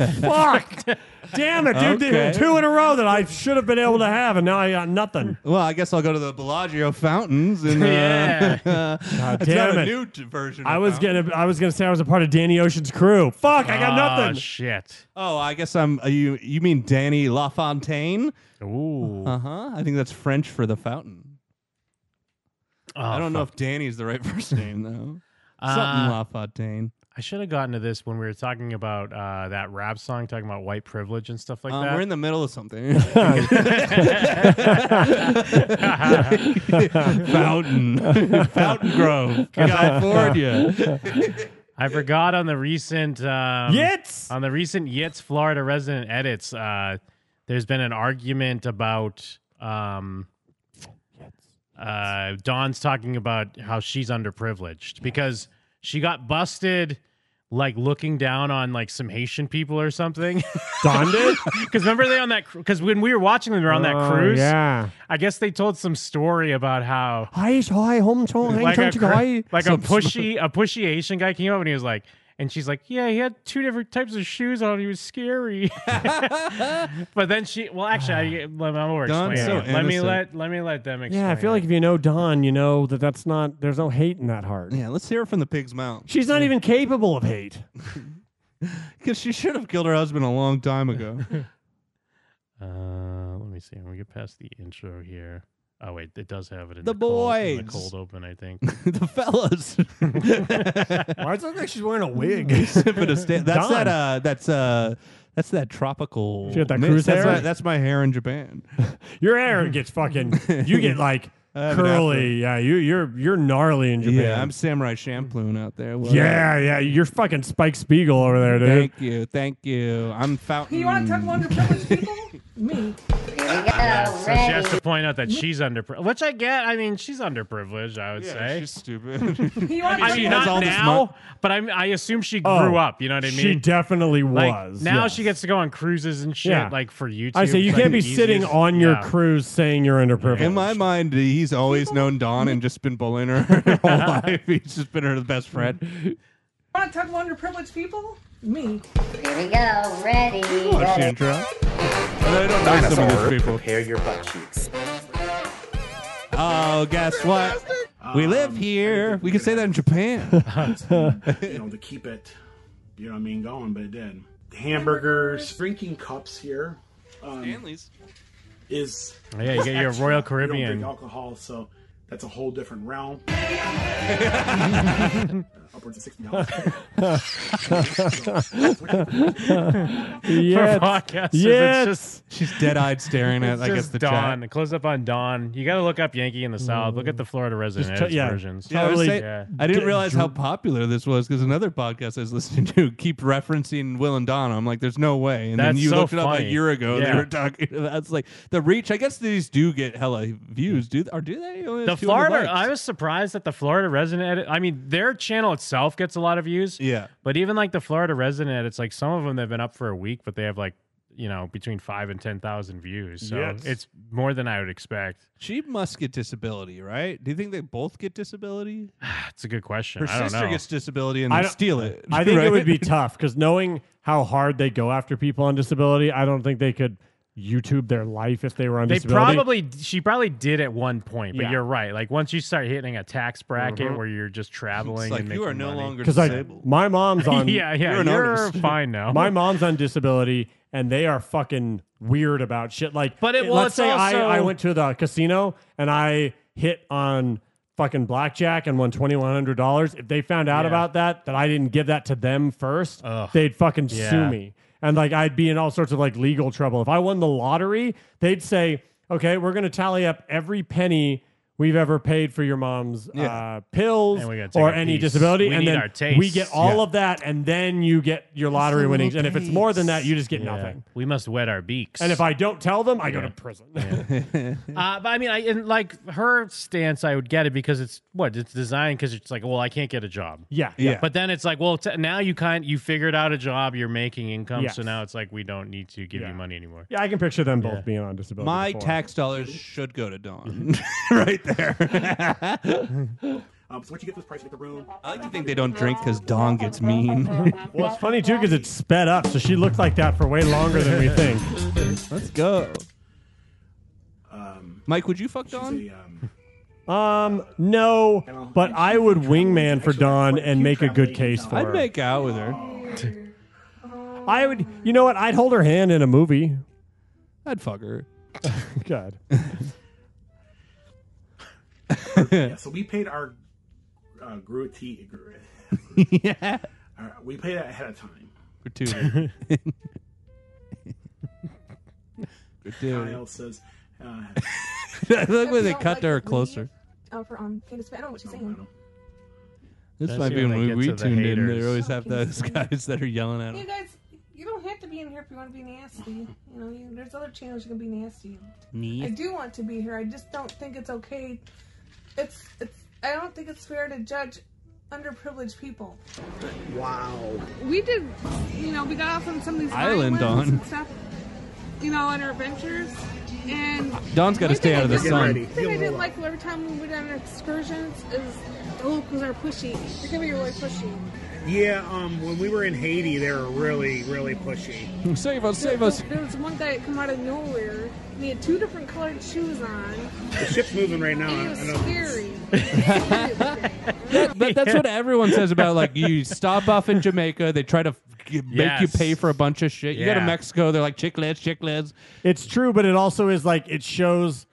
Speaker 3: Fuck! Damn it, dude!
Speaker 4: Okay.
Speaker 3: Two in a row that I should have been able to have, and now I got nothing.
Speaker 4: Well, I guess I'll go to the Bellagio fountains. And, uh,
Speaker 5: [laughs]
Speaker 4: [laughs]
Speaker 5: Yeah.
Speaker 4: it's
Speaker 3: damn
Speaker 4: not
Speaker 3: it.
Speaker 4: a new t- version.
Speaker 3: I
Speaker 4: of
Speaker 3: was
Speaker 4: fountain.
Speaker 3: gonna, I was gonna say I was a part of Danny Ocean's crew. Fuck! I got
Speaker 5: Uh-huh. Ah,
Speaker 3: nothing.
Speaker 5: shit.
Speaker 4: Oh, I guess I'm. Uh, you you mean Danny LaFontaine?
Speaker 5: Ooh.
Speaker 4: Uh huh. I think that's French for the fountain.
Speaker 3: Oh,
Speaker 4: I don't know if Danny's the right [laughs] first name though.
Speaker 3: Uh,
Speaker 5: Uh,
Speaker 4: Something LaFontaine.
Speaker 5: I should have gotten to this when we were talking about uh, that rap song, talking about white privilege and stuff like
Speaker 4: Um,
Speaker 5: that. [laughs]
Speaker 4: we're in the middle
Speaker 3: [laughs]
Speaker 4: of something. [laughs] Fountain, [laughs] Fountain Grove,
Speaker 3: [laughs]
Speaker 4: California.
Speaker 5: I forgot on the recent um,
Speaker 3: Yitz!
Speaker 5: on the recent Yitz Florida resident edits. Uh, there's been an argument about um, uh, Dawn's talking about how she's underprivileged because she got busted like looking down on like some Haitian people or something. [laughs]
Speaker 3: Don did.
Speaker 5: Because remember they on that because when we were watching them they were on that
Speaker 3: Oh,
Speaker 5: cruise.
Speaker 3: Yeah.
Speaker 5: I guess they told some story about how
Speaker 3: Hi, hi, home, home,
Speaker 5: like a, cr-
Speaker 3: home,
Speaker 5: [laughs] like a pushy a pushy Asian guy came up and he was like, and she's like, yeah, he had two different types of shoes on. He was scary. [laughs] but then she, well, actually, I, I'm over
Speaker 4: Don's so
Speaker 5: explaining. it. let me
Speaker 4: innocent.
Speaker 5: let let me let them explain.
Speaker 3: Yeah, I feel
Speaker 5: it.
Speaker 3: like if you know Don, you know that that's not. There's no hate in that heart.
Speaker 4: Yeah, let's hear it from the pig's mouth.
Speaker 3: She's not even capable of hate.
Speaker 4: Because she should have killed her husband a long time ago. [laughs]
Speaker 5: Uh, let me see. When we get past the intro here. Oh wait, it does have it in
Speaker 4: The
Speaker 5: the, cold, in the
Speaker 4: boys.
Speaker 5: cold open. I think.
Speaker 3: [laughs]
Speaker 4: the
Speaker 3: [laughs]
Speaker 4: fellas. [laughs]
Speaker 3: Why does it look like she's wearing a
Speaker 5: [laughs]
Speaker 3: wig?
Speaker 4: But a sta- that's
Speaker 3: Don.
Speaker 4: that. Uh, that's uh, that's that tropical.
Speaker 3: She got that
Speaker 4: mix.
Speaker 3: cruise
Speaker 4: that's,
Speaker 3: hair?
Speaker 4: My, that's my hair in Japan.
Speaker 3: Your hair gets fucking. You
Speaker 4: [laughs]
Speaker 3: get like
Speaker 4: have an afro.
Speaker 3: curly. Yeah, you you're you're gnarly in Japan.
Speaker 4: Yeah, I'm Samurai Champloo out there. What up?
Speaker 3: yeah, yeah, you're fucking Spike Spiegel over there, dude.
Speaker 4: Thank you, thank you. I'm Fountain.
Speaker 12: You want to talk about underprivileged
Speaker 13: [laughs]
Speaker 12: people? Me.
Speaker 5: So she has to point out that she's underprivileged, which I get. I mean, she's underprivileged. I would say.
Speaker 4: She's stupid.
Speaker 12: [laughs] You want
Speaker 5: I
Speaker 12: to
Speaker 5: mean,
Speaker 4: has all
Speaker 5: not
Speaker 4: this
Speaker 5: now,
Speaker 4: mon-
Speaker 5: but I'm, I assume she grew
Speaker 3: Oh,
Speaker 5: up. You know what I mean?
Speaker 3: She definitely
Speaker 5: like,
Speaker 3: was.
Speaker 5: Now
Speaker 3: yes.
Speaker 5: she gets to go on cruises and shit,
Speaker 3: Yeah.
Speaker 5: like for YouTube.
Speaker 3: I say you
Speaker 5: It's, like,
Speaker 3: can't be
Speaker 5: the
Speaker 3: sitting
Speaker 5: easiest-
Speaker 3: on your
Speaker 5: Yeah.
Speaker 3: cruise saying you're underprivileged.
Speaker 4: In my
Speaker 3: [laughs]
Speaker 4: mind, he's always known Dawn and just been bullying her her whole life. He's just been her best friend.
Speaker 12: to talk about underprivileged people? Me.
Speaker 14: Here we go, ready.
Speaker 4: Watch the intro. And I don't know some of these people.
Speaker 1: Prepare your butt cheeks.
Speaker 4: Oh, guess what? We live here. We can say that in Japan.
Speaker 8: you know, to keep it, you know what I mean, going, but it did. Hamburgers, drinking cups here
Speaker 4: Stanley's.
Speaker 8: is.
Speaker 5: Yeah, you
Speaker 8: is
Speaker 5: get your
Speaker 8: extra.
Speaker 5: Royal
Speaker 8: We don't
Speaker 5: Caribbean.
Speaker 8: drink alcohol, so that's a whole different realm. upwards of sixty dollars. [laughs]
Speaker 5: yeah,
Speaker 4: Yes.
Speaker 5: for podcasters,
Speaker 4: Yes.
Speaker 5: it's just
Speaker 4: She's dead-eyed staring at,
Speaker 5: it's
Speaker 4: I guess,
Speaker 5: just
Speaker 4: the chat.
Speaker 5: Dawn. Close up on Dawn. You got to look up Yankee in the South. Look at the Florida resident
Speaker 4: Just to-
Speaker 5: edits versions.
Speaker 4: Yeah, I, was saying- I didn't realize how popular this was because another podcast I was [laughs] listening to keep referencing Will and Donna. I'm like, there's no way. And then
Speaker 5: That's
Speaker 4: you
Speaker 5: so
Speaker 4: looked it up a
Speaker 5: funny.
Speaker 4: year ago.
Speaker 5: Yeah.
Speaker 4: They were talking. [laughs] That's like the reach. I guess these do get hella views. Do or do they? Only
Speaker 5: the
Speaker 4: 200
Speaker 5: Florida.
Speaker 4: likes.
Speaker 5: I was surprised that the Florida resident edit. I mean, their channel itself gets a lot of views.
Speaker 4: Yeah.
Speaker 5: But even like the Florida resident edits, like some of them they've been up for a week, but they have like you know between five and ten thousand views. So
Speaker 4: Yes.
Speaker 5: it's more than I would expect.
Speaker 4: She must get disability, right? Do you think they both get disability?
Speaker 5: That's a good question.
Speaker 4: Her
Speaker 5: I don't
Speaker 4: sister
Speaker 5: know.
Speaker 4: gets disability and
Speaker 3: I
Speaker 4: they
Speaker 3: don't-
Speaker 4: steal it.
Speaker 3: I think it would be
Speaker 4: [laughs] right?
Speaker 3: tough because knowing how hard they go after people on disability, I don't think they could YouTube their life if they were on
Speaker 5: They
Speaker 3: disability.
Speaker 5: probably she probably did at one point, but
Speaker 3: Yeah.
Speaker 5: you're right. Like once you start hitting a tax bracket
Speaker 3: Mhm.
Speaker 5: where you're just traveling,
Speaker 4: Mm-hmm. like
Speaker 5: and
Speaker 4: you
Speaker 5: making
Speaker 4: are no
Speaker 5: money.
Speaker 4: longer
Speaker 3: because I my mom's on.
Speaker 5: [laughs] yeah, yeah, you're, [laughs] fine now.
Speaker 3: My mom's on disability, and they are fucking weird about shit. Like,
Speaker 5: But it- well,
Speaker 3: let's
Speaker 5: it's
Speaker 3: say
Speaker 5: also-
Speaker 3: I, I went to the casino and I hit on fucking blackjack and won twenty one hundred dollars. If they found out
Speaker 5: Yeah.
Speaker 3: about that, that I didn't give that to them first, they'd fucking sue
Speaker 5: Yeah.
Speaker 3: me, and like I'd be in all sorts of like legal trouble. If I won the lottery, they'd say, "Okay, we're gonna tally up every penny." We've ever paid for your mom's
Speaker 5: Yeah.
Speaker 3: uh, pills
Speaker 5: And we gotta take
Speaker 3: or
Speaker 5: a
Speaker 3: any
Speaker 5: piece.
Speaker 3: disability,
Speaker 5: We
Speaker 3: and
Speaker 5: need
Speaker 3: then
Speaker 5: our taste.
Speaker 3: we get all
Speaker 5: Yeah.
Speaker 3: of that, and then you get your lottery
Speaker 5: little
Speaker 3: winnings. And if it's more than that, you just get
Speaker 5: Yeah.
Speaker 3: nothing.
Speaker 5: We must wet our beaks.
Speaker 3: And if I don't tell them, I go
Speaker 5: Yeah.
Speaker 3: to prison.
Speaker 5: uh, but I mean, I and like her stance, I would get it because it's what it's designed because it's like, well, I can't get a job.
Speaker 3: [laughs] Yeah, yeah.
Speaker 5: But then it's like, well, t- now you kind you figured out a job, you're making income,
Speaker 3: Yes.
Speaker 5: so now it's like we don't need to give
Speaker 3: Yeah.
Speaker 5: you money anymore.
Speaker 3: yeah, I can picture them both
Speaker 5: Yeah.
Speaker 3: being on disability.
Speaker 4: My
Speaker 3: before.
Speaker 4: tax dollars should go to
Speaker 5: [laughs]
Speaker 4: Dawn, right there.
Speaker 8: [laughs] Um, so what you get this price, you get the room.
Speaker 4: I like to think they don't drink because Dawn gets mean.
Speaker 5: [laughs]
Speaker 3: Well, it's funny too because it's sped up, so she looked like that for way longer than we
Speaker 4: [laughs]
Speaker 3: think.
Speaker 4: Let's go.
Speaker 8: Um,
Speaker 4: Mike, would you fuck Dawn?
Speaker 3: Um, no, but I would wingman for Dawn and make a good case
Speaker 8: uh,
Speaker 3: for
Speaker 4: I'd
Speaker 3: her.
Speaker 4: make out with
Speaker 8: [laughs]
Speaker 4: her.
Speaker 3: I would, you know what? I'd hold her hand in a movie. [laughs]
Speaker 4: I'd fuck her.
Speaker 3: God.
Speaker 8: yeah, so we paid our uh, gratuity.
Speaker 4: yeah.
Speaker 8: we paid that ahead of time.
Speaker 5: [laughs]
Speaker 4: Gratuity.
Speaker 8: Kyle
Speaker 4: Gratuity.
Speaker 8: says, uh,
Speaker 4: [laughs] I like when
Speaker 13: If you
Speaker 4: they
Speaker 13: don't
Speaker 4: cut
Speaker 13: like
Speaker 4: to her
Speaker 13: leave
Speaker 4: closer.
Speaker 13: Over on Candace, I don't know what you're saying.
Speaker 4: This
Speaker 5: That's
Speaker 4: might be
Speaker 5: when
Speaker 4: when
Speaker 5: they
Speaker 4: we,
Speaker 5: get
Speaker 4: we
Speaker 5: to the
Speaker 4: tuned in.
Speaker 5: haters.
Speaker 4: They always have
Speaker 5: [laughs]
Speaker 4: those guys that are yelling at
Speaker 13: You
Speaker 4: them.
Speaker 13: guys, you don't have to be in here if you want to be nasty. You know, you, there's other channels you can be nasty. I do want to be here. I just don't think it's okay. It's it's. I don't think it's fair to judge underprivileged people.
Speaker 8: wow.
Speaker 13: We did, you know, we got off on some of these
Speaker 4: Island islands on. and
Speaker 13: stuff. You know, on our adventures, and
Speaker 4: Dawn's got to
Speaker 13: One
Speaker 4: stay
Speaker 13: thing
Speaker 4: out of
Speaker 13: I
Speaker 4: the
Speaker 13: didn't-
Speaker 4: sun.
Speaker 13: One thing I didn't like every time we went on excursions is the locals are pushy. They can be really pushy.
Speaker 15: Yeah, um, when we were in Haiti, they were really, really pushy.
Speaker 4: [laughs] Save us,
Speaker 13: There-
Speaker 4: save
Speaker 13: [laughs]
Speaker 4: us.
Speaker 13: There was one guy that come out of nowhere. And he had two different colored shoes on.
Speaker 15: The ship's moving right now.
Speaker 13: and
Speaker 15: I
Speaker 13: he was
Speaker 15: I know.
Speaker 13: scary.
Speaker 4: That, that- that's what everyone says about like you stop off in Jamaica. They try to f- g- make you
Speaker 5: Yes.
Speaker 4: pay for a bunch of shit. You go to
Speaker 5: Yeah.
Speaker 4: Mexico. They're like chicklets, chicklets.
Speaker 3: It's true, but it also is like it shows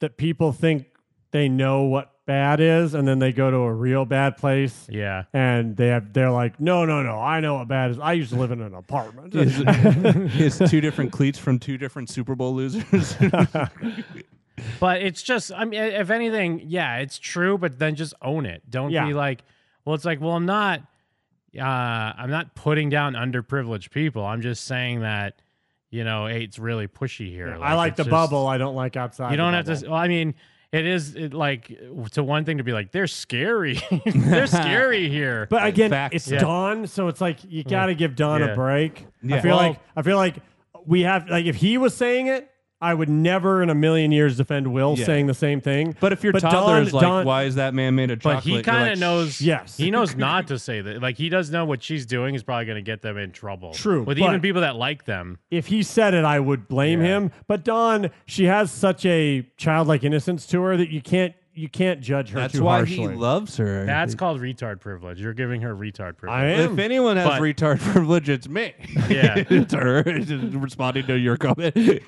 Speaker 3: that people think they know what bad is, and then they go to a real bad place.
Speaker 5: Yeah.
Speaker 3: and they have they're like, no, no, no, I know what bad is. I used to live in an apartment.
Speaker 4: He has- [laughs] he has two different cleats from two different Super Bowl losers. [laughs]
Speaker 5: But it's just, I mean, if anything, yeah, it's true. But then just own it. Don't
Speaker 3: Yeah.
Speaker 5: be like, well, it's like, well, I'm not, uh, I'm not putting down underprivileged people. I'm just saying that, you know, hey, it's really pushy here.
Speaker 3: I like
Speaker 5: it's
Speaker 3: the
Speaker 5: just-
Speaker 3: bubble. I don't like outside.
Speaker 5: You don't
Speaker 3: the
Speaker 5: have
Speaker 3: bubble.
Speaker 5: to. Well, I mean, it is it, like to one thing to be like they're scary. [laughs]
Speaker 3: [laughs]
Speaker 5: they're scary here.
Speaker 3: But again,
Speaker 5: Facts.
Speaker 3: it's
Speaker 5: Yeah.
Speaker 3: Dawn, so it's like you got to give Dawn
Speaker 5: Yeah.
Speaker 3: a break. I
Speaker 5: Yeah.
Speaker 3: feel
Speaker 5: Well-
Speaker 3: like I feel like we have like if he was saying it, I would never in a million years defend Will
Speaker 4: Yeah.
Speaker 3: saying the same thing.
Speaker 4: but if your
Speaker 3: Dawn-
Speaker 4: toddler is like,
Speaker 3: Dawn-
Speaker 4: why is that man made of
Speaker 5: But
Speaker 4: chocolate?
Speaker 5: he
Speaker 4: You're
Speaker 5: kind of
Speaker 4: like,
Speaker 5: knows.
Speaker 3: Yes.
Speaker 5: he knows not to say that. Like he does know what she's doing is probably going to get them in trouble.
Speaker 3: True,
Speaker 5: with
Speaker 3: but-
Speaker 5: even people that like them.
Speaker 3: if he said it, I would blame him. But Dawn, she has such a childlike innocence to her that you can't you can't judge her
Speaker 4: That's
Speaker 3: too
Speaker 4: why
Speaker 3: harshly.
Speaker 4: he loves her.
Speaker 5: That's called retard privilege. You're giving her retard privilege.
Speaker 3: Mhm. I am.
Speaker 4: If anyone has
Speaker 5: But-
Speaker 4: retard [laughs] privilege, it's me.
Speaker 5: Yeah.
Speaker 4: [laughs] it's her. It's just responding to your comment. [laughs]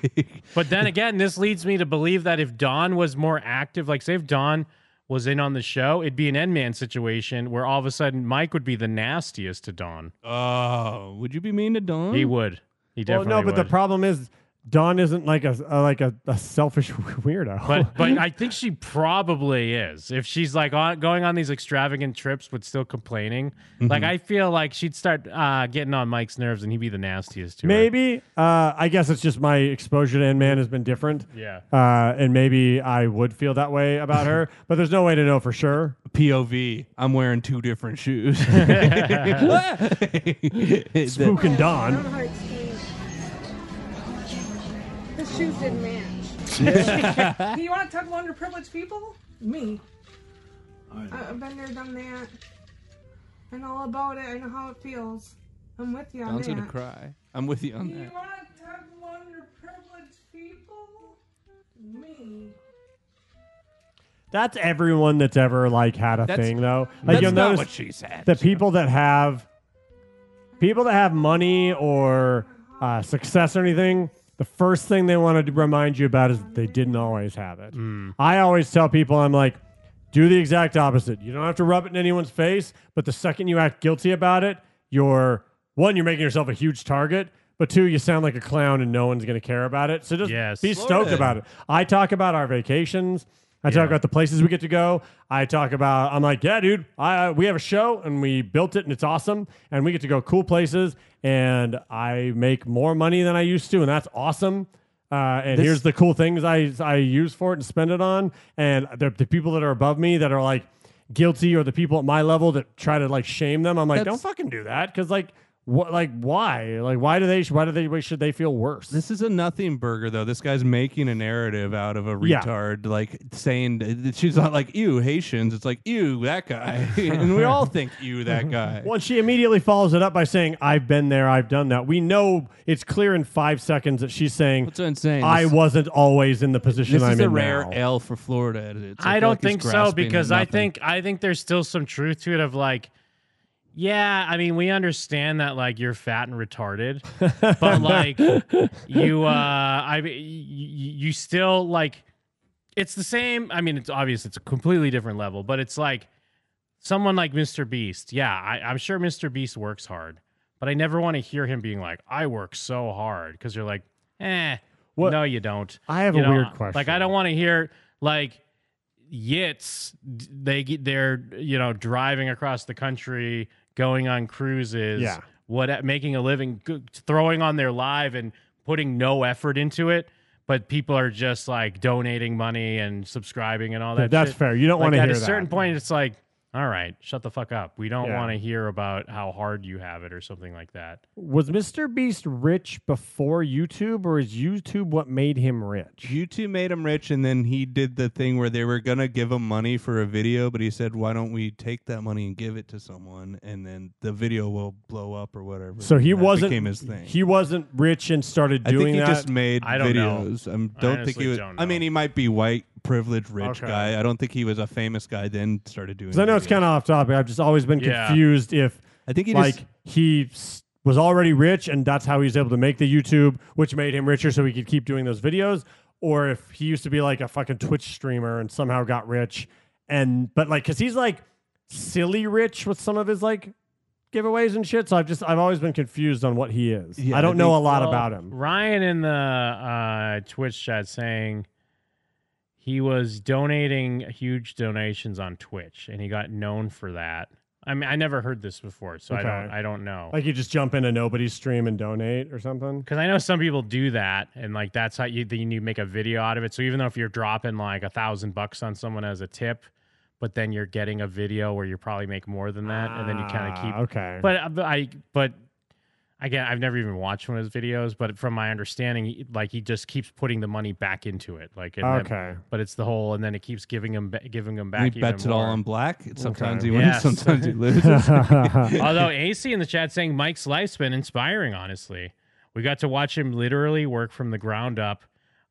Speaker 5: But then again, this leads me to believe that if Dawn was more active, like say if Dawn was in on the show, it'd be an end man situation where all of a sudden Mike would be the nastiest to Don.
Speaker 4: Oh, would you be mean to Don?
Speaker 5: He would. He definitely
Speaker 3: Mm. well, no, but the
Speaker 5: would.
Speaker 3: problem is Dawn isn't like a, a like a, a selfish [laughs] weirdo.
Speaker 5: but but I think she probably is. If she's like on, going on these extravagant trips but still complaining, like
Speaker 3: Mhm.
Speaker 5: I feel like she'd start uh, getting on Mike's nerves and he'd be the nastiest to her.
Speaker 3: [laughs] maybe uh, I guess it's just my exposure to N Man has been different.
Speaker 5: Yeah.
Speaker 3: uh, and maybe I would feel that way about her, but there's no way to know for sure.
Speaker 4: POV. I'm wearing two different [laughs] shoes. [laughs]
Speaker 3: Spooking
Speaker 13: Don't
Speaker 3: Dawn.
Speaker 13: hurt Steve. The shoes didn't match.
Speaker 12: [laughs] Do you want to talk about underprivileged people? Me. I, I've been there, done that. I know all about it. I know how it feels. I'm with you on
Speaker 4: Don's
Speaker 12: that.
Speaker 4: gonna cry. I'm with you
Speaker 12: Do
Speaker 4: on
Speaker 12: you
Speaker 4: that.
Speaker 12: want to talk about underprivileged people? Me.
Speaker 3: That's everyone that's ever like had a
Speaker 4: That's-
Speaker 3: thing though. Like
Speaker 4: that's
Speaker 3: you'll
Speaker 4: not
Speaker 3: notice
Speaker 4: what she said.
Speaker 3: The people that have people that have money or uh, success or anything, the first thing they want to remind you about is that they didn't always have it.
Speaker 4: Mm.
Speaker 3: I always tell people, I'm like, do the exact opposite. You don't have to rub it in anyone's face, but the second you act guilty about it, you're one, you're making yourself a huge target. But two, you sound like a clown and no one's going to care about it. So just be stoked
Speaker 5: Florida.
Speaker 3: about it. I talk about our vacations. I talk about the places we get to go. I talk about I'm like, yeah, dude, I we have a show and we built it and it's awesome and we get to go cool places and I make more money than I used to and that's awesome. Uh, and
Speaker 4: This-
Speaker 3: here's the cool things I I use for it and spend it on. And the, the people that are above me that are like guilty or the people at my level that try to like shame them, I'm like,
Speaker 4: That's-
Speaker 3: don't fucking do that because like what like why like why do they why do they why should they feel worse?
Speaker 4: This is a nothing burger, though. This guy's making a narrative out of a
Speaker 3: Yeah.
Speaker 4: retard, like saying that she's not like ew Haitians. It's like ew that guy, [laughs] and we all think ew that
Speaker 3: [laughs]
Speaker 4: guy.
Speaker 3: Well, and she immediately follows it up by saying, I've been there, I've done that. We know it's clear in five seconds that she's saying,
Speaker 4: That's what I'm saying.
Speaker 3: I
Speaker 4: This-
Speaker 3: wasn't always in the position
Speaker 4: This
Speaker 3: I'm
Speaker 4: is a
Speaker 3: in
Speaker 4: rare
Speaker 3: now.
Speaker 4: L for Florida. It's-
Speaker 5: I
Speaker 4: feel
Speaker 5: don't
Speaker 4: like he's
Speaker 5: think so
Speaker 4: grasping at
Speaker 5: because I
Speaker 4: nothing.
Speaker 5: think I think there's still some truth to it of like, yeah, I mean we understand that like you're fat and retarded,
Speaker 4: [laughs]
Speaker 5: but like you, uh I mean, y- y- you still like it's the same. I mean it's obvious it's a completely different level, but it's like someone like Mr. Beast. Yeah, I, I'm sure Mr. Beast works hard, but I never want to hear him being like, I work so hard because you're like, eh, no, you don't.
Speaker 3: I have
Speaker 5: You
Speaker 3: a weird
Speaker 5: Like
Speaker 3: question.
Speaker 5: I don't want to hear like Yitz. d- They get- they're you know driving across the country, going on cruises,
Speaker 3: Yeah.
Speaker 5: what making a living, g- throwing on their live and putting no effort into it. But people are just like donating money and subscribing and all
Speaker 3: Yeah,
Speaker 5: that.
Speaker 3: that's
Speaker 5: shit.
Speaker 3: fair. You don't
Speaker 5: Like,
Speaker 3: wanna
Speaker 5: At
Speaker 3: hear
Speaker 5: a
Speaker 3: that.
Speaker 5: certain point, it's like, all right, shut the fuck up. We don't
Speaker 3: Yeah.
Speaker 5: want to hear about how hard you have it or something like that.
Speaker 3: Was Mr. Beast rich before YouTube, or is YouTube what made him rich?
Speaker 4: YouTube made him rich, and then he did the thing where they were gonna give him money for a video, but he said, "Why don't we take that money and give it to someone, and then the video will blow up or whatever."
Speaker 3: So he
Speaker 4: And that
Speaker 3: wasn't
Speaker 4: became his thing.
Speaker 3: He wasn't rich and started
Speaker 4: I think
Speaker 3: doing
Speaker 4: he
Speaker 3: that.
Speaker 4: just made videos. I don't think
Speaker 5: honestly
Speaker 4: he was.
Speaker 5: don't
Speaker 4: I mean, he might be white, privileged, rich
Speaker 5: Okay.
Speaker 4: guy. I don't think he was a famous guy. Then started doing.
Speaker 3: 'Cause I know it's
Speaker 4: videos.
Speaker 3: kind of off topic. I've just always been
Speaker 4: Yeah.
Speaker 3: confused if
Speaker 4: I think he
Speaker 3: like
Speaker 4: just-
Speaker 3: he s- was already rich and that's how he was able to make the YouTube, which made him richer, so he could keep doing those videos, or if he used to be like a fucking Twitch streamer and somehow got rich, and but like because he's like silly rich with some of his like giveaways and shit. So I've just I've always been confused on what he is. I don't know a lot about him.
Speaker 5: Ryan in the uh, Twitch chat saying he was donating huge donations on Twitch and he got known for that. I mean, I never heard this before, so I don't.
Speaker 3: Okay.
Speaker 5: I don't know.
Speaker 3: Like you just jump into nobody's stream and donate or something.
Speaker 5: Because I know some people do that, and like that's how you then you make a video out of it. So even though if you're dropping like a thousand bucks on someone as a tip, but then you're getting a video where you probably make more than that, and then you kind of
Speaker 3: Ah,
Speaker 5: keep
Speaker 3: okay.
Speaker 5: But but I but again, I've never even watched one of his videos. But from my understanding, he- like he just keeps putting the money back into it. Like and then-
Speaker 4: Okay.
Speaker 5: but it's the whole, and then it keeps giving him ba- giving him back.
Speaker 4: He
Speaker 5: even
Speaker 4: bets it all
Speaker 5: more.
Speaker 4: on black. Sometimes
Speaker 5: Okay.
Speaker 4: he wins,
Speaker 5: Yes.
Speaker 4: sometimes
Speaker 5: [laughs]
Speaker 4: he loses.
Speaker 3: [laughs]
Speaker 5: Although AC in the chat saying Mike's life's been inspiring, honestly. We got to watch him literally work from the ground up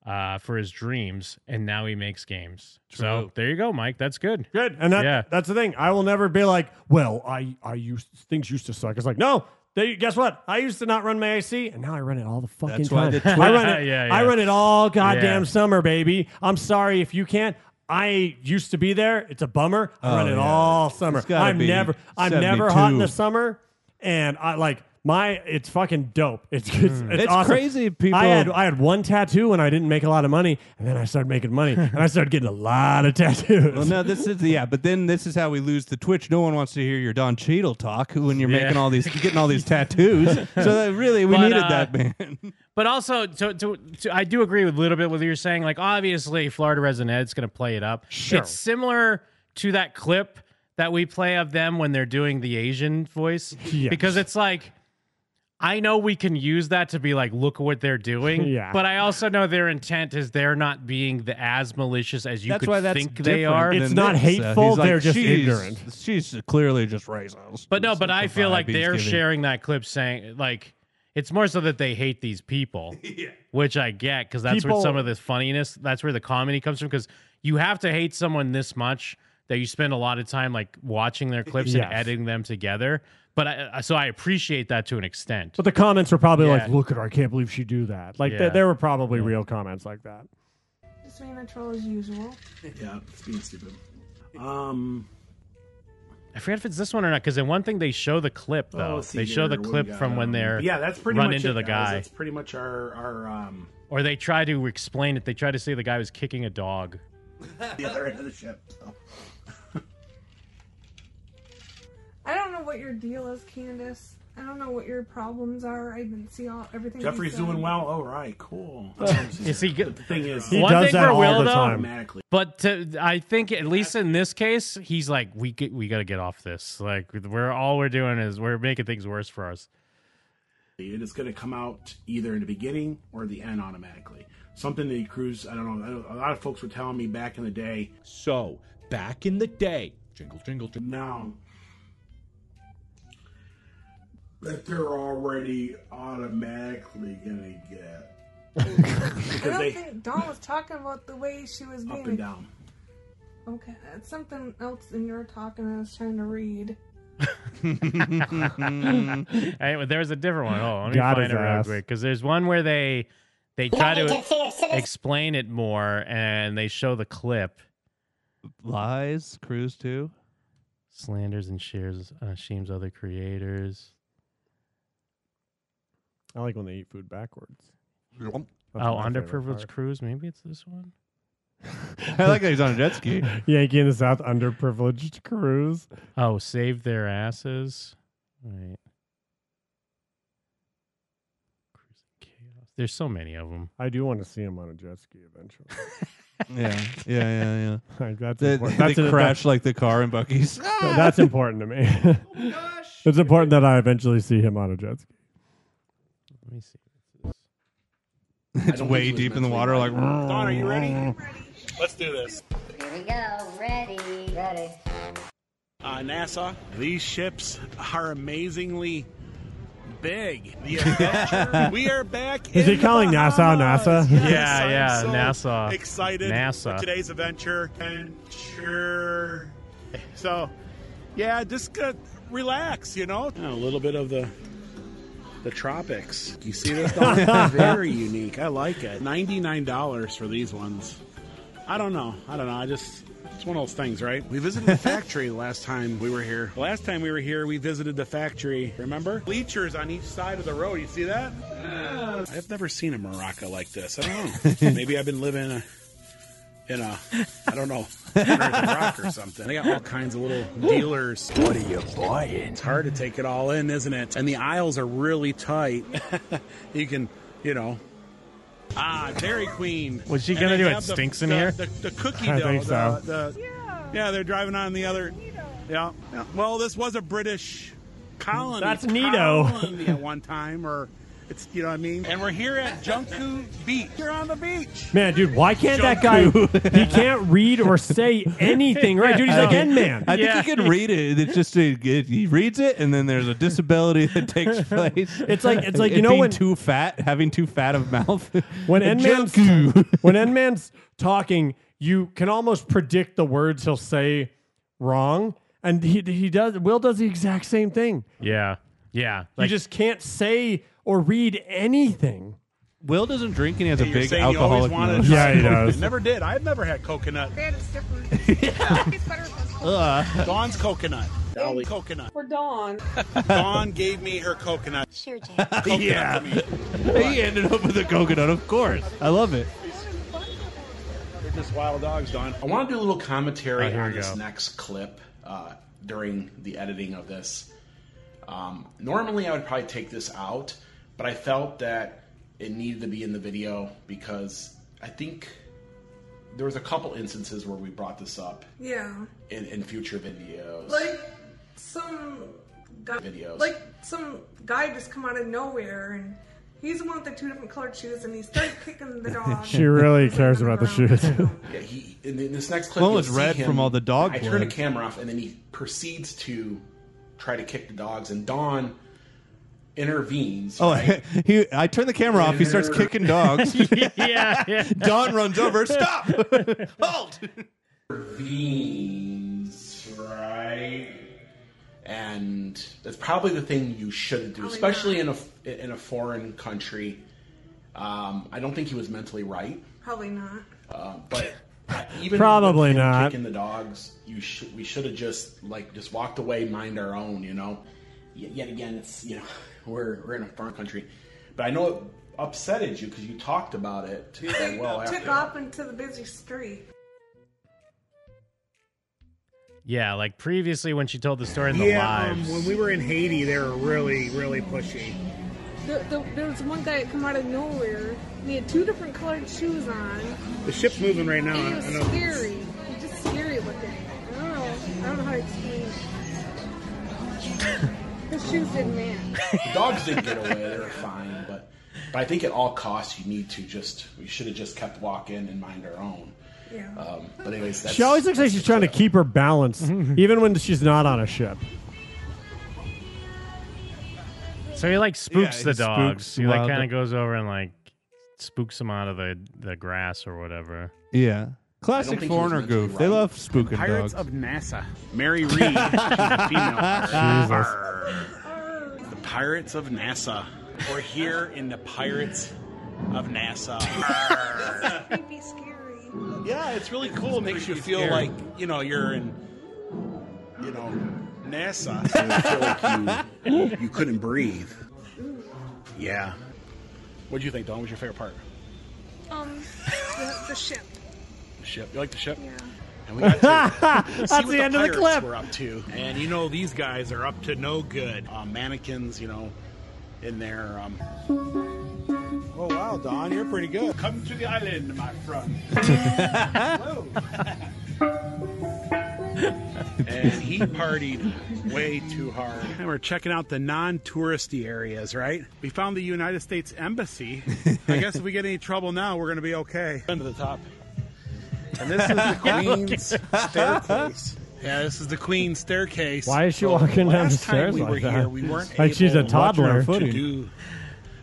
Speaker 5: uh, for his dreams, and now he makes games. So
Speaker 3: True.
Speaker 5: there you go, Mike. That's good.
Speaker 3: Good. And that,
Speaker 5: yeah.
Speaker 3: that's the thing. I will never be like, well, I, I used things used to suck. It's like, no, they, guess what? I used to not run my AC, and now I run it all the fucking
Speaker 4: That's why
Speaker 3: time.
Speaker 4: the
Speaker 3: I run it.
Speaker 4: Twi- [laughs] Yeah,
Speaker 3: I
Speaker 4: yeah.
Speaker 3: run it all goddamn
Speaker 4: Yeah.
Speaker 3: summer, baby. I'm sorry if you can't. I used to be there. It's a bummer. I
Speaker 4: Oh,
Speaker 3: run it
Speaker 4: yeah.
Speaker 3: all summer.
Speaker 4: It's gotta
Speaker 3: I'm
Speaker 4: be
Speaker 3: never I'm never hot in the
Speaker 4: 72.
Speaker 3: summer. And I like my it's fucking dope. It's it's, it's,
Speaker 4: Mm. It's
Speaker 3: awesome.
Speaker 4: crazy if people-
Speaker 3: I had I had one tattoo and I didn't make a lot of money, and then I started making money and I started getting a lot of [laughs] tattoos.
Speaker 4: Well, no, this is yeah, but then this is how we lose the Twitch. No one wants to hear your Don Cheadle talk when you're making all
Speaker 5: [laughs]
Speaker 4: these, getting all these tattoos. So that really, we
Speaker 5: But,
Speaker 4: needed
Speaker 5: uh,
Speaker 4: that man.
Speaker 5: But also, to, to, to, I do agree with a little bit with what you're saying. Like, obviously, Florida Resident Ed's going to play it up.
Speaker 3: Sure.
Speaker 5: It's similar to that clip that we play of them when they're doing the Asian voice.
Speaker 3: Yes.
Speaker 5: Because it's like, I know we can use that to be like, look what they're doing.
Speaker 3: Yeah.
Speaker 5: But I also know their intent is they're not being the, as malicious as you
Speaker 4: That's
Speaker 5: could
Speaker 4: why that's
Speaker 5: think
Speaker 4: different
Speaker 5: they are.
Speaker 4: than this. Uh, he's like, "She's- She's clearly just racist.
Speaker 5: But no, but I
Speaker 4: the
Speaker 5: feel
Speaker 4: vibe
Speaker 5: like
Speaker 4: he's
Speaker 5: they're
Speaker 4: giving.
Speaker 5: sharing that clip saying like it's more so that they hate these
Speaker 8: [laughs]
Speaker 5: people, which I get because that's
Speaker 3: People-
Speaker 5: where some of this funniness, that's where the comedy comes from. Because you have to hate someone this much that you spend a lot of time like watching their clips
Speaker 3: Yes.
Speaker 5: and editing them together. But I, so I appreciate that to an extent.
Speaker 3: But the comments were probably like,
Speaker 5: Yeah.
Speaker 3: "Look at her! I can't believe she do that." Like
Speaker 5: Yeah.
Speaker 3: th- there were probably real comments like that.
Speaker 12: Just being a troll as usual.
Speaker 8: Yeah, it's being stupid. Um,
Speaker 5: I forget if it's this one or not because in one thing they show the clip though.
Speaker 8: let's see
Speaker 5: they show
Speaker 8: here.
Speaker 5: the
Speaker 8: What do we
Speaker 5: clip
Speaker 8: got?
Speaker 5: from when they're
Speaker 8: yeah, that's pretty
Speaker 5: run
Speaker 8: much
Speaker 5: into
Speaker 8: it,
Speaker 5: the
Speaker 8: guys.
Speaker 5: guy,
Speaker 8: That's pretty much our our um,
Speaker 5: or they try to explain it. They try to say the guy was kicking a dog.
Speaker 8: the other end of the ship. So.
Speaker 12: I don't know what your deal is, Candace. I don't know what your problems are. I didn't see all everything. he's
Speaker 8: Jeffrey's
Speaker 12: done.
Speaker 8: doing well. All right, [laughs] cool.
Speaker 5: Is he good?
Speaker 8: The thing is,
Speaker 5: one thing for Will, though,
Speaker 8: Automatically.
Speaker 5: But to, I think at least in this case, he's like, we get, we got to get off this. Like we're all we're doing is we're making things worse for us.
Speaker 8: It is going to come out either in the beginning or the end automatically. Something that Cruz, I don't know, I don't- a lot of folks were telling me back in the day. So, back in the day. Jingle, jingle, jingle. Now, that they're already automatically going to get.
Speaker 12: I don't
Speaker 8: because they
Speaker 12: think Dawn was talking about the way she was being.
Speaker 8: up and down.
Speaker 12: Okay, that's something else in your talking. I was trying to read.
Speaker 5: [laughs] Hey, well, there's a different one. Oh, let me
Speaker 3: Got his
Speaker 5: find it real
Speaker 3: ass.
Speaker 5: quick because there's one where they they
Speaker 3: Yeah,
Speaker 5: try
Speaker 3: they
Speaker 5: to
Speaker 3: did say it's citizen-
Speaker 5: explain it more and they show the clip.
Speaker 4: Lies, Cruise too.
Speaker 5: Slanders and shares uh, shames other creators.
Speaker 3: I like when they eat food backwards.
Speaker 5: oh, underprivileged crews. Maybe it's this one.
Speaker 4: I like that he's on a jet [laughs] ski.
Speaker 3: Yankee in the South underprivileged cruise.
Speaker 5: Oh, save their asses. Right. There's so many of them.
Speaker 3: I do want to see him on a jet ski eventually. [laughs]
Speaker 4: Yeah, yeah, [laughs] yeah, yeah.
Speaker 3: Like, that's
Speaker 4: they, [laughs]
Speaker 3: important.
Speaker 4: they
Speaker 3: That's a-
Speaker 4: crash Oh like the car in [laughs] Bucky's.
Speaker 3: So that's important to me.
Speaker 4: [laughs]
Speaker 3: [laughs] it's important that I eventually see him on a jet ski.
Speaker 5: Let me see.
Speaker 4: It's way deep in the water. Like,
Speaker 15: Don, are you ready? Let's do this.
Speaker 14: Here we go. Ready. Ready.
Speaker 9: Uh, NASA, these ships are amazingly [laughs] big. The adventure- we are back.
Speaker 3: Is
Speaker 9: in
Speaker 3: he calling
Speaker 9: the
Speaker 3: NASA NASA?
Speaker 4: [laughs]
Speaker 9: Bahamas.
Speaker 8: [laughs]
Speaker 9: Yes,
Speaker 5: Yeah,
Speaker 9: I'm
Speaker 5: yeah,
Speaker 9: so
Speaker 5: NASA.
Speaker 9: Excited
Speaker 5: NASA.
Speaker 9: for today's adventure. Adventure. So, yeah, just uh, relax, you know.
Speaker 8: A little bit of the the tropics. You see [laughs] this? They're Very unique. I like it. Ninety-nine dollars for these ones. I don't know. I don't know. I just it's one of those things, right? We visited the factory the last time we were here. The last time we were here, we visited the factory. Remember? Bleachers on each side of the road. You see that? I've never seen a maraca like this. I don't
Speaker 5: [laughs]
Speaker 8: know. Maybe I've been living in a in a I don't know under the rock or something. They got all kinds of little dealers. What are you buying? It's hard to take it all in, isn't it? And the aisles are really [laughs] tight. you can, you know. Ah, Dairy Queen.
Speaker 5: Was she
Speaker 9: And
Speaker 5: gonna
Speaker 9: they
Speaker 5: do it
Speaker 9: have the-
Speaker 5: stinks in
Speaker 9: the-
Speaker 5: here?
Speaker 9: The, the cookie dough.
Speaker 5: I think so.
Speaker 9: the- the- yeah. they're driving on the other. Yeah. yeah. Well, this was a British colony.
Speaker 3: That's Nido.
Speaker 9: colony at one time, or it's you know what I mean. And we're here at Junku Beach. You're on the
Speaker 3: [laughs]
Speaker 9: beach.
Speaker 3: Man, dude, why can't that guy? [laughs] he can't read or
Speaker 4: [laughs]
Speaker 3: say anything, right? Dude, he's like N Man.
Speaker 4: [laughs] I think he can read it. It's just a, it, he reads it, and then there's a disability that [laughs] takes place.
Speaker 3: It's like- it's like, you
Speaker 4: It
Speaker 3: know
Speaker 4: being
Speaker 3: when-
Speaker 4: too fat, having too fat of [laughs] mouth.
Speaker 3: When N
Speaker 4: N-Man's
Speaker 3: Man's
Speaker 4: [laughs]
Speaker 3: when N Man's talking, you can almost predict the words he'll say wrong, and he he does. Will does the exact same thing.
Speaker 5: Yeah. Yeah. [laughs]
Speaker 3: you just can't say or read anything.
Speaker 4: Will doesn't drink and he has
Speaker 8: Hey,
Speaker 4: a
Speaker 8: you're
Speaker 4: big
Speaker 8: saying you always
Speaker 4: alcoholic.
Speaker 8: wanted
Speaker 4: nose. [laughs]
Speaker 8: to try coconut. Never did. I've never had coconut.
Speaker 13: That is different.
Speaker 8: Ugh. Dawn's coconut. Dawn coconut.
Speaker 13: For Dawn.
Speaker 8: Dawn gave me her coconut.
Speaker 13: Sure did.
Speaker 4: [laughs]
Speaker 8: Coconut
Speaker 4: yeah,
Speaker 8: for me.
Speaker 4: he ended up with a coconut. Of course, I love it.
Speaker 8: They're just wild dogs, Don.
Speaker 9: I want to do a little commentary
Speaker 4: Oh, here
Speaker 9: on
Speaker 4: we
Speaker 9: this
Speaker 4: go.
Speaker 9: next clip uh, during the editing of this. Um, normally, I would probably take this out, but I felt that it needed to be in the video because I think there was a couple instances where we brought this up
Speaker 13: Yeah.
Speaker 9: in, in future videos.
Speaker 13: Like some guy,
Speaker 9: Videos.
Speaker 13: like some guy just come out of nowhere and he's the one with the two different colored shoes and he started
Speaker 4: [laughs]
Speaker 13: kicking the dog.
Speaker 3: She really cares about the shoes.
Speaker 9: Yeah, he in th- in this next clip.
Speaker 4: Well,
Speaker 9: you'll
Speaker 4: it's
Speaker 9: see
Speaker 4: red
Speaker 9: him-
Speaker 4: from all the dog
Speaker 9: I
Speaker 4: blood.
Speaker 9: turn the camera off, and then he proceeds to try to kick the dogs, and Dawn intervenes.
Speaker 4: Oh, [laughs]
Speaker 9: right?
Speaker 4: he! I turn the camera off. He starts kicking dogs.
Speaker 9: Yeah, yeah.
Speaker 4: [laughs] Don runs over. Stop!
Speaker 5: [laughs]
Speaker 4: Halt!
Speaker 9: intervenes, right? And that's probably the thing you shouldn't do, especially in a in a foreign country. Um, I don't think he was mentally right,
Speaker 13: [laughs] Probably not.
Speaker 9: uh, but. Even
Speaker 3: Probably
Speaker 9: with him
Speaker 3: not.
Speaker 9: kicking the dogs. You should we should have just like just walked away, mind our own. You know. Y- Yet again, it's you know [laughs] we're we're in a foreign country, but I know it upsetted you because you talked about it uh, well
Speaker 13: Took
Speaker 9: after.
Speaker 13: off into the busy street.
Speaker 5: Yeah, like previously when she told the story in the
Speaker 16: yeah,
Speaker 5: live.
Speaker 16: um, when we were in Haiti, they were really, really pushy.
Speaker 13: There, there, there was one guy that come out of nowhere. And he had two different colored shoes on.
Speaker 16: The ship's moving right now.
Speaker 13: and he
Speaker 16: I
Speaker 13: was
Speaker 16: don't know.
Speaker 13: scary. He was just scary looking. I don't know. I don't know how to explain.
Speaker 16: [laughs]
Speaker 13: it. His shoes didn't match.
Speaker 9: The dogs didn't get away; they were fine. But but I think at all costs, you need to just we should have just kept walking and mind our own.
Speaker 13: Yeah.
Speaker 9: Um, but anyways, that's,
Speaker 3: [laughs] She always looks like she's trying to keep her balance, even when she's not on a ship.
Speaker 5: So he like spooks
Speaker 4: Yeah,
Speaker 5: the
Speaker 4: he spooks
Speaker 5: dogs. he like
Speaker 4: wild
Speaker 5: kind of
Speaker 4: dog-
Speaker 5: goes over and like spooks them out of the, the grass or whatever.
Speaker 4: Yeah,
Speaker 5: I don't
Speaker 4: classic
Speaker 5: think he was
Speaker 4: foreigner
Speaker 5: mentally
Speaker 4: goof. They
Speaker 5: right.
Speaker 4: love spooking
Speaker 8: Pirates
Speaker 4: dogs.
Speaker 8: of NASA. Mary Reed. she's a female.
Speaker 4: Jesus.
Speaker 8: Arr. The Pirates of NASA. We're here in the Pirates of NASA. Arr.
Speaker 13: Creepy, scary.
Speaker 8: yeah, it's really cool. It makes you feel
Speaker 13: scary.
Speaker 8: like you know you're in, you know, [laughs] NASA. you feel like you, you couldn't breathe. Yeah. What do you think, Don? What's your favorite part?
Speaker 13: Um, the, the ship.
Speaker 8: The ship. You like the ship?
Speaker 13: Yeah.
Speaker 8: And
Speaker 3: [laughs]
Speaker 8: we got to see
Speaker 3: That's
Speaker 8: what
Speaker 3: the end of the
Speaker 8: pirates
Speaker 3: clip.
Speaker 8: We're up to, and you know these guys are up to no good. Uh, mannequins, you know, in there. Um... Oh wow, Don, you're pretty good. Come to the island, my friend. Hello. and he partied way too hard. And we're checking out the non-touristy areas, right? We found the United States Embassy. I guess if we get any trouble now, we're going to be okay. Under the top. And this is [laughs] the Queen's staircase. Yeah, this is the Queen's staircase.
Speaker 3: Why is she
Speaker 8: Well,
Speaker 3: walking down
Speaker 8: last
Speaker 3: the
Speaker 8: time
Speaker 3: stairs
Speaker 8: we
Speaker 3: like
Speaker 8: were
Speaker 3: that?
Speaker 8: Here, we weren't
Speaker 3: Like she's a
Speaker 8: able
Speaker 3: toddler.
Speaker 8: To do,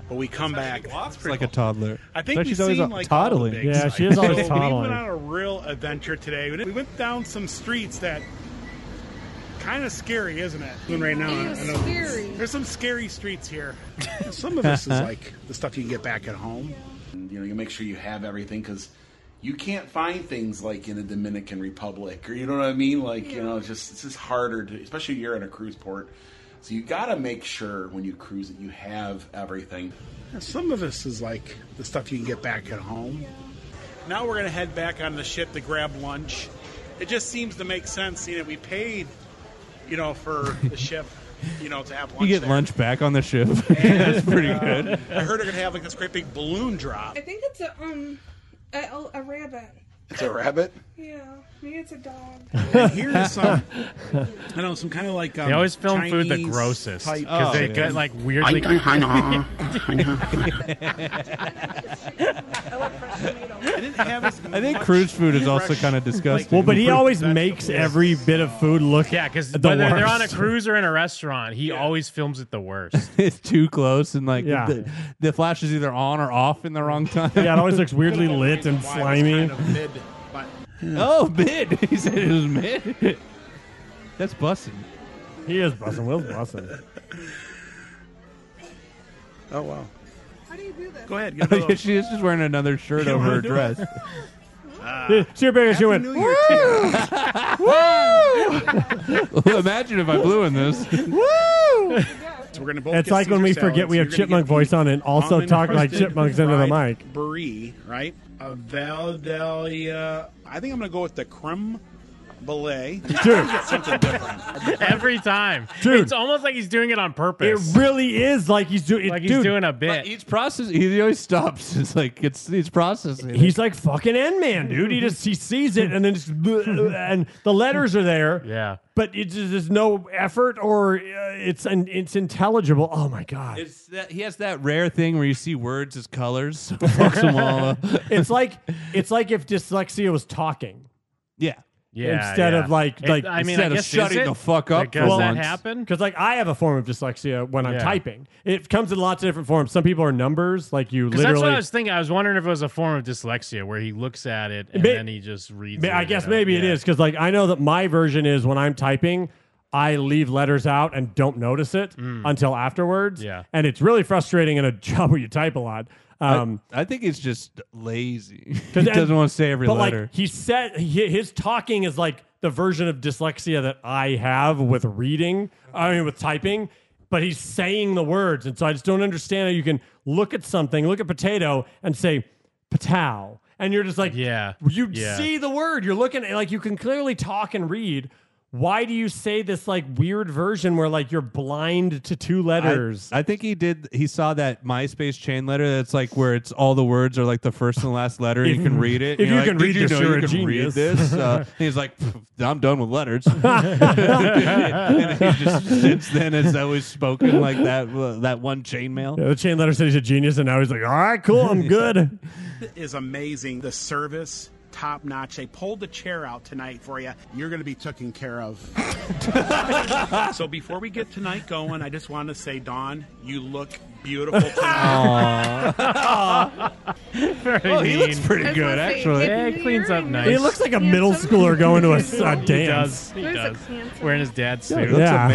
Speaker 8: but we come back. It's
Speaker 4: like a toddler.
Speaker 8: I think
Speaker 4: So
Speaker 8: we
Speaker 4: she's always
Speaker 8: seem
Speaker 4: a-
Speaker 8: like all the
Speaker 4: toddling.
Speaker 8: big
Speaker 3: Yeah,
Speaker 8: sites.
Speaker 3: she is always
Speaker 8: So We
Speaker 3: toddling.
Speaker 8: went on a real adventure today. We went down some streets that kind of scary, isn't it?
Speaker 16: Right now, I don't know.
Speaker 8: There's some scary streets here.
Speaker 9: [laughs] Some of this is like the stuff you can get back at home. And, you know, you make sure you have everything because you can't find things like in the Dominican Republic or you know what I mean. Like you know, it's just it's just harder to, especially you're in a cruise port. So you got to make sure when you cruise that you have everything.
Speaker 8: Some of this is like the stuff you can get back at home. Now we're going to head back on the ship to grab lunch. It just seems to make sense. You know, we paid, you know, for [laughs] the ship, you know, to have lunch.
Speaker 4: You get
Speaker 8: there.
Speaker 4: lunch back on the
Speaker 5: [laughs]
Speaker 4: ship. That's pretty
Speaker 8: Uh,
Speaker 4: good.
Speaker 8: I heard they're going to have like this great big balloon drop.
Speaker 13: I think it's a um a, a rabbit.
Speaker 8: It's a rabbit.
Speaker 13: Yeah, maybe it's a dog.
Speaker 8: And [laughs] here's some, I know, some kind of like. Um,
Speaker 5: they always film food the
Speaker 8: Chinese
Speaker 5: grossest
Speaker 8: type
Speaker 4: Oh,
Speaker 5: because they
Speaker 8: thing.
Speaker 5: get like weirdly.
Speaker 3: [laughs]
Speaker 4: [laughs] I think cruise food is also kind of disgusting.
Speaker 3: Well,
Speaker 4: [laughs]
Speaker 3: but he always makes every bit of food look
Speaker 5: yeah, because
Speaker 3: the [laughs]
Speaker 5: whether they're on a
Speaker 3: worst.
Speaker 5: cruise or in a restaurant, he always films it the worst.
Speaker 4: it's too close and like
Speaker 5: Yeah.
Speaker 4: the, the flash is either on or off in the wrong time.
Speaker 3: Yeah, it always looks weirdly lit
Speaker 9: [laughs]
Speaker 3: and slimy.
Speaker 8: Mid, but
Speaker 4: [laughs] Oh, mid. [laughs] He said it was mid. That's bussing. [laughs]
Speaker 3: He is bussing. Will's bussing.
Speaker 8: Oh wow.
Speaker 12: How do you do this?
Speaker 4: [laughs]
Speaker 9: Go ahead.
Speaker 4: She's just wearing another shirt
Speaker 9: You
Speaker 4: over her
Speaker 9: wanna do
Speaker 4: dress. [laughs]
Speaker 3: She barely she went.
Speaker 4: Imagine if I blew in this.
Speaker 3: Woo!
Speaker 9: So we're gonna both
Speaker 3: It's
Speaker 9: get
Speaker 3: like when
Speaker 9: Caesar
Speaker 3: we forget
Speaker 9: salads.
Speaker 3: we
Speaker 9: You're
Speaker 3: have
Speaker 9: gonna
Speaker 3: chipmunk
Speaker 9: get the
Speaker 3: voice on and also
Speaker 9: almond
Speaker 3: talk like
Speaker 9: crusted
Speaker 3: chipmunks into the
Speaker 9: fried
Speaker 3: mic.
Speaker 9: Brie, right? A Valdelia. I think I'm gonna go with the creme brulee.
Speaker 3: Dude.
Speaker 9: Something different.
Speaker 5: Every time.
Speaker 3: [laughs] Dude.
Speaker 5: It's almost like he's doing it on
Speaker 3: It
Speaker 5: purpose.
Speaker 3: really is like he's doing.
Speaker 5: Like he's doing a bit.
Speaker 4: Each process, he always stops. [laughs] It's like it's he's processing. it.
Speaker 3: He's like fucking N Man, dude. He just he sees it and then just [laughs] and the letters are there.
Speaker 5: Yeah.
Speaker 3: But it's just there's no effort or uh, it's an, it's intelligible. Oh my god!
Speaker 4: It's that, he has that rare thing where you see words as colors. [laughs] So fucks them all up.
Speaker 3: [laughs] it's like it's like if dyslexia was talking.
Speaker 4: Yeah.
Speaker 5: Yeah,
Speaker 3: Instead
Speaker 5: yeah.
Speaker 3: of like
Speaker 5: It-
Speaker 3: like
Speaker 5: I mean, I
Speaker 3: instead of
Speaker 5: guess- is
Speaker 3: shutting
Speaker 5: it?
Speaker 3: the fuck
Speaker 5: Like,
Speaker 3: up.
Speaker 5: does that happen?
Speaker 3: Because like I have a form of dyslexia when I'm
Speaker 5: Yeah.
Speaker 3: typing. It comes in lots of different forms. Some people are numbers, like you
Speaker 5: Because that's what
Speaker 3: literally.
Speaker 5: I was thinking. I was wondering if it was a form of dyslexia where he looks at it and
Speaker 3: May-
Speaker 5: then he just reads.
Speaker 3: Ma-
Speaker 5: it
Speaker 3: I
Speaker 5: and
Speaker 3: guess
Speaker 5: it-
Speaker 3: maybe it
Speaker 5: yeah. [laughs]
Speaker 3: is because like I know that my version is when I'm typing, I leave letters out and don't notice it until afterwards.
Speaker 4: Mm. Yeah.
Speaker 3: and it's really frustrating in a [laughs] job where you type a lot. Um,
Speaker 4: I think it's just lazy. [laughs] He
Speaker 3: 'cause-
Speaker 4: doesn't
Speaker 3: and-
Speaker 4: want to say every
Speaker 3: but,
Speaker 4: letter.
Speaker 3: Like, he said he, his talking is like the version of dyslexia that I have with reading. I mean, with typing. But he's saying the words, and so I just don't understand how you can look at something, look at potato, and say patow, and you're just like,
Speaker 5: Yeah.
Speaker 3: you
Speaker 5: Yeah.
Speaker 3: see the word. You're looking at like you can clearly talk and read. Why do you say this like weird version where like you're blind to two letters?
Speaker 4: I, I think he did. He saw that MySpace chain letter. That's like where it's all the words are like the first and last letter, and
Speaker 3: If-
Speaker 4: you can read
Speaker 3: if
Speaker 4: it. and you're
Speaker 3: you
Speaker 4: like,
Speaker 3: can
Speaker 4: "Did
Speaker 3: read
Speaker 4: you
Speaker 3: this,
Speaker 4: know
Speaker 3: you're
Speaker 4: you
Speaker 3: a
Speaker 4: can
Speaker 3: genius." [laughs]
Speaker 4: Read this. Uh, he's like, "Pff, I'm done with letters. [laughs] and he just since then has always spoken like that. uh, that one chain mail.
Speaker 3: Yeah, the chain letter said he's a genius, and now he's like, all right, cool,
Speaker 4: [laughs]
Speaker 3: I'm good.
Speaker 9: is amazing. The service, top notch. They pulled the chair out tonight for you. You're going to be taken care of. so before we get tonight going, I just want to say, Dawn, you look beautiful tonight.
Speaker 5: Very
Speaker 4: Oh, he
Speaker 5: mean.
Speaker 4: looks pretty good, actually.
Speaker 5: Yeah, he cleans up nice.
Speaker 3: He looks like a middle schooler going to a, s- a
Speaker 5: He
Speaker 3: dance.
Speaker 5: does. He does. Wearing his dad's
Speaker 3: Yeah,
Speaker 5: suit.
Speaker 3: yeah. [laughs]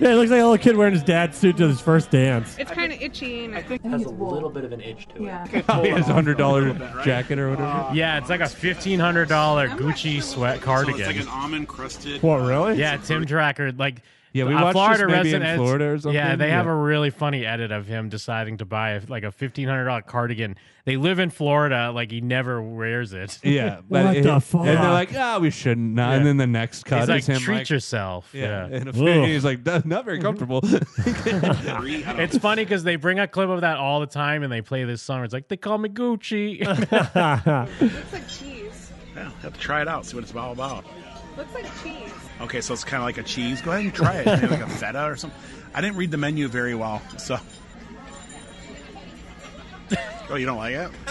Speaker 3: Yeah, he looks like a little kid wearing his dad's suit to his first
Speaker 4: [laughs]
Speaker 3: dance.
Speaker 12: It's kind of itchy. And I think
Speaker 17: Has a little bit of an itch to it.
Speaker 12: Yeah.
Speaker 4: his hundred dollar jacket or whatever.
Speaker 5: Yeah, it's like a fifteen hundred dollar Gucci sweat cardigan.
Speaker 9: like an almond crusted.
Speaker 3: [laughs] What, really?
Speaker 5: [laughs] Yeah, Tim Tracker. Like,
Speaker 4: Yeah, we
Speaker 5: a
Speaker 4: watched
Speaker 5: Florida
Speaker 4: this maybe in
Speaker 5: resident. edits-
Speaker 4: Florida or
Speaker 5: Yeah,
Speaker 4: something.
Speaker 5: they have
Speaker 4: Yeah.
Speaker 5: a really funny edit of him deciding to buy a, like a fifteen hundred dollar cardigan. They live in Florida. Like he never wears it. [laughs]
Speaker 4: Yeah, but it- And they're like, ah, we shouldn't. Nah. And
Speaker 5: Yeah.
Speaker 4: then the next cut
Speaker 5: He's like,
Speaker 4: is him
Speaker 5: treat
Speaker 4: like,
Speaker 5: yourself.
Speaker 4: Yeah,
Speaker 5: Yeah.
Speaker 3: [laughs]
Speaker 4: and a
Speaker 5: Ugh.
Speaker 4: fig- he's like, "That's not very comfortable. [laughs]
Speaker 5: it's funny because they bring a clip of that all the time, and they play this song. It's like they call me Gucci.
Speaker 4: [laughs]
Speaker 5: [laughs]
Speaker 12: Looks like cheese.
Speaker 9: Yeah, have to try it out, see what it's all about.
Speaker 12: Looks like cheese.
Speaker 9: Okay, so it's kind of like a cheese. Go ahead and try it. Maybe like a feta or something. I didn't read the menu very well, so. [laughs] Oh, you don't like it?
Speaker 3: [laughs]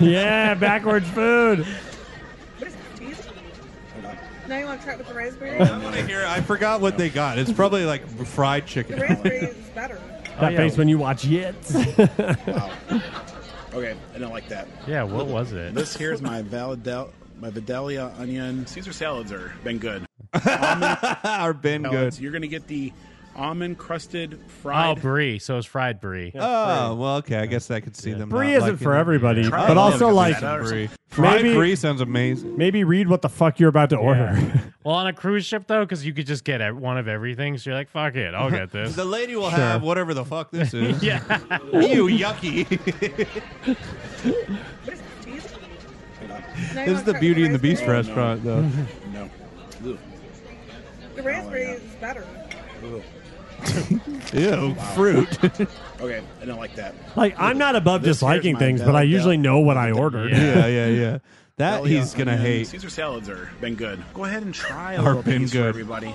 Speaker 3: yeah, backwards food.
Speaker 4: Oh,
Speaker 12: What is it, cheese? Now you want to try it with the raspberry?
Speaker 4: I want to hear. I forgot what they got. It's probably like fried
Speaker 12: the
Speaker 4: chicken. [laughs]
Speaker 12: raspberry is better.
Speaker 3: That face when you watch it.
Speaker 9: Okay, I don't like that.
Speaker 5: Yeah, what was it?
Speaker 9: This here's my Validel, my Vidalia onion Caesar salads are been good. Almond
Speaker 4: are been
Speaker 9: salads. You're gonna get the almond crusted
Speaker 5: oh,
Speaker 9: fried.
Speaker 5: brie. So it's fried brie.
Speaker 4: Oh well, okay. I guess I could see them.
Speaker 3: Brie
Speaker 4: not
Speaker 3: isn't
Speaker 4: liking
Speaker 3: for
Speaker 4: it.
Speaker 3: everybody,
Speaker 4: Yeah.
Speaker 3: but Try also,
Speaker 4: Yeah,
Speaker 3: like,
Speaker 4: some brie. fried
Speaker 3: maybe-
Speaker 4: brie sounds amazing.
Speaker 3: Maybe read what the fuck you're about to order.
Speaker 4: [laughs]
Speaker 5: Well, on a cruise ship though, because you could just get ev- one of everything. So you're like, fuck it, I'll get this.
Speaker 4: the lady will
Speaker 5: Sure.
Speaker 4: have whatever the fuck
Speaker 3: [laughs]
Speaker 4: this is.
Speaker 5: Yeah.
Speaker 4: Ew, yucky.
Speaker 12: Now you wanna
Speaker 4: this is the
Speaker 12: try it with
Speaker 4: Beauty and the Beast
Speaker 12: raspberry?
Speaker 4: restaurant, though.
Speaker 9: No. Ugh.
Speaker 12: The raspberry is better.
Speaker 9: Ugh.
Speaker 4: Ew, fruit.
Speaker 9: Okay, I don't like that.
Speaker 3: Like I'm not above
Speaker 9: This
Speaker 3: disliking
Speaker 9: here's my
Speaker 3: things, but I
Speaker 9: Validel-
Speaker 3: usually know what I ordered.
Speaker 4: [laughs] yeah, yeah, yeah. That
Speaker 9: Vidalia
Speaker 4: he's gonna
Speaker 9: onion
Speaker 4: hate.
Speaker 9: Caesar salads are been good. Go ahead and try a
Speaker 4: Are
Speaker 9: little
Speaker 4: been
Speaker 9: piece
Speaker 4: good.
Speaker 9: for everybody.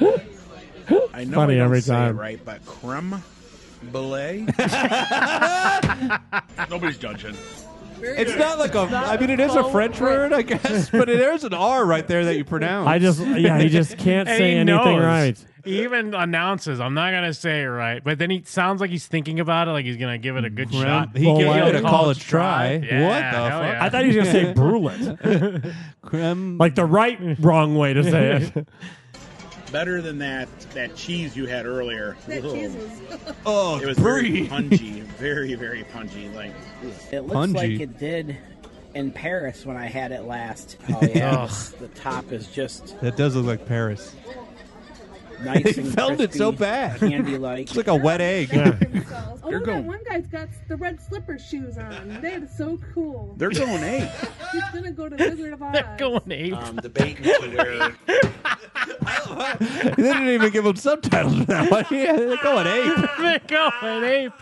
Speaker 9: I know
Speaker 3: Funny
Speaker 9: I don't
Speaker 3: every
Speaker 9: say it
Speaker 3: time.
Speaker 9: right? But
Speaker 4: [laughs]
Speaker 9: creme brulee. Nobody's judging.
Speaker 4: It's not like a. I mean, it is a French word, I guess, but it, there's an R right there that you
Speaker 3: [laughs]
Speaker 4: pronounce.
Speaker 3: I just- yeah, he
Speaker 4: [laughs]
Speaker 3: just can't
Speaker 5: And
Speaker 3: say
Speaker 5: he
Speaker 3: anything
Speaker 5: knows.
Speaker 3: right.
Speaker 5: He even announces, "I'm not gonna say it right," but then he sounds like he's thinking about it, like he's gonna give it a good
Speaker 4: Right.
Speaker 5: shot.
Speaker 4: He gave it a college try.
Speaker 5: Yeah,
Speaker 4: What the
Speaker 5: hell
Speaker 4: fuck?
Speaker 5: yeah.
Speaker 3: I thought he was gonna say
Speaker 5: [laughs]
Speaker 3: brulette, like the right wrong way to say
Speaker 4: [laughs]
Speaker 3: it.
Speaker 9: Better than that that cheese you had earlier.
Speaker 8: That
Speaker 9: Ugh.
Speaker 8: cheese
Speaker 4: Oh,
Speaker 9: it was
Speaker 4: brie.
Speaker 9: very punchy, very very punchy. Like ugh.
Speaker 18: It looks like it did in Paris when I had it last.
Speaker 4: Oh, yeah.
Speaker 18: It's- the top is
Speaker 4: [laughs]
Speaker 18: just
Speaker 4: That does look like Paris.
Speaker 18: nice
Speaker 4: they
Speaker 18: and
Speaker 4: filmed [laughs] it so
Speaker 18: crispy,
Speaker 4: bad.
Speaker 18: candy-like.
Speaker 4: [laughs] It's like a wet egg.
Speaker 8: Oh,
Speaker 4: They're
Speaker 8: look,
Speaker 4: going-
Speaker 8: that one guy's got the red slipper shoes on. That is so cool.
Speaker 9: They're
Speaker 12: [laughs]
Speaker 9: going ape.
Speaker 8: He's gonna go to Wizard of Oz.
Speaker 5: They're going ape.
Speaker 8: Um,
Speaker 9: debating to where
Speaker 4: they didn't even give him subtitles for that
Speaker 5: [laughs]
Speaker 4: one. Yeah, they're going ape.
Speaker 5: They're going ape.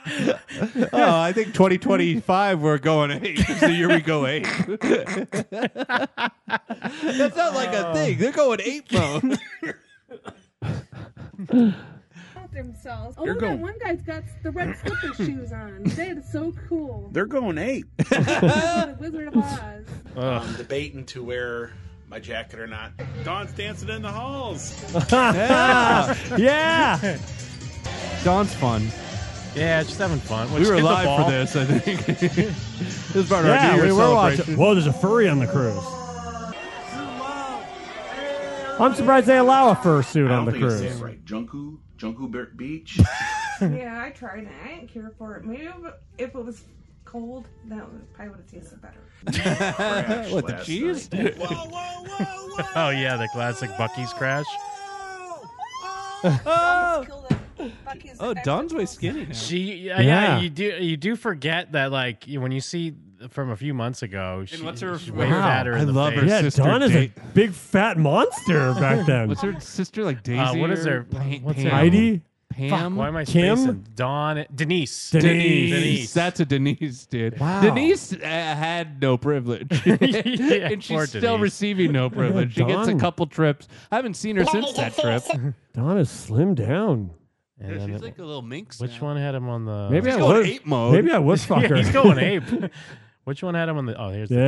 Speaker 4: Oh, I think 2025 we're going ape. It's the year we go ape. That's not like
Speaker 5: Oh.
Speaker 4: a thing. They're going ape mode.
Speaker 8: Help themselves. Oh,
Speaker 9: They're
Speaker 8: look,
Speaker 9: going-
Speaker 8: that one guy's got the red
Speaker 19: [laughs]
Speaker 8: slipper shoes on. That is so cool.
Speaker 9: They're going ape.
Speaker 8: The Wizard of Oz.
Speaker 9: um, debating to wear my jacket or not. Dawn's dancing in the halls.
Speaker 4: yeah. [laughs]
Speaker 3: yeah.
Speaker 4: Dawn's fun.
Speaker 5: Yeah, just having fun.
Speaker 4: we were
Speaker 5: Skip the
Speaker 4: live
Speaker 5: ball.
Speaker 4: for this, I think.
Speaker 5: [laughs]
Speaker 4: this is part of
Speaker 3: yeah,
Speaker 4: our New
Speaker 3: we
Speaker 4: Year's
Speaker 3: were
Speaker 4: celebration.
Speaker 3: watching. Whoa, there's a furry on the cruise. I'm surprised they allow a fursuit on the cruise.
Speaker 2: right. Junku, Junku Be- Beach.
Speaker 8: yeah, I tried it. I didn't care for it. Maybe if- if it was cold, that would, probably would have tasted better.
Speaker 4: What, the cheese?
Speaker 5: oh yeah, the classic Bucky's crash.
Speaker 4: Oh, Dawn's way skinny now.
Speaker 5: She, yeah,
Speaker 4: Yeah.
Speaker 5: yeah, you do you do forget that like you- when you see from a few months ago, she,
Speaker 4: what's her-
Speaker 5: she's way
Speaker 4: Wow.
Speaker 5: fatter. in
Speaker 4: I
Speaker 5: the
Speaker 4: love her
Speaker 5: face.
Speaker 4: Yeah, sister Dawn is a
Speaker 3: date. big fat monster back then.
Speaker 4: What's her sister like? Daisy?
Speaker 5: Uh, what is
Speaker 4: or
Speaker 5: her?
Speaker 4: Pa-
Speaker 5: What's
Speaker 4: Pam?
Speaker 5: her?
Speaker 3: Heidi?
Speaker 4: Pam?
Speaker 5: Fuck, why am I
Speaker 4: Kim?
Speaker 5: spacing? Dawn. Denise.
Speaker 4: Denise.
Speaker 5: Denise.
Speaker 4: That's a Denise, dude.
Speaker 5: Wow.
Speaker 4: Denise uh, had no [laughs] privilege.
Speaker 5: Yeah,
Speaker 4: and she's
Speaker 5: poor
Speaker 4: still
Speaker 5: Denise.
Speaker 4: receiving no privilege. She gets a
Speaker 3: Dawn.
Speaker 4: couple trips. I haven't seen her since that
Speaker 5: [laughs]
Speaker 4: trip.
Speaker 3: Dawn is slimmed down.
Speaker 5: And then it-
Speaker 4: a little minx.
Speaker 5: which one had him on the?
Speaker 3: Maybe He's I going would- ape
Speaker 4: Oh,
Speaker 3: mode. maybe I
Speaker 4: [laughs]
Speaker 3: would fuck
Speaker 5: Yeah,
Speaker 3: her.
Speaker 5: he's going ape. Which one had him on the? Oh, here's the
Speaker 3: Yeah.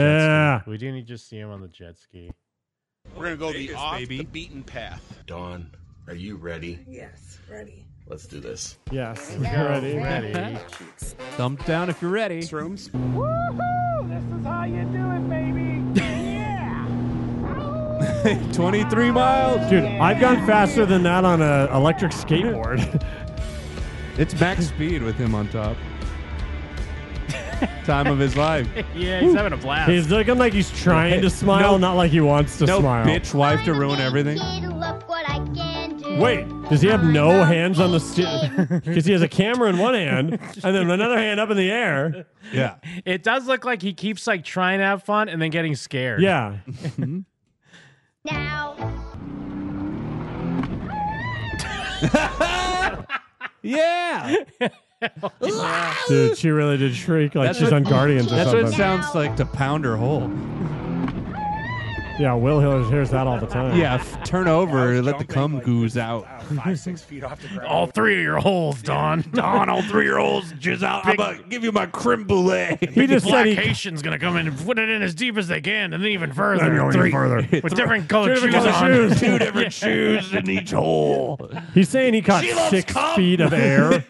Speaker 5: jet ski. We do need to see him on the jet ski.
Speaker 9: We're gonna go the off the beaten path.
Speaker 2: Dawn, are you ready?
Speaker 8: Yes, ready.
Speaker 2: Let's do this.
Speaker 3: [laughs] Yes,
Speaker 2: we
Speaker 4: are ready.
Speaker 5: Ready.
Speaker 4: Thumb down if you're ready.
Speaker 9: Rooms.
Speaker 20: Woohoo! This is how you do it,
Speaker 4: [laughs]
Speaker 20: baby. Yeah.
Speaker 4: 23 miles.
Speaker 3: Dude, I've gone faster than that on an electric
Speaker 4: [laughs]
Speaker 3: skateboard.
Speaker 4: It's max speed with him on [laughs] top. Time of his life.
Speaker 5: Yeah, he's having a blast.
Speaker 3: He's looking like he's trying to smile,
Speaker 4: No-
Speaker 3: not like he wants to
Speaker 4: no
Speaker 3: smile.
Speaker 4: bitch wife to ruin everything.
Speaker 3: Wait, does he have no hands on the [laughs] steering? Because he has a camera in one hand and then another hand up in the air.
Speaker 4: Yeah.
Speaker 5: It does look like he keeps like trying to have fun and then getting scared.
Speaker 3: Yeah.
Speaker 4: [laughs] Yeah.
Speaker 3: Dude, she really did shriek like she's
Speaker 4: what-
Speaker 3: on Guardians or
Speaker 4: That's
Speaker 3: something.
Speaker 4: what it sounds like to pound her whole.
Speaker 3: yeah, Will Hill hears that all the time.
Speaker 4: Yeah, f- turn over and let the cum ooze out.
Speaker 9: Five, six feet off the ground.
Speaker 5: All three of your holes, Don.
Speaker 4: [laughs] Don, all three of your holes, jizz out. I'm gonna give you my creme [laughs] brulee.
Speaker 5: He Black Haitian's gonna come in and put it in as deep as they can, and then even further.
Speaker 4: Then going
Speaker 5: Three-
Speaker 4: further.
Speaker 5: with different colored
Speaker 3: Two
Speaker 5: shoes
Speaker 3: different
Speaker 5: on.
Speaker 3: colored shoes. Two
Speaker 4: different shoes in [laughs] each hole.
Speaker 3: He's saying he caught
Speaker 4: She loves
Speaker 3: six
Speaker 4: cum.
Speaker 3: feet of air.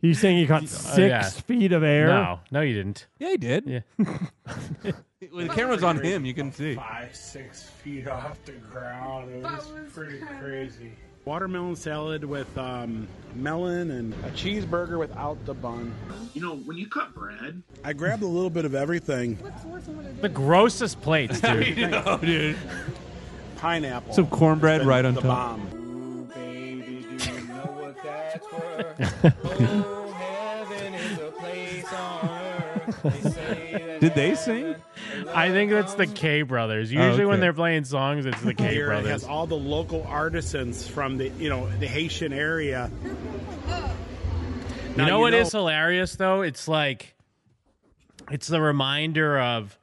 Speaker 3: He's saying he caught six
Speaker 5: yeah.
Speaker 3: feet of air.
Speaker 5: [laughs] No, no, you didn't.
Speaker 4: Yeah, he did.
Speaker 5: Yeah.
Speaker 4: [laughs] the camera's on him. You can see.
Speaker 9: Five, six feet off the ground. It was, pretty crazy. Watermelon salad with um, melon and a cheeseburger without the bun.
Speaker 2: You know, when you cut bread,
Speaker 9: I grabbed a little bit of everything.
Speaker 5: The grossest plates,
Speaker 4: [laughs]
Speaker 5: dude.
Speaker 9: I know,
Speaker 4: dude.
Speaker 9: Pineapple.
Speaker 4: Some cornbread
Speaker 9: Been
Speaker 4: right on
Speaker 9: the
Speaker 4: top.
Speaker 9: Bomb.
Speaker 4: Did they sing?
Speaker 5: I think that's the K brothers. Usually
Speaker 4: okay.
Speaker 5: when they're playing songs, it's the K
Speaker 9: Here it has
Speaker 5: brothers.
Speaker 9: all the local artisans from the you know the Haitian area.
Speaker 5: You
Speaker 9: Now
Speaker 5: know what is hilarious though? It's like it's the reminder of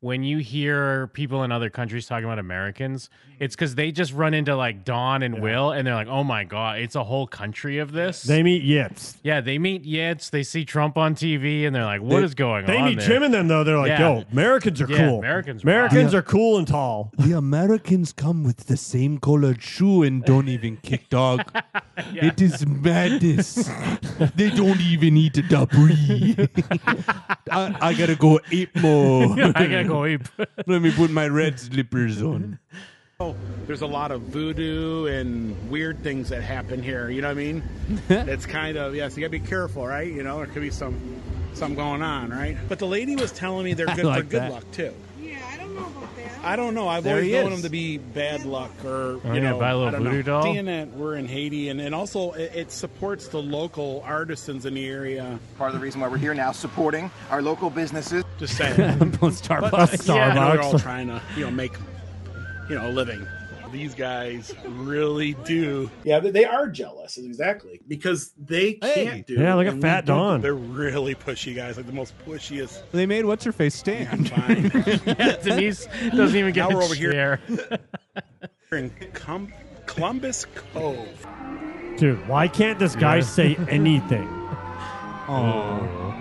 Speaker 5: when you hear people in other countries talking about Americans, it's because they just run into like Don and Will, and they're like, "Oh my god, it's a whole country of this."
Speaker 3: They meet Yips.
Speaker 5: yeah, they meet Yitz, they see Trump on TV, and they're like, "What is going
Speaker 3: they
Speaker 5: on?"
Speaker 3: meet
Speaker 5: there?
Speaker 3: Jim and them though. They're like,
Speaker 5: Yeah.
Speaker 3: yo, Americans are
Speaker 5: Yeah,
Speaker 3: cool.
Speaker 5: Americans rock.
Speaker 3: Americans
Speaker 5: Yeah.
Speaker 3: are cool and tall.
Speaker 4: The Americans come with the same colored shoe and don't even kick dog. [laughs] It is madness. they don't even eat [laughs] debris. I, I gotta go ape [laughs] more.
Speaker 5: [laughs] I gotta go ape.
Speaker 4: Let me put my red slippers on.
Speaker 9: Oh, there's a lot of voodoo and weird things that happen here. You know what I mean? That's kind of yes. You gotta be careful, right? You know, there could be some something going on, right? But the lady was telling me they're
Speaker 8: I
Speaker 9: good for
Speaker 8: like
Speaker 9: good
Speaker 8: that.
Speaker 9: luck too. I don't know. I've
Speaker 8: There
Speaker 9: always
Speaker 8: he
Speaker 9: known them
Speaker 8: is.
Speaker 9: to be bad luck or
Speaker 5: Oh,
Speaker 9: you
Speaker 5: yeah,
Speaker 9: know.
Speaker 5: buy a little
Speaker 9: I don't know.
Speaker 5: voodoo doll.
Speaker 9: Seeing that we're in Haiti, and, and also it, it supports the local artisans in the area. Part of the reason why we're here now, supporting our local businesses. Just saying.
Speaker 3: Starbucks.
Speaker 9: But, you know, they're all
Speaker 3: Starbucks.
Speaker 9: trying to you know make you know a living. These guys really do.
Speaker 8: Yeah, they- they are jealous, exactly.
Speaker 9: Because they can't do.
Speaker 3: Yeah, look at
Speaker 9: and we
Speaker 3: Fat
Speaker 9: do, but
Speaker 3: Don.
Speaker 9: They're really pushy guys, like the most pushiest.
Speaker 4: They made what's her face stand.
Speaker 5: yeah, Denise doesn't even get
Speaker 9: now
Speaker 5: a
Speaker 9: we're over
Speaker 5: chair.
Speaker 9: here in Com- Columbus Cove.
Speaker 3: Dude, why can't this guy
Speaker 9: Yeah.
Speaker 3: say anything?
Speaker 4: Oh.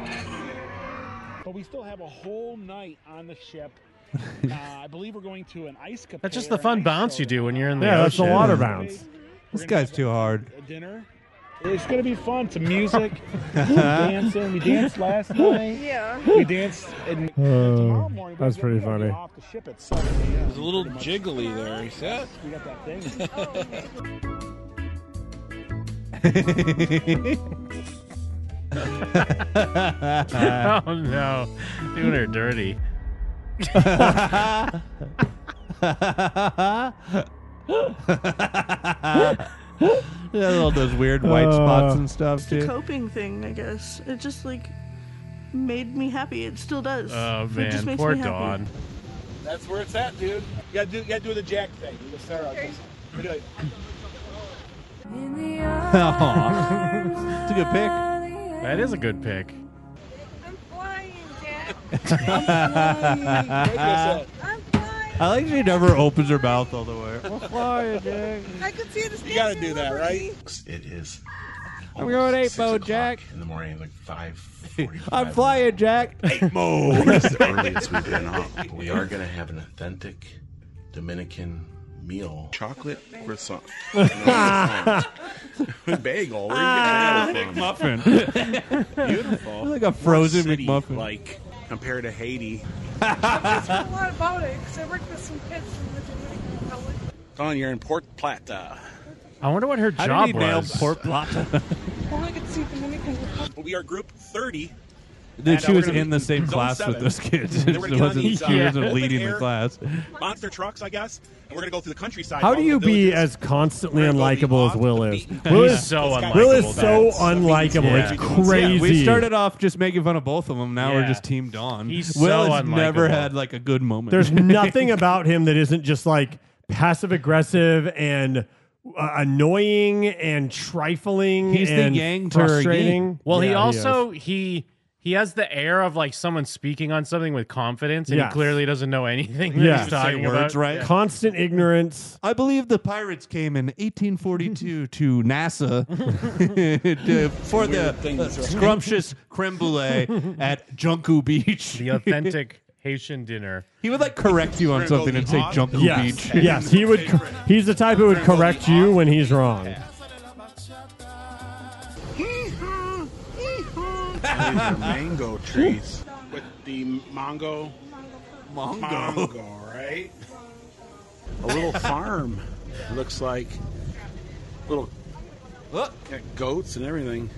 Speaker 9: But we still have a whole night on the ship. Uh, I believe we're going to an ice capade.
Speaker 5: That's just the fun bounce you do when you're in the
Speaker 3: Yeah, that's the
Speaker 5: ocean.
Speaker 3: water bounce.
Speaker 4: This guy's too hard. [laughs]
Speaker 9: dinner. It's gonna be fun. Some [laughs] music, dancing. We danced last night. [laughs] Yeah. Oh, We danced in
Speaker 3: Uh, that's pretty funny.
Speaker 9: off the ship at seven a.m. There's a little jiggly there. He said. We got that
Speaker 21: [laughs]
Speaker 9: [laughs] thing.
Speaker 5: [laughs] oh no, doing her dirty.
Speaker 4: Yeah, all those weird white
Speaker 3: Uh,
Speaker 4: spots and stuff
Speaker 19: It's a
Speaker 4: too.
Speaker 19: coping thing, I guess. It just like made me happy. It still does.
Speaker 5: Oh
Speaker 19: It just
Speaker 5: man,
Speaker 19: makes
Speaker 5: poor
Speaker 19: me happy.
Speaker 5: Dawn.
Speaker 9: That's where it's at, dude. You gotta do, you gotta do the jack thing. Do the Sarah thing. We do it.
Speaker 5: Aw. it's a good pick. That is a good pick.
Speaker 16: [laughs]
Speaker 4: i like she never opens her mouth all the way.
Speaker 13: I could see it.
Speaker 9: You gotta do that, right?
Speaker 21: It is.
Speaker 4: I'm going
Speaker 21: almost
Speaker 4: ape
Speaker 21: six
Speaker 4: mode,
Speaker 21: o'clock
Speaker 4: Jack.
Speaker 21: In the morning, like five
Speaker 4: I'm flying, Jack.
Speaker 21: I think it's the earliest we've been up. but We are gonna have an authentic Dominican meal. Chocolate croissant.
Speaker 9: [laughs] Bagel. Where
Speaker 21: Ah.
Speaker 9: you getting
Speaker 21: McMuffin.
Speaker 9: that
Speaker 21: [laughs]
Speaker 9: from? Beautiful.
Speaker 4: Like a frozen
Speaker 9: What city,
Speaker 4: McMuffin.
Speaker 9: Like compared to Haiti.
Speaker 13: That's a lot about it because I worked with some kids from the Dominican Republic.
Speaker 9: Don, you're in Port Plata.
Speaker 5: I wonder what her
Speaker 9: How did
Speaker 5: job
Speaker 9: he
Speaker 5: was.
Speaker 9: nail Port
Speaker 4: Plata.
Speaker 13: Well, I could see Dominican Republic.
Speaker 9: We are group 30.
Speaker 4: Dude, she was in the same class with those kids.
Speaker 9: She
Speaker 4: She wasn't- she wasn't leading the class.
Speaker 9: Monster trucks, I guess. And we're going to go through the countryside.
Speaker 3: How
Speaker 9: all
Speaker 3: do
Speaker 9: the
Speaker 3: you be
Speaker 9: villages.
Speaker 3: as constantly unlikable as Will is? Will
Speaker 5: He's
Speaker 3: is
Speaker 5: so
Speaker 3: Will is
Speaker 5: unlikable,
Speaker 3: so
Speaker 5: that's-
Speaker 3: unlikable.
Speaker 5: Yeah.
Speaker 3: It's
Speaker 5: Yeah, we
Speaker 3: crazy.
Speaker 9: [laughs]
Speaker 4: we started off just making fun of both of them. Now we're
Speaker 5: Yeah.
Speaker 4: just Team Dawn.
Speaker 5: He's
Speaker 4: Will
Speaker 5: so
Speaker 4: has never
Speaker 5: unlikable.
Speaker 4: had like a good moment. [laughs]
Speaker 5: [laughs]
Speaker 3: There's nothing about him that isn't just like passive aggressive and uh, annoying and trifling.
Speaker 4: He's the
Speaker 3: and
Speaker 4: yang to her
Speaker 3: frustrating.
Speaker 4: yang.
Speaker 5: Well, he
Speaker 3: Yeah,
Speaker 5: also he, he has the air of like someone speaking on something with confidence, and
Speaker 3: Yes.
Speaker 5: he clearly doesn't know anything
Speaker 3: is.
Speaker 5: that
Speaker 3: yeah,
Speaker 5: he's talking about. Yeah.
Speaker 3: Constant ignorance.
Speaker 4: I believe the pirates came in
Speaker 5: [laughs]
Speaker 4: 1842 to NASA [laughs] to- for the
Speaker 5: Weird things,
Speaker 4: uh,
Speaker 5: right?
Speaker 4: scrumptious creme brulee
Speaker 5: [laughs]
Speaker 4: at Junku Beach.
Speaker 9: [laughs]
Speaker 5: The authentic Haitian dinner.
Speaker 4: [laughs] He would like correct you on something and say Junku
Speaker 3: Yes,
Speaker 4: Beach.
Speaker 3: yes, he
Speaker 5: [laughs]
Speaker 3: would. cor- He's the type who would correct you when he's wrong.
Speaker 9: These are mango trees. With the mango. Mango. right? A little farm. Looks like little got goats and everything.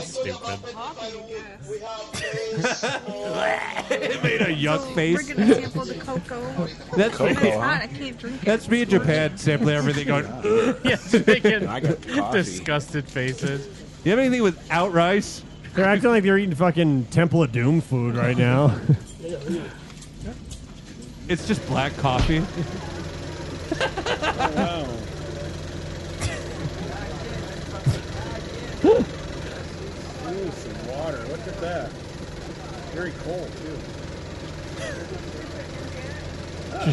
Speaker 5: Stupid. [laughs]
Speaker 4: it made a yuck face.
Speaker 13: We're gonna sample the cocoa.
Speaker 4: That's
Speaker 13: And
Speaker 4: me.
Speaker 13: it's hot. I can't drink it.
Speaker 4: That's me in Japan sampling everything. Going, "Ugh."
Speaker 5: yes, making
Speaker 4: I got coffee.
Speaker 5: disgusted faces.
Speaker 4: you have anything without rice?
Speaker 3: They're acting like they're eating fucking Temple of Doom food right now.
Speaker 4: [laughs] It's just black coffee.
Speaker 9: Ooh, some water. Look at that. Very cold,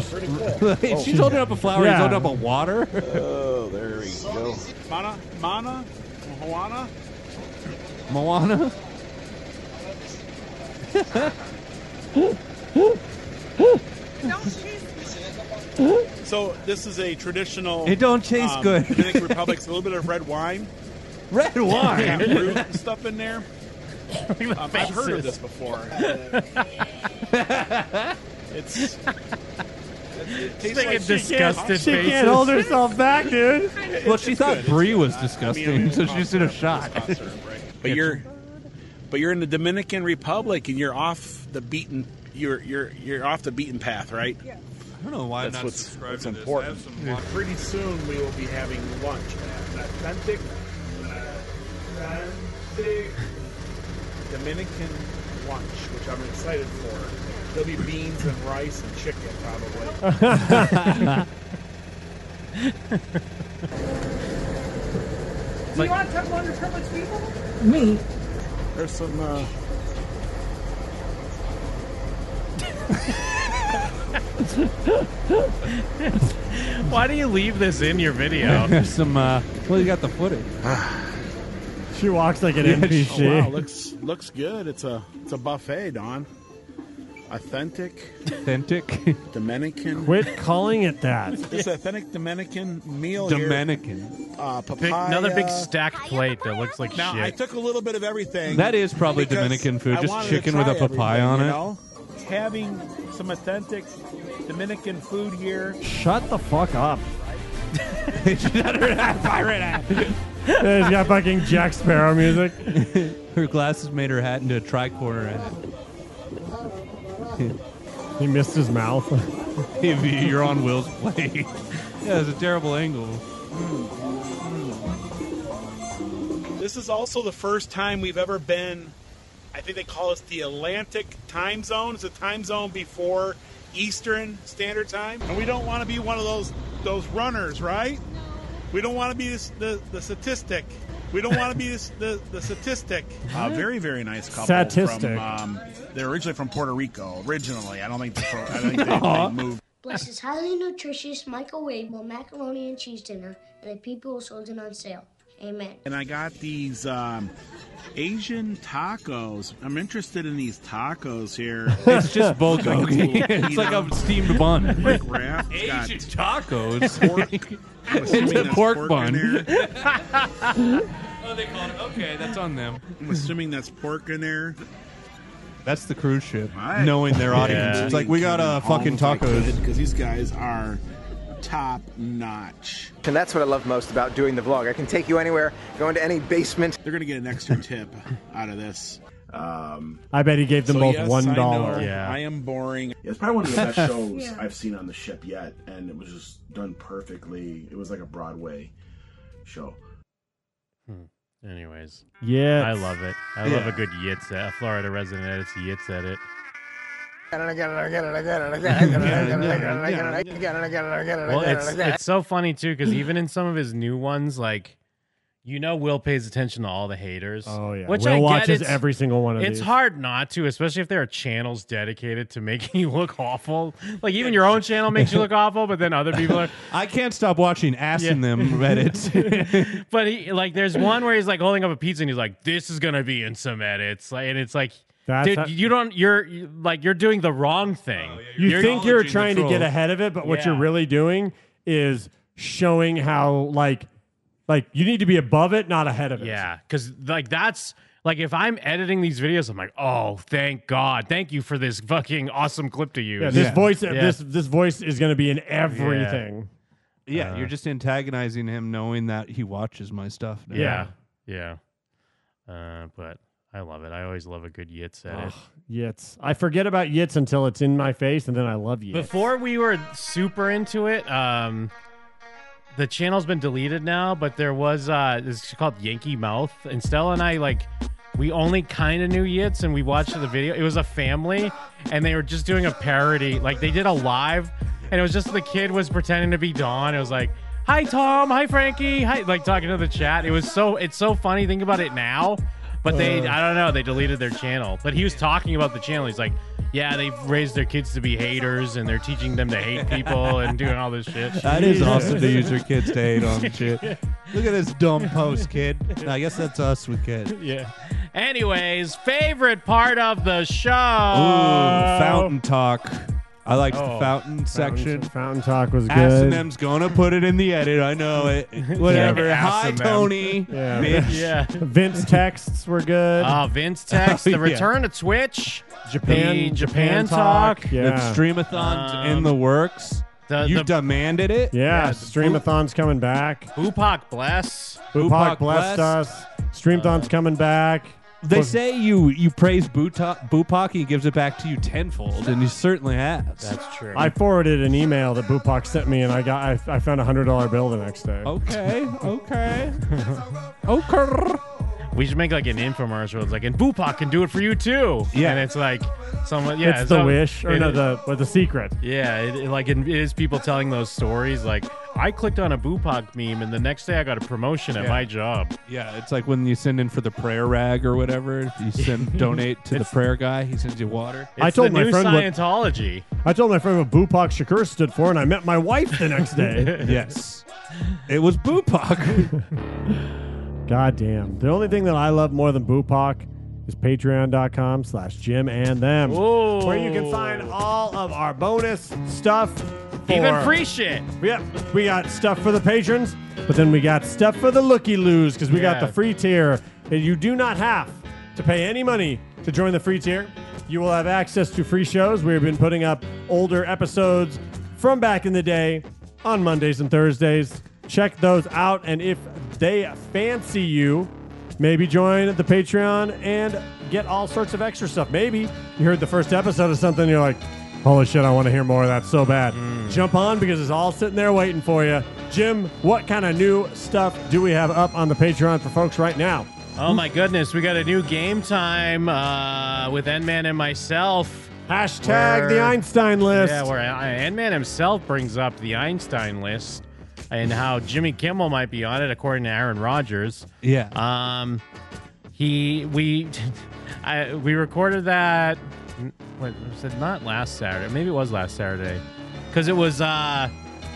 Speaker 9: too. Ah, pretty cool.
Speaker 4: She's holding up a flower. He's
Speaker 9: Yeah.
Speaker 4: holding up a water.
Speaker 21: Oh, there we go.
Speaker 9: Mana, mana, Moana.
Speaker 4: Moana.
Speaker 9: So this is a traditional. um,
Speaker 4: It don't taste
Speaker 3: [laughs]
Speaker 4: good.
Speaker 9: Dominican Republic's a little bit of red wine.
Speaker 4: Red wine?
Speaker 9: Got fruit and stuff in there.
Speaker 4: the
Speaker 9: Um, I've heard of
Speaker 4: faces.
Speaker 9: this before. Uh, it's. It's
Speaker 5: like a disgusted
Speaker 3: [laughs] She can't hold herself back, dude.
Speaker 4: [laughs] well, she thought Brie was disgusting, so she just did a shot.
Speaker 9: But you're, but you're in the Dominican Republic, and you're off the beaten. You're you're you're off the beaten path, right? Yeah.
Speaker 4: I don't know why
Speaker 9: That's what's- what's important.
Speaker 8: Pretty soon we will be having lunch. Authentic, authentic Dominican lunch, which I'm excited for. There'll be beans and rice and chicken,
Speaker 12: [laughs]
Speaker 8: probably.
Speaker 12: Do you want to talk about underprivileged people?
Speaker 8: Me. There's some. Uh...
Speaker 5: Why do you leave this in your video?
Speaker 4: There's some. Uh, well, you got the footage.
Speaker 3: she walks like an
Speaker 9: Oh,
Speaker 3: NPC.
Speaker 9: wow, looks looks good. It's a it's a buffet, Don. Authentic, [laughs]
Speaker 4: authentic
Speaker 3: [laughs]
Speaker 9: Dominican.
Speaker 3: Quit calling it that.
Speaker 9: This authentic Dominican meal. here.
Speaker 4: [laughs] Dominican.
Speaker 9: Uh,
Speaker 5: Big,
Speaker 9: papaya.
Speaker 5: another big stacked plate that looks like
Speaker 9: Now I
Speaker 5: shit.
Speaker 9: took a little bit of everything.
Speaker 4: That is probably
Speaker 9: because
Speaker 4: Dominican food,
Speaker 9: I
Speaker 4: just
Speaker 9: wanted to
Speaker 4: chicken with a
Speaker 9: try
Speaker 4: papaya
Speaker 9: everything,
Speaker 4: on
Speaker 9: you
Speaker 4: it.
Speaker 9: know? Having some authentic Dominican food here.
Speaker 3: Shut the fuck up.
Speaker 4: Pirate hat.
Speaker 3: He's got fucking Jack Sparrow music.
Speaker 4: her glasses made her hat into a tricorner hat.
Speaker 3: He missed his mouth.
Speaker 4: If you're on Will's plate. [laughs] yeah, it's a terrible angle.
Speaker 9: This is also the first time we've ever been. I think they call us the Atlantic time zone. It's a time zone before Eastern Standard Time, and we don't want to be one of those those runners, right? We don't want to be this, the the statistic. We don't want to be this, the the statistic. Uh, very very nice couple.
Speaker 3: Statistic.
Speaker 9: From, um, they're originally from Puerto Rico. Originally, I don't think they're from, I think they, they
Speaker 3: Aw.
Speaker 9: moved.
Speaker 14: Bless this highly nutritious microwavable macaroni and cheese dinner at a people sold it on sale. Amen.
Speaker 9: And I got these um, Asian tacos. I'm interested in these tacos here.
Speaker 4: It's
Speaker 5: [laughs]
Speaker 4: just bulgogi. [laughs] it's like a steamed bun. [laughs]
Speaker 9: Like [laughs] wrap. It's got
Speaker 4: Asian tacos.
Speaker 9: Pork. [laughs] I'm assuming
Speaker 4: it's a
Speaker 9: that's
Speaker 4: pork,
Speaker 9: pork
Speaker 4: bun.
Speaker 9: in
Speaker 4: oh, they called it. Okay, that's on them.
Speaker 9: I'm assuming that's pork in there.
Speaker 4: [laughs] That's the cruise ship.
Speaker 9: I-
Speaker 4: Knowing their audience, it's like we got uh, fucking [laughs] tacos.
Speaker 9: because these guys are top notch.
Speaker 22: And that's what I love most about doing the vlog. I can take you anywhere, go into any basement.
Speaker 9: They're gonna get an extra tip out of this. Um,
Speaker 3: I bet he gave them both
Speaker 9: yes,
Speaker 3: one
Speaker 9: I know
Speaker 3: dollar.
Speaker 9: I am boring.
Speaker 23: It's probably one of the best shows
Speaker 12: Yeah.
Speaker 23: I've seen on the ship yet, and it was just done perfectly. It was like a Broadway show.
Speaker 5: Anyways,
Speaker 3: Yitz.
Speaker 5: I love it. I love
Speaker 3: Yeah.
Speaker 5: a good yitz. A Florida resident edits yitz at it. Well, it's it's so funny too because even in some of his new ones, like you know, Will pays attention to all the haters.
Speaker 3: Oh yeah,
Speaker 5: which
Speaker 3: Will
Speaker 5: I get,
Speaker 3: watches
Speaker 5: it's-
Speaker 3: every single one of
Speaker 5: It's
Speaker 3: these.
Speaker 5: hard not to, especially if there are channels dedicated to making [laughs] you look awful. Like even your own channel makes you look awful, but then other people are. [laughs]
Speaker 4: I can't stop watching ass in them [laughs] Reddit.
Speaker 5: but he like there's one where he's like holding up a pizza and he's like, "This is gonna be in some edits," like, and it's like.
Speaker 3: That's
Speaker 5: Dude,
Speaker 3: how-
Speaker 5: you don't. You're you- like you're doing the wrong thing.
Speaker 3: You think you're trying to get ahead of it, but what
Speaker 5: Yeah.
Speaker 3: you're really doing is showing how like like you need to be above it, not ahead of it.
Speaker 5: Yeah, because like that's like if I'm editing these videos, I'm like, oh, thank God, thank you for this fucking awesome clip to use.
Speaker 3: Yeah, this voice
Speaker 5: Yeah.
Speaker 3: this this voice is going to be in everything.
Speaker 4: yeah,
Speaker 5: Uh,
Speaker 4: you're just antagonizing him, knowing that he watches my stuff. Now.
Speaker 5: yeah, yeah. Uh, but I love it. I always love a good yitz edit.
Speaker 3: Ugh, Yitz. I forget about Yitz until it's in my face, and then I love Yitz.
Speaker 5: Before we were super into it, um, the channel's been deleted now, but there was uh, this called Yankee Mouth, and Stella and I like. We only kind of knew Yitz, and we watched the video. It was a family, and they were just doing a parody. Like they did a live, and it was just the kid was pretending to be Dawn. It was like, hi Tom, hi Frankie, hi like talking to the chat. It was so it's so funny. Think about it now. But they,
Speaker 4: Uh.
Speaker 5: I don't know, they deleted their channel. But he was talking about the channel. He's like, yeah, they've raised their kids to be haters and they're teaching them to hate people and doing all this shit.
Speaker 4: That is awesome to
Speaker 5: [laughs]
Speaker 4: use your kids to hate on [laughs] shit. Look at this dumb post, kid. I guess that's us with kids.
Speaker 5: Yeah. Anyways, favorite part of the show.
Speaker 4: Ooh, fountain talk. I liked
Speaker 5: Oh,
Speaker 4: the fountain section.
Speaker 3: Fountain talk was good.
Speaker 4: S&M's gonna put it in the edit. I
Speaker 3: [laughs]
Speaker 4: know it. Whatever.
Speaker 5: Yeah,
Speaker 4: Hi,
Speaker 5: S&M.
Speaker 4: Tony.
Speaker 3: Yeah.
Speaker 4: Bitch.
Speaker 5: Yeah.
Speaker 3: Vince texts were good.
Speaker 5: Uh, Vince
Speaker 3: [laughs]
Speaker 5: text,
Speaker 3: Oh,
Speaker 5: the
Speaker 3: yeah.
Speaker 5: return of Twitch,
Speaker 3: Japan-
Speaker 5: the
Speaker 3: Japan
Speaker 5: Japan
Speaker 3: talk.
Speaker 5: talk.
Speaker 3: Yeah.
Speaker 4: The streamathon's in the works.
Speaker 5: Um, the-
Speaker 4: you
Speaker 5: the-
Speaker 4: demanded it.
Speaker 3: Yeah,
Speaker 4: the
Speaker 3: Streamathon's coming back.
Speaker 5: Bupak bless.
Speaker 3: Bupak blessed us. Streamthon's coming back.
Speaker 4: They
Speaker 3: Well,
Speaker 4: say you you praise Buta- Bupak and he gives it back to you tenfold, and he certainly has. That's
Speaker 5: true.
Speaker 3: I forwarded an email that Bupak sent me, and I got I, I found a hundred dollar bill the next day.
Speaker 4: Oh, okay,
Speaker 3: [laughs]
Speaker 4: okay.
Speaker 5: Okay. We should make like an infomercial. It's like, and Bupak can do it for you too.
Speaker 3: Yeah.
Speaker 5: And it's like someone, yeah.
Speaker 3: it's the
Speaker 5: so-
Speaker 3: wish or
Speaker 5: it-
Speaker 3: no the but the secret.
Speaker 5: Yeah, it, it- like it is people telling those stories. Like I clicked on a Bupak meme, and the next day I got a promotion at
Speaker 4: Yeah.
Speaker 5: my job.
Speaker 4: Yeah, it's like when you send in for the prayer rag or whatever. If
Speaker 3: [laughs]
Speaker 4: you send donate to the prayer guy, he sends you water.
Speaker 3: I told my friend what-
Speaker 5: Scientology.
Speaker 3: I told my friend what Bupak Shakur stood for, and I met my wife the next day.
Speaker 4: yes, it
Speaker 3: [laughs]
Speaker 4: was Bupak.
Speaker 3: God damn. The only thing that I love more than Bupak is patreon.com slash Jim and them. Where you can find all of our bonus stuff.
Speaker 5: Even
Speaker 3: for-
Speaker 5: free shit.
Speaker 3: Yep. We got stuff for the patrons, but then we got stuff for the looky loos because we got
Speaker 5: Yeah.
Speaker 3: the free tier that you do not have to pay any money to join the free tier. You will have access to free shows. We've been putting up older episodes from back in the day on Mondays and Thursdays. Check those out. And if they fancy you, maybe join the Patreon and get all sorts of extra stuff. Maybe you heard the first episode of something, you're like, Holy shit, I want to hear more of that so bad.
Speaker 5: Mm.
Speaker 3: Jump on because it's all sitting there waiting for you. Jim, what kind of new stuff do we have up on the Patreon for folks right now?
Speaker 5: Oh my goodness, we got a new game time uh, with Endman and myself.
Speaker 3: Hashtag the Einstein list.
Speaker 5: Yeah, where Endman himself brings up the Einstein list and how Jimmy Kimmel might be on it, according to Aaron Rodgers.
Speaker 4: Yeah.
Speaker 5: Um, he we [laughs] I we recorded that. What was it? Not last Saturday. Maybe it was last Saturday because it was uh,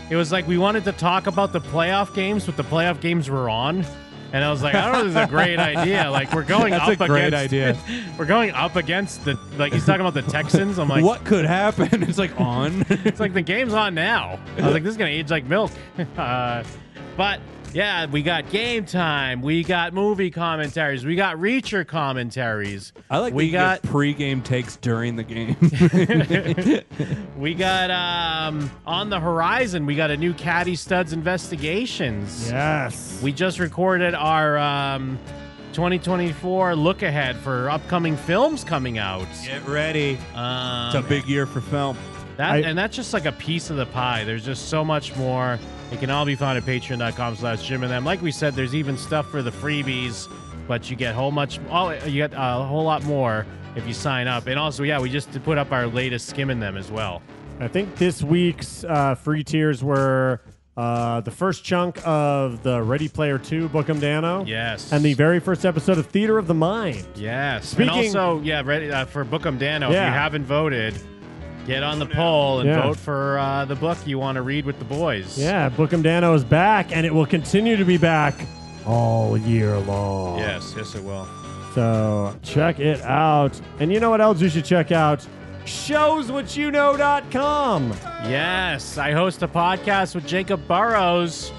Speaker 5: it was like we wanted to talk about the playoff games, but the playoff games were on. And I was like, I don't know, this is a great idea. Like we're
Speaker 4: [laughs]
Speaker 5: going
Speaker 4: That's
Speaker 5: up
Speaker 4: a great
Speaker 5: against,
Speaker 4: idea.
Speaker 5: [laughs] we're going up against the like he's talking about the Texans. I'm like,
Speaker 4: what could happen? It's like
Speaker 3: [laughs]
Speaker 4: on.
Speaker 5: it's like the game's on now. I was like, this is gonna age like milk. [laughs] Uh, but yeah, we got game time. We got movie commentaries. We got Reacher commentaries.
Speaker 4: I like
Speaker 5: we
Speaker 4: we
Speaker 5: got
Speaker 4: got pregame takes during the game. [laughs]
Speaker 5: we got um on the horizon. We got a new Caddy Studs investigations.
Speaker 3: Yes.
Speaker 5: We just recorded our um 2024 look ahead for upcoming films coming out.
Speaker 4: Get ready.
Speaker 5: Um,
Speaker 4: it's a big year for film.
Speaker 5: That
Speaker 4: I-
Speaker 5: and that's just like a piece of the pie. There's just so much more. It can all be found at patreon.com slash Jim and them. Like we said, there's even stuff for the freebies, but you get whole much oh you get a whole lot more if you sign up. And also, yeah, we just put up our latest skim in them as well.
Speaker 3: I think this week's uh, free tiers were uh, the first chunk of the Ready Player 2 Bookem Dano.
Speaker 5: Yes.
Speaker 3: And the very first episode of Theater of the Mind.
Speaker 5: Yes.
Speaker 3: Speaking-
Speaker 5: and also, yeah, ready uh, for Bookum Dano. If
Speaker 3: Yeah.
Speaker 5: you haven't voted, get on the poll and
Speaker 3: Yeah.
Speaker 5: vote for uh, the book you want to read with the boys.
Speaker 3: Yeah, Bookem Dano is back, and it will continue to be back all year long.
Speaker 5: Yes, yes it will.
Speaker 3: So check it out. And you know what else you should check out? Showswhatyouknow.com.
Speaker 5: Yes, I host a podcast with Jacob Burrows.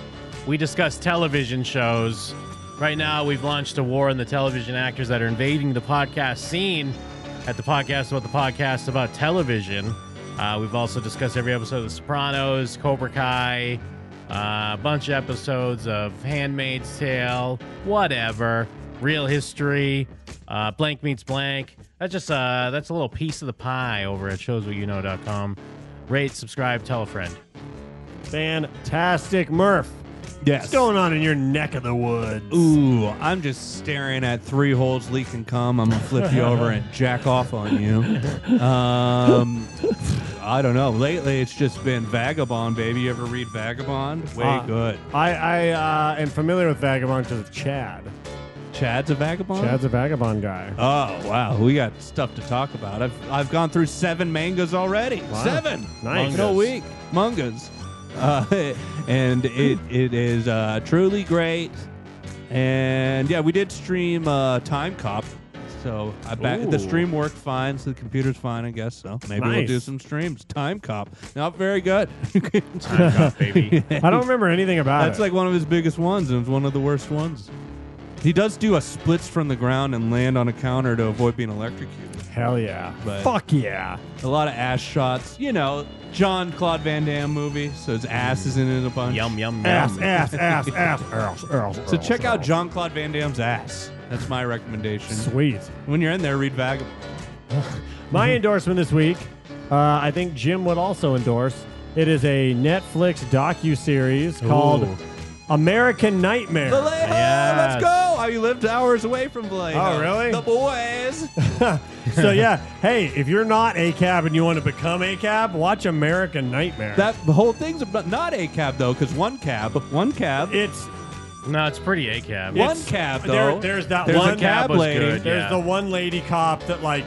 Speaker 5: We discuss television shows. Right now, we've launched a war on the television actors that are invading the podcast scene at the podcast about the podcast about television. Uh, we've also discussed every episode of The Sopranos, Cobra Kai, uh, a bunch of episodes of Handmaid's Tale, whatever, Real History, uh, Blank Meets Blank. That's just uh, that's a little piece of the pie over at showswhatyouknow.com. Rate, subscribe, tell a friend.
Speaker 3: Fantastic Murph.
Speaker 4: Yes.
Speaker 3: What's going on in your neck of the woods?
Speaker 4: Ooh, I'm just staring at three holes leaking cum. I'm gonna flip you over and jack off on you. Um, I don't know. Lately, it's just been Vagabond, baby. You ever read Vagabond? Way
Speaker 3: Uh,
Speaker 4: good.
Speaker 3: I, I uh, am familiar with Vagabond because of Chad.
Speaker 4: Chad's a vagabond.
Speaker 3: Chad's a vagabond guy.
Speaker 4: Oh wow, we got stuff to talk about. I've I've gone through seven mangas already.
Speaker 3: Wow.
Speaker 4: Seven,
Speaker 3: Nice.
Speaker 4: in a week. Mangas, uh, [laughs] and it it is uh, truly great. And yeah, we did stream uh, Time Cop, so I ba- the
Speaker 3: Ooh.
Speaker 4: stream worked fine, so the computer's fine, I guess. So maybe we'll
Speaker 3: Nice.
Speaker 4: do some streams. Time Cop, not very good. [laughs]
Speaker 3: Time Cop, baby. [laughs] I don't remember anything about
Speaker 4: That's
Speaker 3: it.
Speaker 4: like one of his biggest ones, and it's one of the worst ones. He does do a splits from the ground and land on a counter to avoid being electrocuted.
Speaker 3: Hell yeah.
Speaker 4: But
Speaker 3: Fuck yeah.
Speaker 4: A lot of ass shots. You know, John Claude Van Damme movie, so his ass is in it a bunch. Yum, yum,
Speaker 3: Ass, ass, ass, ass, ass, ass,
Speaker 4: So
Speaker 3: ass,
Speaker 4: check out
Speaker 3: ass.
Speaker 4: John Claude Van Damme's ass. That's my recommendation.
Speaker 3: Sweet.
Speaker 4: When you're in there, read Vagabond.
Speaker 3: My endorsement this week, uh, I think Jim would also endorse. It is a Netflix docu series called
Speaker 4: Ooh.
Speaker 3: American Nightmare.
Speaker 4: Vallejo, let's go. I lived hours away from Vallejo.
Speaker 3: Oh, really?
Speaker 4: The
Speaker 3: [laughs]
Speaker 4: boys.
Speaker 3: so yeah, hey, if you're not a cab and you want to become a cab, watch American Nightmare.
Speaker 4: That whole thing's about not a cab though, because one cab, one cab.
Speaker 3: It's
Speaker 5: no, it's pretty a cab.
Speaker 4: One
Speaker 3: It's-
Speaker 4: cab
Speaker 3: there-
Speaker 4: though.
Speaker 3: there's that
Speaker 4: a
Speaker 3: one
Speaker 4: cab
Speaker 5: was
Speaker 4: lady.
Speaker 5: good,
Speaker 3: There's
Speaker 5: yeah.
Speaker 3: the one lady cop that like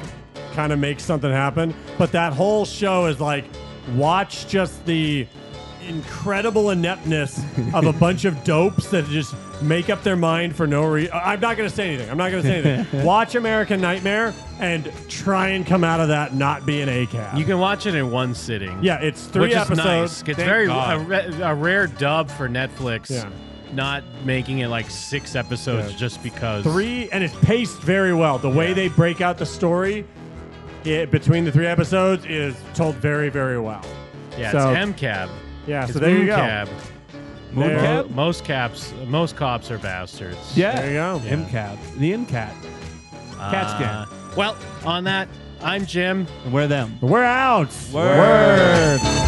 Speaker 3: kind of makes something happen, but that whole show is like watch just the incredible ineptness of a bunch
Speaker 5: [laughs]
Speaker 3: of dopes that just make up their mind for no reason. I'm not going to say anything. I'm not going to say
Speaker 5: [laughs]
Speaker 3: anything. watch American Nightmare and try and come out of that not being a cab.
Speaker 5: You can watch it in one sitting.
Speaker 3: Yeah, it's three
Speaker 5: which
Speaker 3: episodes.
Speaker 5: Is nice.
Speaker 3: Thank
Speaker 5: It's very
Speaker 3: God.
Speaker 5: a, ra- a rare dub for Netflix.
Speaker 3: Yeah.
Speaker 5: Not making it like six episodes
Speaker 3: Yeah.
Speaker 5: just because.
Speaker 3: three and it's paced very well the way they break out the story it, between the three episodes is told very very well
Speaker 5: Yeah,
Speaker 3: So-
Speaker 5: it's M cab.
Speaker 3: yeah
Speaker 5: It's
Speaker 3: so there
Speaker 5: moon
Speaker 3: you go
Speaker 5: Cab.
Speaker 3: Moon
Speaker 5: Mo-
Speaker 3: cab?
Speaker 5: Most caps, most cops are bastards.
Speaker 4: Yeah.
Speaker 3: There you go.
Speaker 4: M cab. The M cat. Cat scan.
Speaker 5: Uh, Well, on that, I'm Jim.
Speaker 4: We're them.
Speaker 3: We're out.
Speaker 4: Word.
Speaker 3: Word.